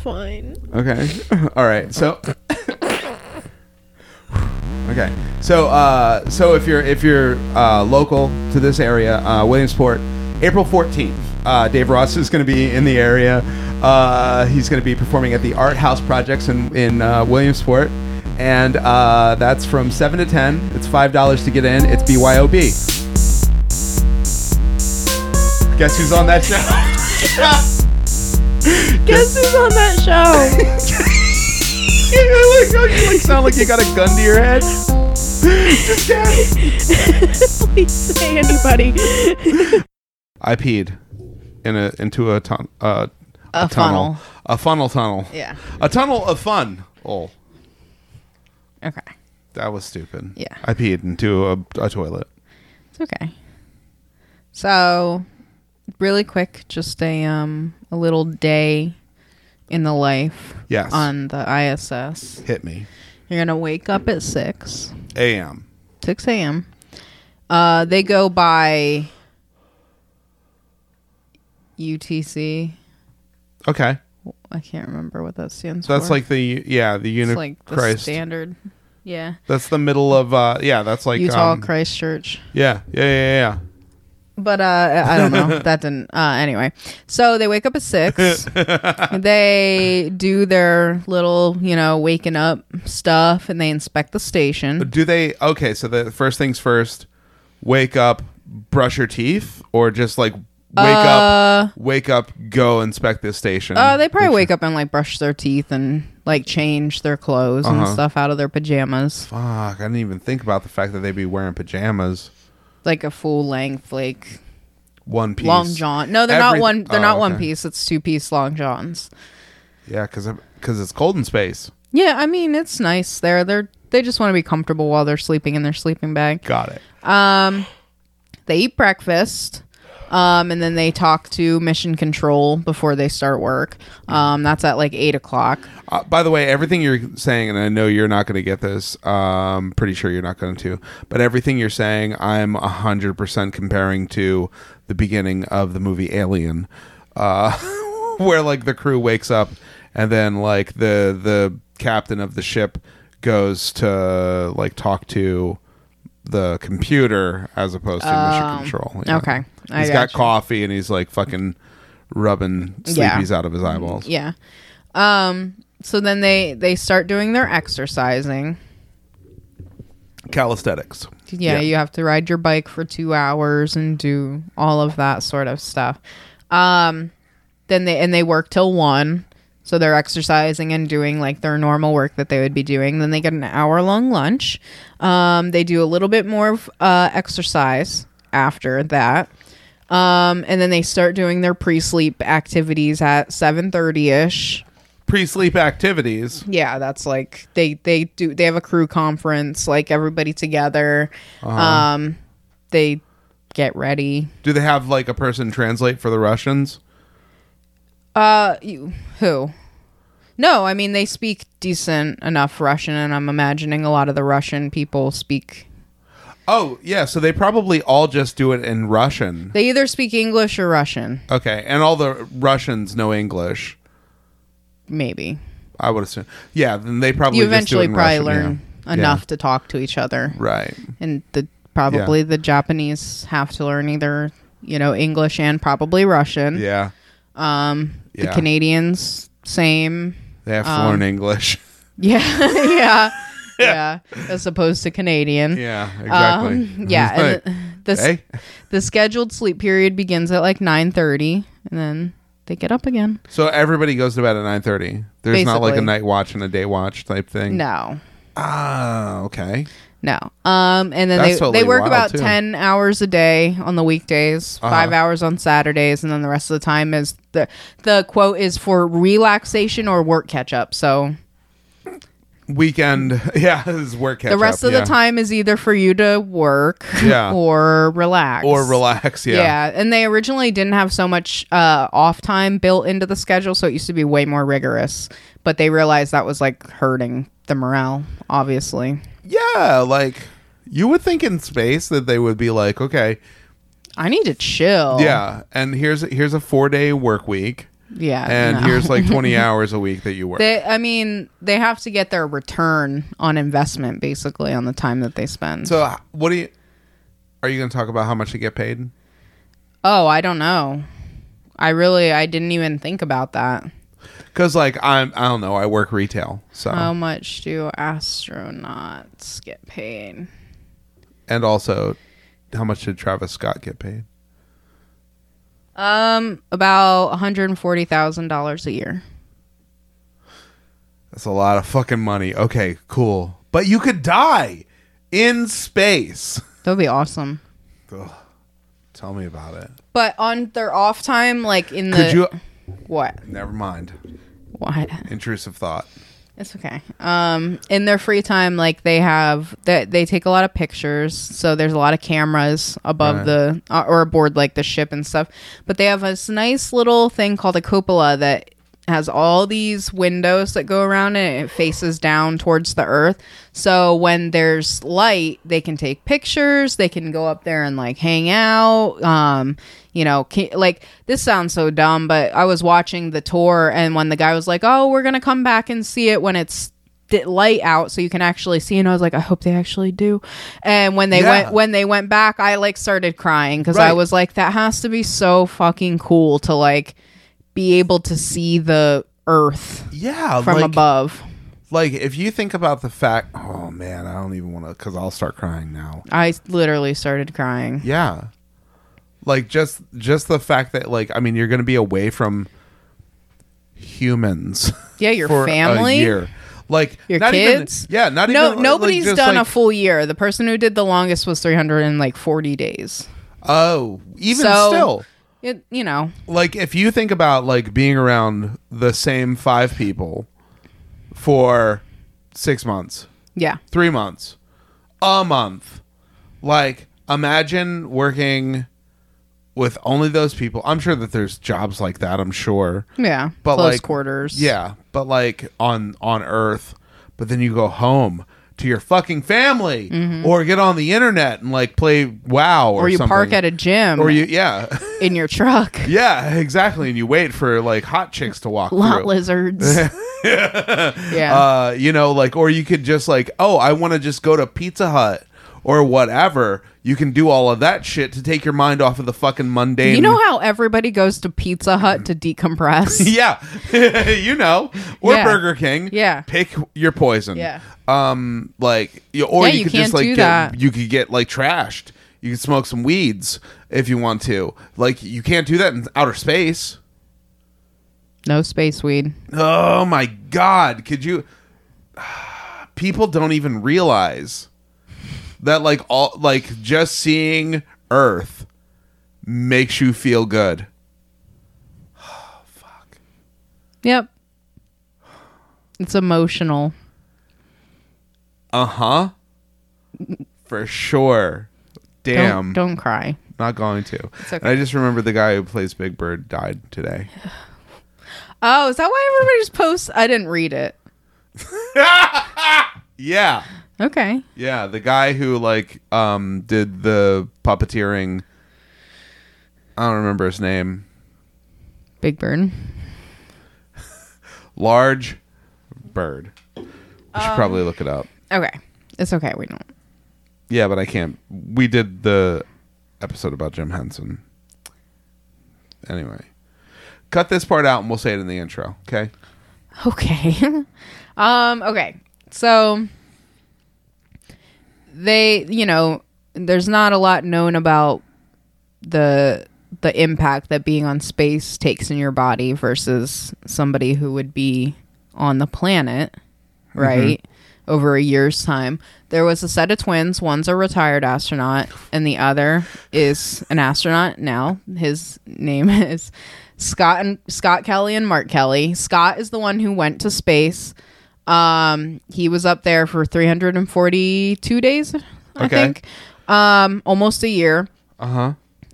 Speaker 6: fine.
Speaker 5: Okay. All right. So. okay. So uh, so if you're if you're uh, local to this area, uh, Williamsport, April fourteenth, uh, Dave Ross is going to be in the area. Uh, he's going to be performing at the Art House Projects in in uh, Williamsport. And uh, that's from 7 to 10. It's $5 to get in. It's BYOB. Guess who's on that show?
Speaker 6: Guess who's on that show?
Speaker 5: you like, you like sound like you got a gun to your head. Just guess.
Speaker 6: Please say anybody.
Speaker 3: I peed in a into a ton, uh,
Speaker 2: A, funnel.
Speaker 3: tunnel, a funnel tunnel,
Speaker 2: Yeah.
Speaker 3: a tunnel of fun. Oh,
Speaker 2: Okay.
Speaker 3: that was stupid.
Speaker 2: Yeah.
Speaker 3: I peed into a, a toilet.
Speaker 2: It's okay. So, really quick, just a um a little day in the life
Speaker 3: Yes,
Speaker 2: on the ISS.
Speaker 3: hit me.
Speaker 2: You're gonna wake up at six.
Speaker 3: A.M.
Speaker 2: 6 a.m. Uh, they go by UTC.
Speaker 3: Okay,
Speaker 2: I can't remember what that stands
Speaker 3: so that's
Speaker 2: for.
Speaker 3: like the yeah the
Speaker 2: it's
Speaker 3: uni-
Speaker 2: like the
Speaker 3: Christ.
Speaker 2: standard. Yeah.
Speaker 3: That's the middle of uh yeah. That's like
Speaker 2: Utah
Speaker 3: um,
Speaker 2: Christchurch.
Speaker 3: Yeah, yeah, yeah,
Speaker 2: But uh, I don't know. that didn't. Uh, anyway, so they wake up at six. they do their little, you know, waking up stuff, and they inspect the
Speaker 3: yeah.
Speaker 2: station.
Speaker 3: Do they? Okay, so the first things first. Wake up, brush your teeth, or just like wake up, wake up, go inspect this station.
Speaker 2: Uh, they probably wake up and like brush their teeth and like change their clothes and stuff out of their pajamas.
Speaker 3: Uh-huh. Fuck, I didn't even think about the fact that they'd be wearing pajamas.
Speaker 2: like a full length like
Speaker 3: One piece.
Speaker 2: long john. No, they're
Speaker 3: Everyth-
Speaker 2: not one. They're
Speaker 3: Oh,
Speaker 2: not one
Speaker 3: okay.
Speaker 2: piece. It's two piece long johns.
Speaker 3: Yeah, because it's cold in space.
Speaker 2: Yeah, I mean it's nice there. They're they just want to be comfortable while they're sleeping in their sleeping bag.
Speaker 3: Got it.
Speaker 2: They eat breakfast. Um, and then they talk to mission control before they start work. Um, that's at like eight o'clock.
Speaker 3: Uh, by the way, everything you're saying, and I know you're not going to get this. Um, pretty sure you're not going to. But everything you're saying, I'm hundred percent comparing to the beginning of the movie Alien, uh, where like the crew wakes up and then like the the captain of the ship goes to like talk to the computer as opposed to mission control. Yeah.
Speaker 2: Um, okay. I
Speaker 3: he's got
Speaker 2: gotcha.
Speaker 3: coffee and he's like fucking rubbing
Speaker 2: Yeah. Mm,
Speaker 3: sleepies out of his eyeballs.
Speaker 2: Yeah. Um. So then they they start doing their exercising.
Speaker 3: Calisthenics.
Speaker 2: Yeah,
Speaker 3: Yeah.
Speaker 2: you have to ride your bike for two hours and do all of that sort of stuff. Um, then they and they work till one, so they're exercising and doing like their normal work that they would be doing. Then they get an hour long lunch. Um, they do a little bit more of uh, exercise after that. Um, and then they start doing their pre sleep activities at seven thirty ish.
Speaker 3: Pre-sleep activities.
Speaker 2: Yeah, that's like they they do they have a crew conference, like everybody together.
Speaker 3: Uh-huh.
Speaker 2: Um they get ready.
Speaker 3: Do they have like a person translate for the Russians?
Speaker 2: Uh you who? No, I mean they speak decent enough Russian and I'm imagining a lot of the Russian people speak
Speaker 3: Oh, yeah, so they probably all just do it in Russian.
Speaker 2: they either speak English or Russian,
Speaker 3: Okay, and all the Russians know English.
Speaker 2: maybe.
Speaker 3: I would assume. Yeah, then they probably
Speaker 2: You
Speaker 3: just do
Speaker 2: eventually
Speaker 3: it in
Speaker 2: probably
Speaker 3: Russian,
Speaker 2: learn
Speaker 3: yeah.
Speaker 2: enough
Speaker 3: Yeah,
Speaker 2: to talk to each other.
Speaker 3: right.
Speaker 2: and the probably the Japanese have to learn either you know English and probably Russian.
Speaker 3: Yeah,
Speaker 2: Um, the um,
Speaker 3: yeah.
Speaker 2: Canadians same.
Speaker 3: they have to learn English.
Speaker 2: Yeah, yeah, yeah. As opposed to Canadian.
Speaker 3: yeah, exactly.
Speaker 2: Um, yeah.
Speaker 3: Right.
Speaker 2: And the, the,
Speaker 3: Hey.
Speaker 2: the scheduled sleep period begins at like nine thirty, and then they get up again.
Speaker 3: so everybody goes to bed at nine thirty. There's not like a
Speaker 2: Basically.
Speaker 3: night watch and a day watch type thing.
Speaker 2: No.
Speaker 3: Ah, okay.
Speaker 2: No. Um, and then
Speaker 3: That's
Speaker 2: they,
Speaker 3: totally
Speaker 2: they work
Speaker 3: wild,
Speaker 2: about
Speaker 3: too. Uh-huh.
Speaker 2: 10 hours a day on the weekdays, five hours on Saturdays, and then the rest of the time is the, the quote is for relaxation or work catch up. So
Speaker 3: Weekend. Yeah, this is work.
Speaker 2: the
Speaker 3: catch-up,
Speaker 2: rest of
Speaker 3: yeah.
Speaker 2: the time is either for you to work
Speaker 3: Yeah.
Speaker 2: or relax.
Speaker 3: or relax. Yeah.
Speaker 2: Yeah. And they originally didn't have so much uh, off time built into the schedule, so it used to be way more rigorous. But they realized that was like hurting the morale, obviously.
Speaker 3: Yeah, like you would think in space that they would be like, okay,
Speaker 2: I need to chill.
Speaker 3: yeah, and here's here's a four day work week,
Speaker 2: Yeah.
Speaker 3: and
Speaker 2: no.
Speaker 3: here's like twenty hours a week that you work.
Speaker 2: They, I mean, they have to get their return on investment basically on the time that they spend.
Speaker 3: so h- what do you? Are you going to talk about how much you get paid?
Speaker 2: oh, I don't know. I really, I didn't even think about that.
Speaker 3: Because like I'm, I don't know. I work retail, so
Speaker 2: How much do astronauts get paid?
Speaker 3: and also, how much did Travis Scott get paid?
Speaker 2: Um, about one hundred forty thousand dollars a year.
Speaker 3: That's a lot of fucking money. Okay, cool. But you could die in space.
Speaker 2: That'd be awesome.
Speaker 3: Tell me about it.
Speaker 2: But on their off time, like in the
Speaker 3: Could you?
Speaker 2: what
Speaker 3: Never mind.
Speaker 2: what
Speaker 3: Intrusive thought.
Speaker 2: It's okay. Um, in their free time, like they have that they, take a lot of pictures, so there's a lot of cameras above the uh, or aboard like the ship and stuff. But they have this nice little thing called a cupola that has all these windows that go around it and it faces down towards the earth. So when there's light, they can take pictures, they can go up there and like hang out. Um, you know, ca- like this sounds so dumb, but I was watching the tour and when the guy was like, "Oh, we're going to come back and see it when it's di- light out so you can actually see." And I was like, "I hope they actually do." And when they
Speaker 3: Yeah.
Speaker 2: went when they went back, I like started crying cuz I
Speaker 3: Right.
Speaker 2: was like, "That has to be so fucking cool to like be able to see the earth
Speaker 3: Yeah,
Speaker 2: from
Speaker 3: like,
Speaker 2: above."
Speaker 3: Like if you think about the fact, oh man, I don't even want to, because I'll start crying now.
Speaker 2: I literally started crying.
Speaker 3: Yeah, like just just the fact that like I mean you're going to be away from humans.
Speaker 2: Yeah, your
Speaker 3: for
Speaker 2: family.
Speaker 3: a year. Like
Speaker 2: Your
Speaker 3: not even-
Speaker 2: kids?
Speaker 3: yeah, not
Speaker 2: no,
Speaker 3: even like,
Speaker 2: nobody's
Speaker 3: just,
Speaker 2: done a
Speaker 3: like,
Speaker 2: full year. The person who did the longest was 340 days.
Speaker 3: Oh, even
Speaker 2: So-
Speaker 3: still,
Speaker 2: It, you know,
Speaker 3: like if you think about like being around the same five people for six months,
Speaker 2: yeah,
Speaker 3: three months, a month. Like, imagine working with only those people. I'm sure that there's jobs like that. I'm sure,
Speaker 2: yeah,
Speaker 3: but
Speaker 2: close
Speaker 3: like
Speaker 2: quarters.
Speaker 3: Yeah, but like on on Earth, but then you go home to your fucking family, or get on the internet and like play WoW, or,
Speaker 2: Mm-hmm. or you
Speaker 3: something.
Speaker 2: park at a gym,
Speaker 3: or you yeah.
Speaker 2: in your truck.
Speaker 3: Yeah, exactly. And you wait for like hot chicks to walk
Speaker 2: Lot
Speaker 3: through.
Speaker 2: lizards. yeah.
Speaker 3: Uh, you know, like, or you could just like, oh, I want to just go to Pizza Hut or whatever. You can do all of that shit to take your mind off of the fucking mundane.
Speaker 2: you know how everybody goes to Pizza Hut to decompress?
Speaker 3: Yeah, you know, or
Speaker 2: Yeah.
Speaker 3: Burger King.
Speaker 2: Yeah.
Speaker 3: pick your poison.
Speaker 2: Yeah.
Speaker 3: um, like, you- or
Speaker 2: Yeah,
Speaker 3: you,
Speaker 2: you
Speaker 3: could just
Speaker 2: can't
Speaker 3: like
Speaker 2: do
Speaker 3: get,
Speaker 2: that.
Speaker 3: you could get like trashed. You could smoke some weeds if you want to. Like, you can't do that in outer space.
Speaker 2: No space weed.
Speaker 3: Oh my god, could you People don't even realize that like all like just seeing Earth makes you feel good.
Speaker 2: Yep. It's emotional.
Speaker 3: Uh-huh. For sure. Damn.
Speaker 2: Don't, don't cry.
Speaker 3: Not going to.
Speaker 2: okay.
Speaker 3: And I just remember the guy who plays Big Bird died today.
Speaker 2: Oh, is that why everybody just posts? I didn't read it.
Speaker 3: Yeah.
Speaker 2: Okay.
Speaker 3: Yeah, the guy who like um did the puppeteering I don't remember his name.
Speaker 2: Big Bird.
Speaker 3: large bird. We should probably
Speaker 2: Um,
Speaker 3: look it up.
Speaker 2: Okay. It's okay. We don't.
Speaker 3: Yeah, but I can't. We did the episode about Jim Henson. Anyway, cut this part out and we'll say it in the intro. Okay.
Speaker 2: Okay. um, okay. So they, you know, there's not a lot known about the the impact that being on space takes in your body versus somebody who would be on the planet, right? Over a year's time. There was a set of twins. One's a retired astronaut and the other is an astronaut now. His name is Scott and Scott Kelly and Mark Kelly. Scott is the one who went to space. Um, he was up there for 342 days, I
Speaker 3: Okay.
Speaker 2: think. Um, almost a year.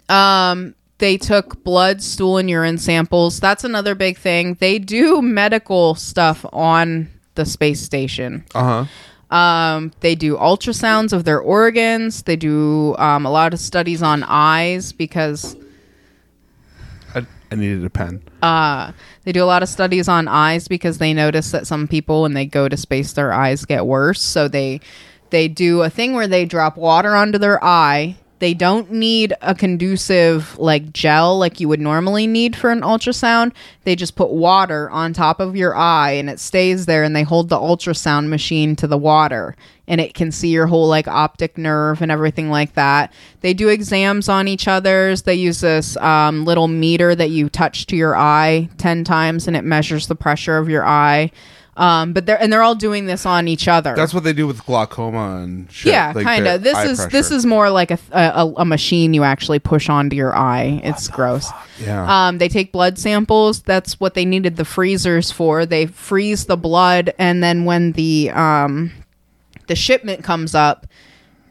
Speaker 2: Um, they took blood, stool, and urine samples. That's another big thing. They do medical stuff on the space station.
Speaker 3: Uh huh.
Speaker 2: Um, they do ultrasounds of their organs. They do um, a lot of studies on eyes because
Speaker 3: I, I needed a pen.
Speaker 2: They do a lot of studies on eyes because they notice that some people when they go to space their eyes get worse. So they they do a thing where they drop water onto their eye. They don't need a conducive like gel like you would normally need for an ultrasound. They just put water on top of your eye and it stays there and they hold the ultrasound machine to the water and it can see your whole like optic nerve and everything like that. They do exams on each other's. They use this um, little meter that you touch to your eye ten times, and it measures the pressure of your eye. Um, but they're and they're all doing this on each other.
Speaker 3: That's what they do with glaucoma and shit.
Speaker 2: yeah,
Speaker 3: like
Speaker 2: kind
Speaker 3: their
Speaker 2: of. This
Speaker 3: eye
Speaker 2: is
Speaker 3: pressure.
Speaker 2: this is more like a, th- a a- a machine you actually push onto your eye. It's gross.
Speaker 3: Yeah.
Speaker 2: Um, they take blood samples. That's what they needed the freezers for. They freeze the blood, and then when the um, the shipment comes up,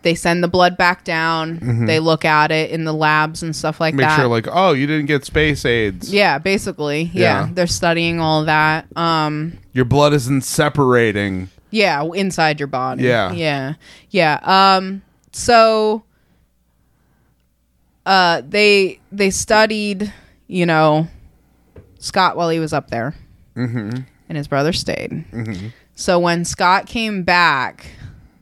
Speaker 2: they send the blood back down. They look at it in the labs and stuff like
Speaker 3: Mm-hmm. Make
Speaker 2: that.
Speaker 3: sure, like, oh, you didn't get space aids.
Speaker 2: yeah, basically, yeah.
Speaker 3: Yeah.
Speaker 2: They're studying all that. Um,
Speaker 3: Your blood isn't separating.
Speaker 2: yeah, w- inside your body.
Speaker 3: Yeah.
Speaker 2: yeah, yeah. Um, so, uh, they they studied, you know, Scott while he was up there, mm-hmm. and his brother stayed. Mm-hmm. So when Scott came back,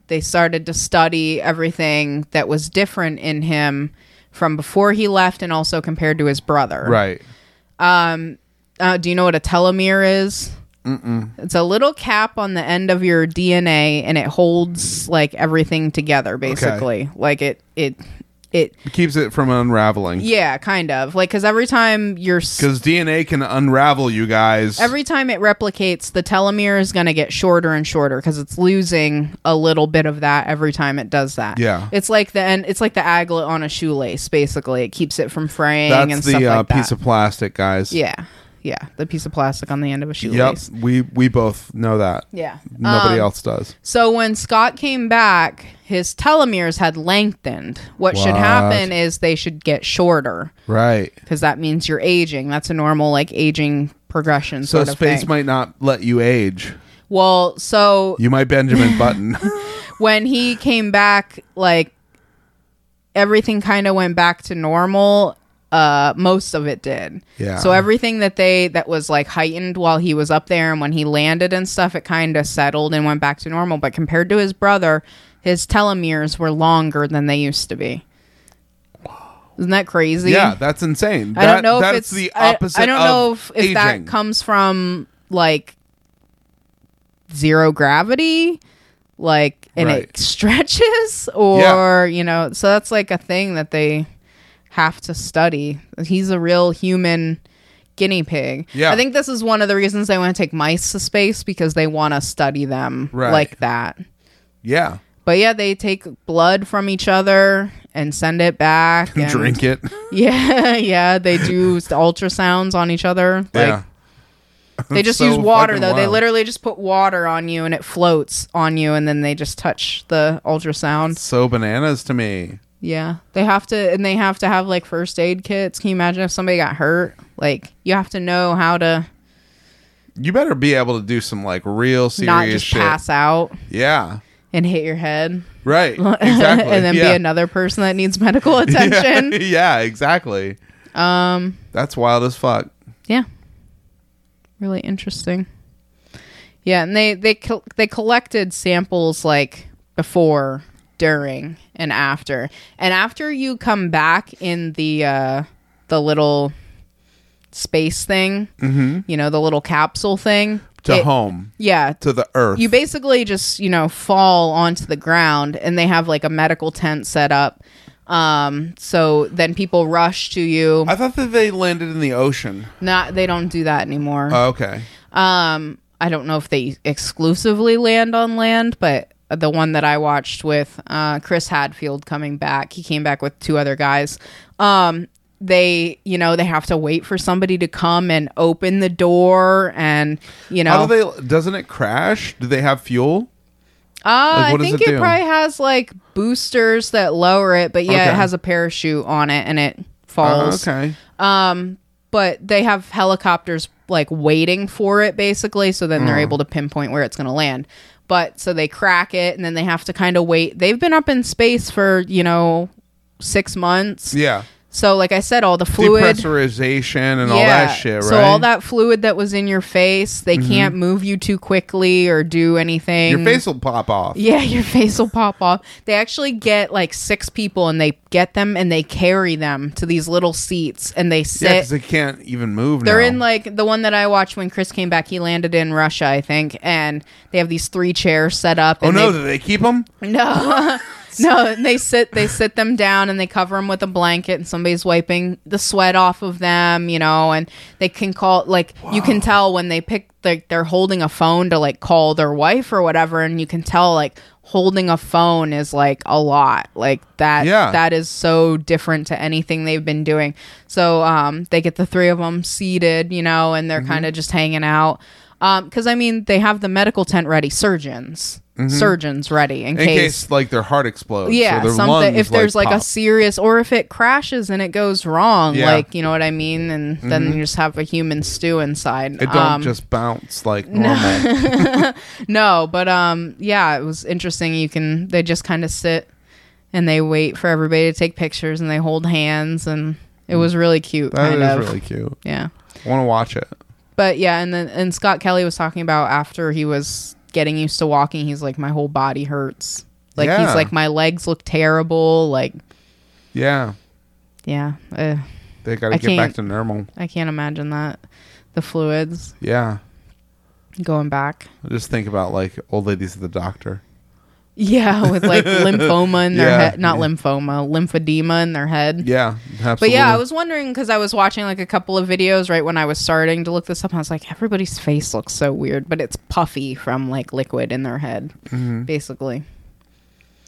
Speaker 2: they started to study everything that was different in him from before he left, and also compared to his brother.
Speaker 3: Right.
Speaker 2: Uh, do you know what a telomere is? Mm-mm. It's a little cap on the end of your DNA, and it holds like everything together, basically. Like it, it, it.
Speaker 3: It keeps it from unraveling.
Speaker 2: Yeah, kind of. Like because every time you're, s-
Speaker 3: Because DNA can unravel, you guys.
Speaker 2: every time it replicates, the telomere is going to get shorter and shorter because it's losing a little bit of that every time it does that.
Speaker 3: Yeah.
Speaker 2: it's like the end. It's like the aglet on a shoelace. Basically, it keeps it from fraying and
Speaker 3: That's
Speaker 2: stuff
Speaker 3: the uh,
Speaker 2: like that.
Speaker 3: piece of plastic, guys.
Speaker 2: yeah, yeah, the piece of plastic on the end of a
Speaker 3: Yep,
Speaker 2: shoelace.
Speaker 3: we we both know that.
Speaker 2: Yeah. Um,
Speaker 3: Nobody else does.
Speaker 2: So when Scott came back, his telomeres had lengthened. What, should
Speaker 3: What?
Speaker 2: happen is they should get shorter
Speaker 3: Right.
Speaker 2: because that means you're aging. That's a normal like aging progression
Speaker 3: So
Speaker 2: sort of
Speaker 3: space
Speaker 2: thing.
Speaker 3: might not let you age.
Speaker 2: well, so
Speaker 3: You might Benjamin Button.
Speaker 2: when he came back, like everything kind of went back to normal uh, most of it did.
Speaker 3: Yeah.
Speaker 2: So everything that they that was like heightened while he was up there and when he landed and stuff, it kind of settled and went back to normal. But compared to his brother, his telomeres were longer than they used to be. Isn't that crazy?
Speaker 3: Yeah, that's insane.
Speaker 2: I
Speaker 3: That-
Speaker 2: don't know if
Speaker 3: that's
Speaker 2: it's
Speaker 3: the
Speaker 2: I-
Speaker 3: opposite.
Speaker 2: I, don't know
Speaker 3: of
Speaker 2: if, if that
Speaker 3: aging.
Speaker 2: comes from like zero gravity, like and
Speaker 3: Right.
Speaker 2: it stretches, or you know. So that's like a thing that they have to study. He's a real human guinea pig.
Speaker 3: Yeah.
Speaker 2: I think this is one of the reasons they want to take mice to space because they want to study them
Speaker 3: Right.
Speaker 2: like that.
Speaker 3: Yeah,
Speaker 2: But yeah, they take blood from each other and send it back. and-
Speaker 3: drink it.
Speaker 2: yeah, yeah, they do s- ultrasounds on each other. Like
Speaker 3: yeah,
Speaker 2: they just
Speaker 3: so
Speaker 2: use water
Speaker 3: fucking
Speaker 2: though. They
Speaker 3: wild.
Speaker 2: literally just put water on you and it floats on you and then they just touch the ultrasound.
Speaker 3: so bananas to me.
Speaker 2: Yeah. They have to and they have to have like first aid kits. Can you imagine if somebody got hurt? Like you have to know how to
Speaker 3: You better be able to do some like real serious
Speaker 2: not just
Speaker 3: shit.
Speaker 2: pass out
Speaker 3: Yeah,
Speaker 2: and hit your head
Speaker 3: right. Exactly.
Speaker 2: and then
Speaker 3: yeah.
Speaker 2: be another person that needs medical attention.
Speaker 3: Yeah, yeah, exactly.
Speaker 2: Um
Speaker 3: That's wild as fuck.
Speaker 2: Yeah. Really interesting. Yeah, and they they col- they collected samples like before, during, and after. And after you come back in the uh the little space thing, you know, the little capsule thing
Speaker 3: Mm-hmm. To
Speaker 2: it-
Speaker 3: home,
Speaker 2: Yeah,
Speaker 3: to the earth.
Speaker 2: you basically just you know fall onto the ground and they have like a medical tent set up um so then people rush to you
Speaker 3: I thought that they landed in the ocean.
Speaker 2: not they don't do that anymore
Speaker 3: Oh, okay.
Speaker 2: Um, I don't know if they exclusively land on land, but the one that I watched with uh, Chris Hadfield coming back, he came back with two other guys. Um, they, you know, they have to wait for somebody to come and open the door, and you know,
Speaker 3: How do they? Doesn't it crash? Do they have fuel?
Speaker 2: Uh,
Speaker 3: Like, what
Speaker 2: I
Speaker 3: does
Speaker 2: think
Speaker 3: it
Speaker 2: it,
Speaker 3: do?
Speaker 2: probably has like boosters that lower it, but yeah,
Speaker 3: Okay.
Speaker 2: it has a parachute on it and it
Speaker 3: Oh,
Speaker 2: falls.
Speaker 3: okay.
Speaker 2: but they have helicopters like waiting for it basically so then they're
Speaker 3: Mm.
Speaker 2: able to pinpoint where it's going to land but so they crack it and then they have to kind of wait they've been up in space for you know six months
Speaker 3: Yeah.
Speaker 2: so like i said all the fluid
Speaker 3: Depressurization and all that shit, right? Mm-hmm.
Speaker 2: so all that fluid that was in your face they can't move you too quickly or do anything
Speaker 3: Your face will pop off.
Speaker 2: yeah, your face will pop off. They actually get like six people and they get them and they carry them to these little seats and they sit
Speaker 3: Yeah, because they can't even move.
Speaker 2: they're
Speaker 3: now.
Speaker 2: in like the one that I watched when Chris came back. He landed in Russia, I think, and they have these three chairs set up.
Speaker 3: Oh
Speaker 2: And
Speaker 3: no!
Speaker 2: they,
Speaker 3: Do they keep them?
Speaker 2: no, no. And they sit, they sit them down, and they cover them with a blanket, and somebody's wiping the sweat off of them, you know. And they can call, like, you can tell when they pick, like, they're holding a phone to like call their wife or whatever, and you can tell like holding a phone is like a lot, like that.
Speaker 3: Yeah.
Speaker 2: that is so different to anything they've been doing. So um, they get the three of them seated, you know, and they're kind of just hanging out. Because I mean, they have the medical tent ready, surgeons, surgeons ready in,
Speaker 3: In case,
Speaker 2: case,
Speaker 3: like their heart explodes. or
Speaker 2: yeah,
Speaker 3: their
Speaker 2: something.
Speaker 3: lungs,
Speaker 2: If there's like, a
Speaker 3: pop.
Speaker 2: serious, or if it crashes and it goes wrong,
Speaker 3: Yeah. Mm-hmm.
Speaker 2: like you know what I mean, and then you just have a human stew inside.
Speaker 3: it don't
Speaker 2: Um,
Speaker 3: just bounce like normal.
Speaker 2: No, but um, yeah, it was interesting. You can they just kind of sit and they wait for everybody to take pictures and they hold hands and it was really cute.
Speaker 3: Mm. That
Speaker 2: kind
Speaker 3: is
Speaker 2: of
Speaker 3: really cute.
Speaker 2: yeah,
Speaker 3: I want to watch it.
Speaker 2: but yeah, and then and Scott Kelly was talking about after he was getting used to walking, he's like my whole body hurts. Like
Speaker 3: Yeah.
Speaker 2: he's like my legs look terrible. Like
Speaker 3: Yeah,
Speaker 2: yeah, uh,
Speaker 3: they got to
Speaker 2: I
Speaker 3: get back
Speaker 2: can't-
Speaker 3: to normal.
Speaker 2: I can't imagine that the fluids
Speaker 3: Yeah,
Speaker 2: going back.
Speaker 3: just think about like old ladies at the doctor.
Speaker 2: Yeah, with like lymphoma in their
Speaker 3: Yeah.
Speaker 2: head, not lymphoma, lymphedema in their head.
Speaker 3: Yeah, absolutely.
Speaker 2: But yeah, I was wondering because I was watching like a couple of videos right when I was starting to look this up. And I was like, everybody's face looks so weird, but it's puffy from like liquid in their head,
Speaker 3: Mm-hmm.
Speaker 2: basically.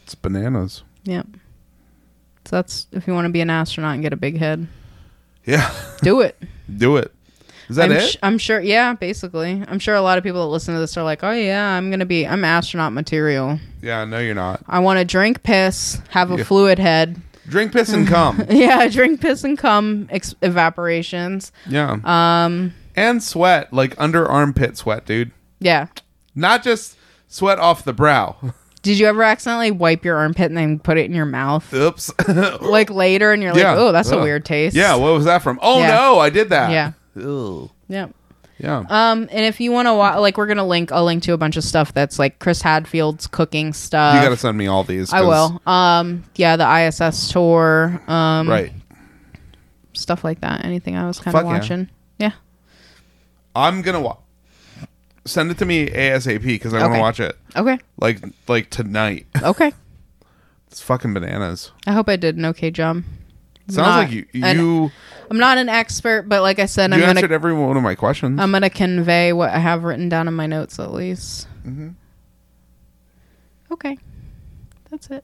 Speaker 3: It's bananas.
Speaker 2: Yep. So that's if you want to be an astronaut and get a big head,
Speaker 3: Yeah,
Speaker 2: do it.
Speaker 3: do it. Is that
Speaker 2: I'm,
Speaker 3: it?
Speaker 2: sh- I'm sure. Yeah, basically. I'm sure a lot of people that listen to this are like, oh yeah, I'm gonna be. I'm astronaut material.
Speaker 3: yeah, no, you're not.
Speaker 2: I want to drink piss, have a
Speaker 3: Yeah.
Speaker 2: fluid head.
Speaker 3: Drink, piss, and cum.
Speaker 2: yeah, drink piss and cum ex- evaporations.
Speaker 3: Yeah. Um. And sweat, like under armpit sweat, dude.
Speaker 2: Yeah.
Speaker 3: Not just sweat off the brow.
Speaker 2: Did you ever accidentally wipe your armpit and then put it in your mouth?
Speaker 3: Oops.
Speaker 2: Like later, and you're like,
Speaker 3: Yeah.
Speaker 2: oh, that's a
Speaker 3: Ugh.
Speaker 2: weird taste.
Speaker 3: yeah, what was that from? Oh
Speaker 2: Yeah.
Speaker 3: no, I did that. Uh,
Speaker 2: Yeah.
Speaker 3: Ew.
Speaker 2: Yeah.
Speaker 3: Yeah.
Speaker 2: Um, and if you want to watch, like, we're gonna link. I'll link to a bunch of stuff that's like Chris Hadfield's cooking stuff.
Speaker 3: you got to send me all these.
Speaker 2: I
Speaker 3: 'cause-
Speaker 2: will. Um, yeah, the ISS tour. Um,
Speaker 3: Right.
Speaker 2: Stuff like that. Anything I was kind
Speaker 3: Fuck
Speaker 2: of
Speaker 3: yeah.
Speaker 2: watching. Yeah.
Speaker 3: I'm going to wa- send it to me ASAP cuz I want to
Speaker 2: Okay.
Speaker 3: watch it
Speaker 2: Okay.
Speaker 3: like like tonight.
Speaker 2: Okay.
Speaker 3: it's fucking bananas.
Speaker 2: I hope I did an okay job.
Speaker 3: Sounds
Speaker 2: Not
Speaker 3: like you
Speaker 2: an-
Speaker 3: you
Speaker 2: I'm not an expert, but like I said, I'm
Speaker 3: you
Speaker 2: gonna
Speaker 3: answered every one of my questions.
Speaker 2: I'm gonna convey what I have written down in my notes at least.
Speaker 3: Mm-hmm.
Speaker 2: Okay, that's it.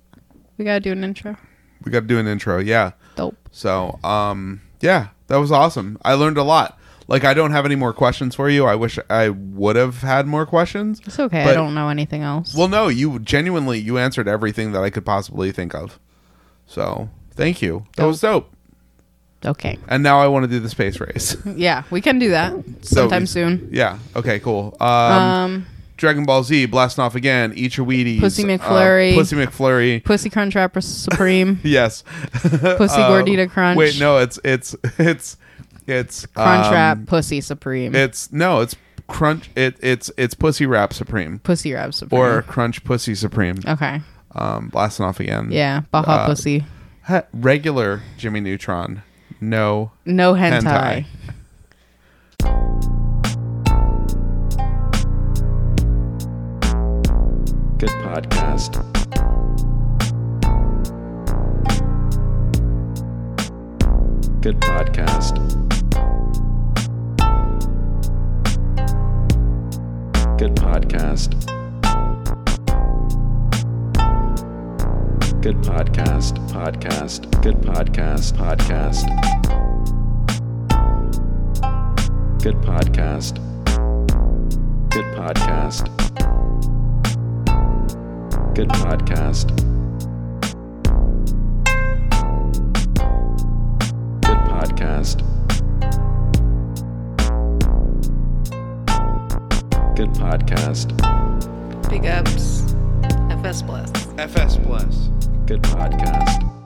Speaker 2: We gotta do an intro.
Speaker 3: we got to do an intro. Yeah.
Speaker 2: Dope.
Speaker 3: So, um, yeah, that was awesome. I learned a lot. Like, I don't have any more questions for you. I wish I would have had more questions.
Speaker 2: It's okay. I
Speaker 3: But-
Speaker 2: don't know anything else.
Speaker 3: Well, no, you genuinely you answered everything that I could possibly think of. So, thank you. That was dope.
Speaker 2: okay.
Speaker 3: And now I want to do the space race.
Speaker 2: Yeah, we can do that
Speaker 3: So-
Speaker 2: sometime soon.
Speaker 3: Yeah. Okay. Cool. Um,
Speaker 2: Um,
Speaker 3: Dragon Ball Z blasting off again. Eat your Wheaties.
Speaker 2: Pussy
Speaker 3: uh,
Speaker 2: McFlurry.
Speaker 3: Pussy McFlurry.
Speaker 2: Pussy Crunchwrap is Supreme.
Speaker 3: Yes.
Speaker 2: Pussy
Speaker 3: Uh,
Speaker 2: Gordita Crunch.
Speaker 3: Wait, no, it's it's it's it's
Speaker 2: Crunch
Speaker 3: um,
Speaker 2: Wrap. Pussy Supreme.
Speaker 3: It's no, it's crunch. It it's it's pussy wrap supreme
Speaker 2: pussy Wrap Supreme.
Speaker 3: or crunch pussy supreme.
Speaker 2: okay.
Speaker 3: Um, blasting off again.
Speaker 2: Oh. Yeah.
Speaker 3: uh,
Speaker 2: Baja Pussy.
Speaker 3: Heh, regular Jimmy Neutron. No
Speaker 2: No hentai.
Speaker 3: hentai.
Speaker 7: Good podcast. Good podcast. Good podcast. Good podcast, podcast, good podcast, podcast. Good podcast. Good podcast. Good podcast. Good podcast. Good podcast.
Speaker 2: Big ups. FS Bless.
Speaker 3: FS plus.
Speaker 7: Good podcast.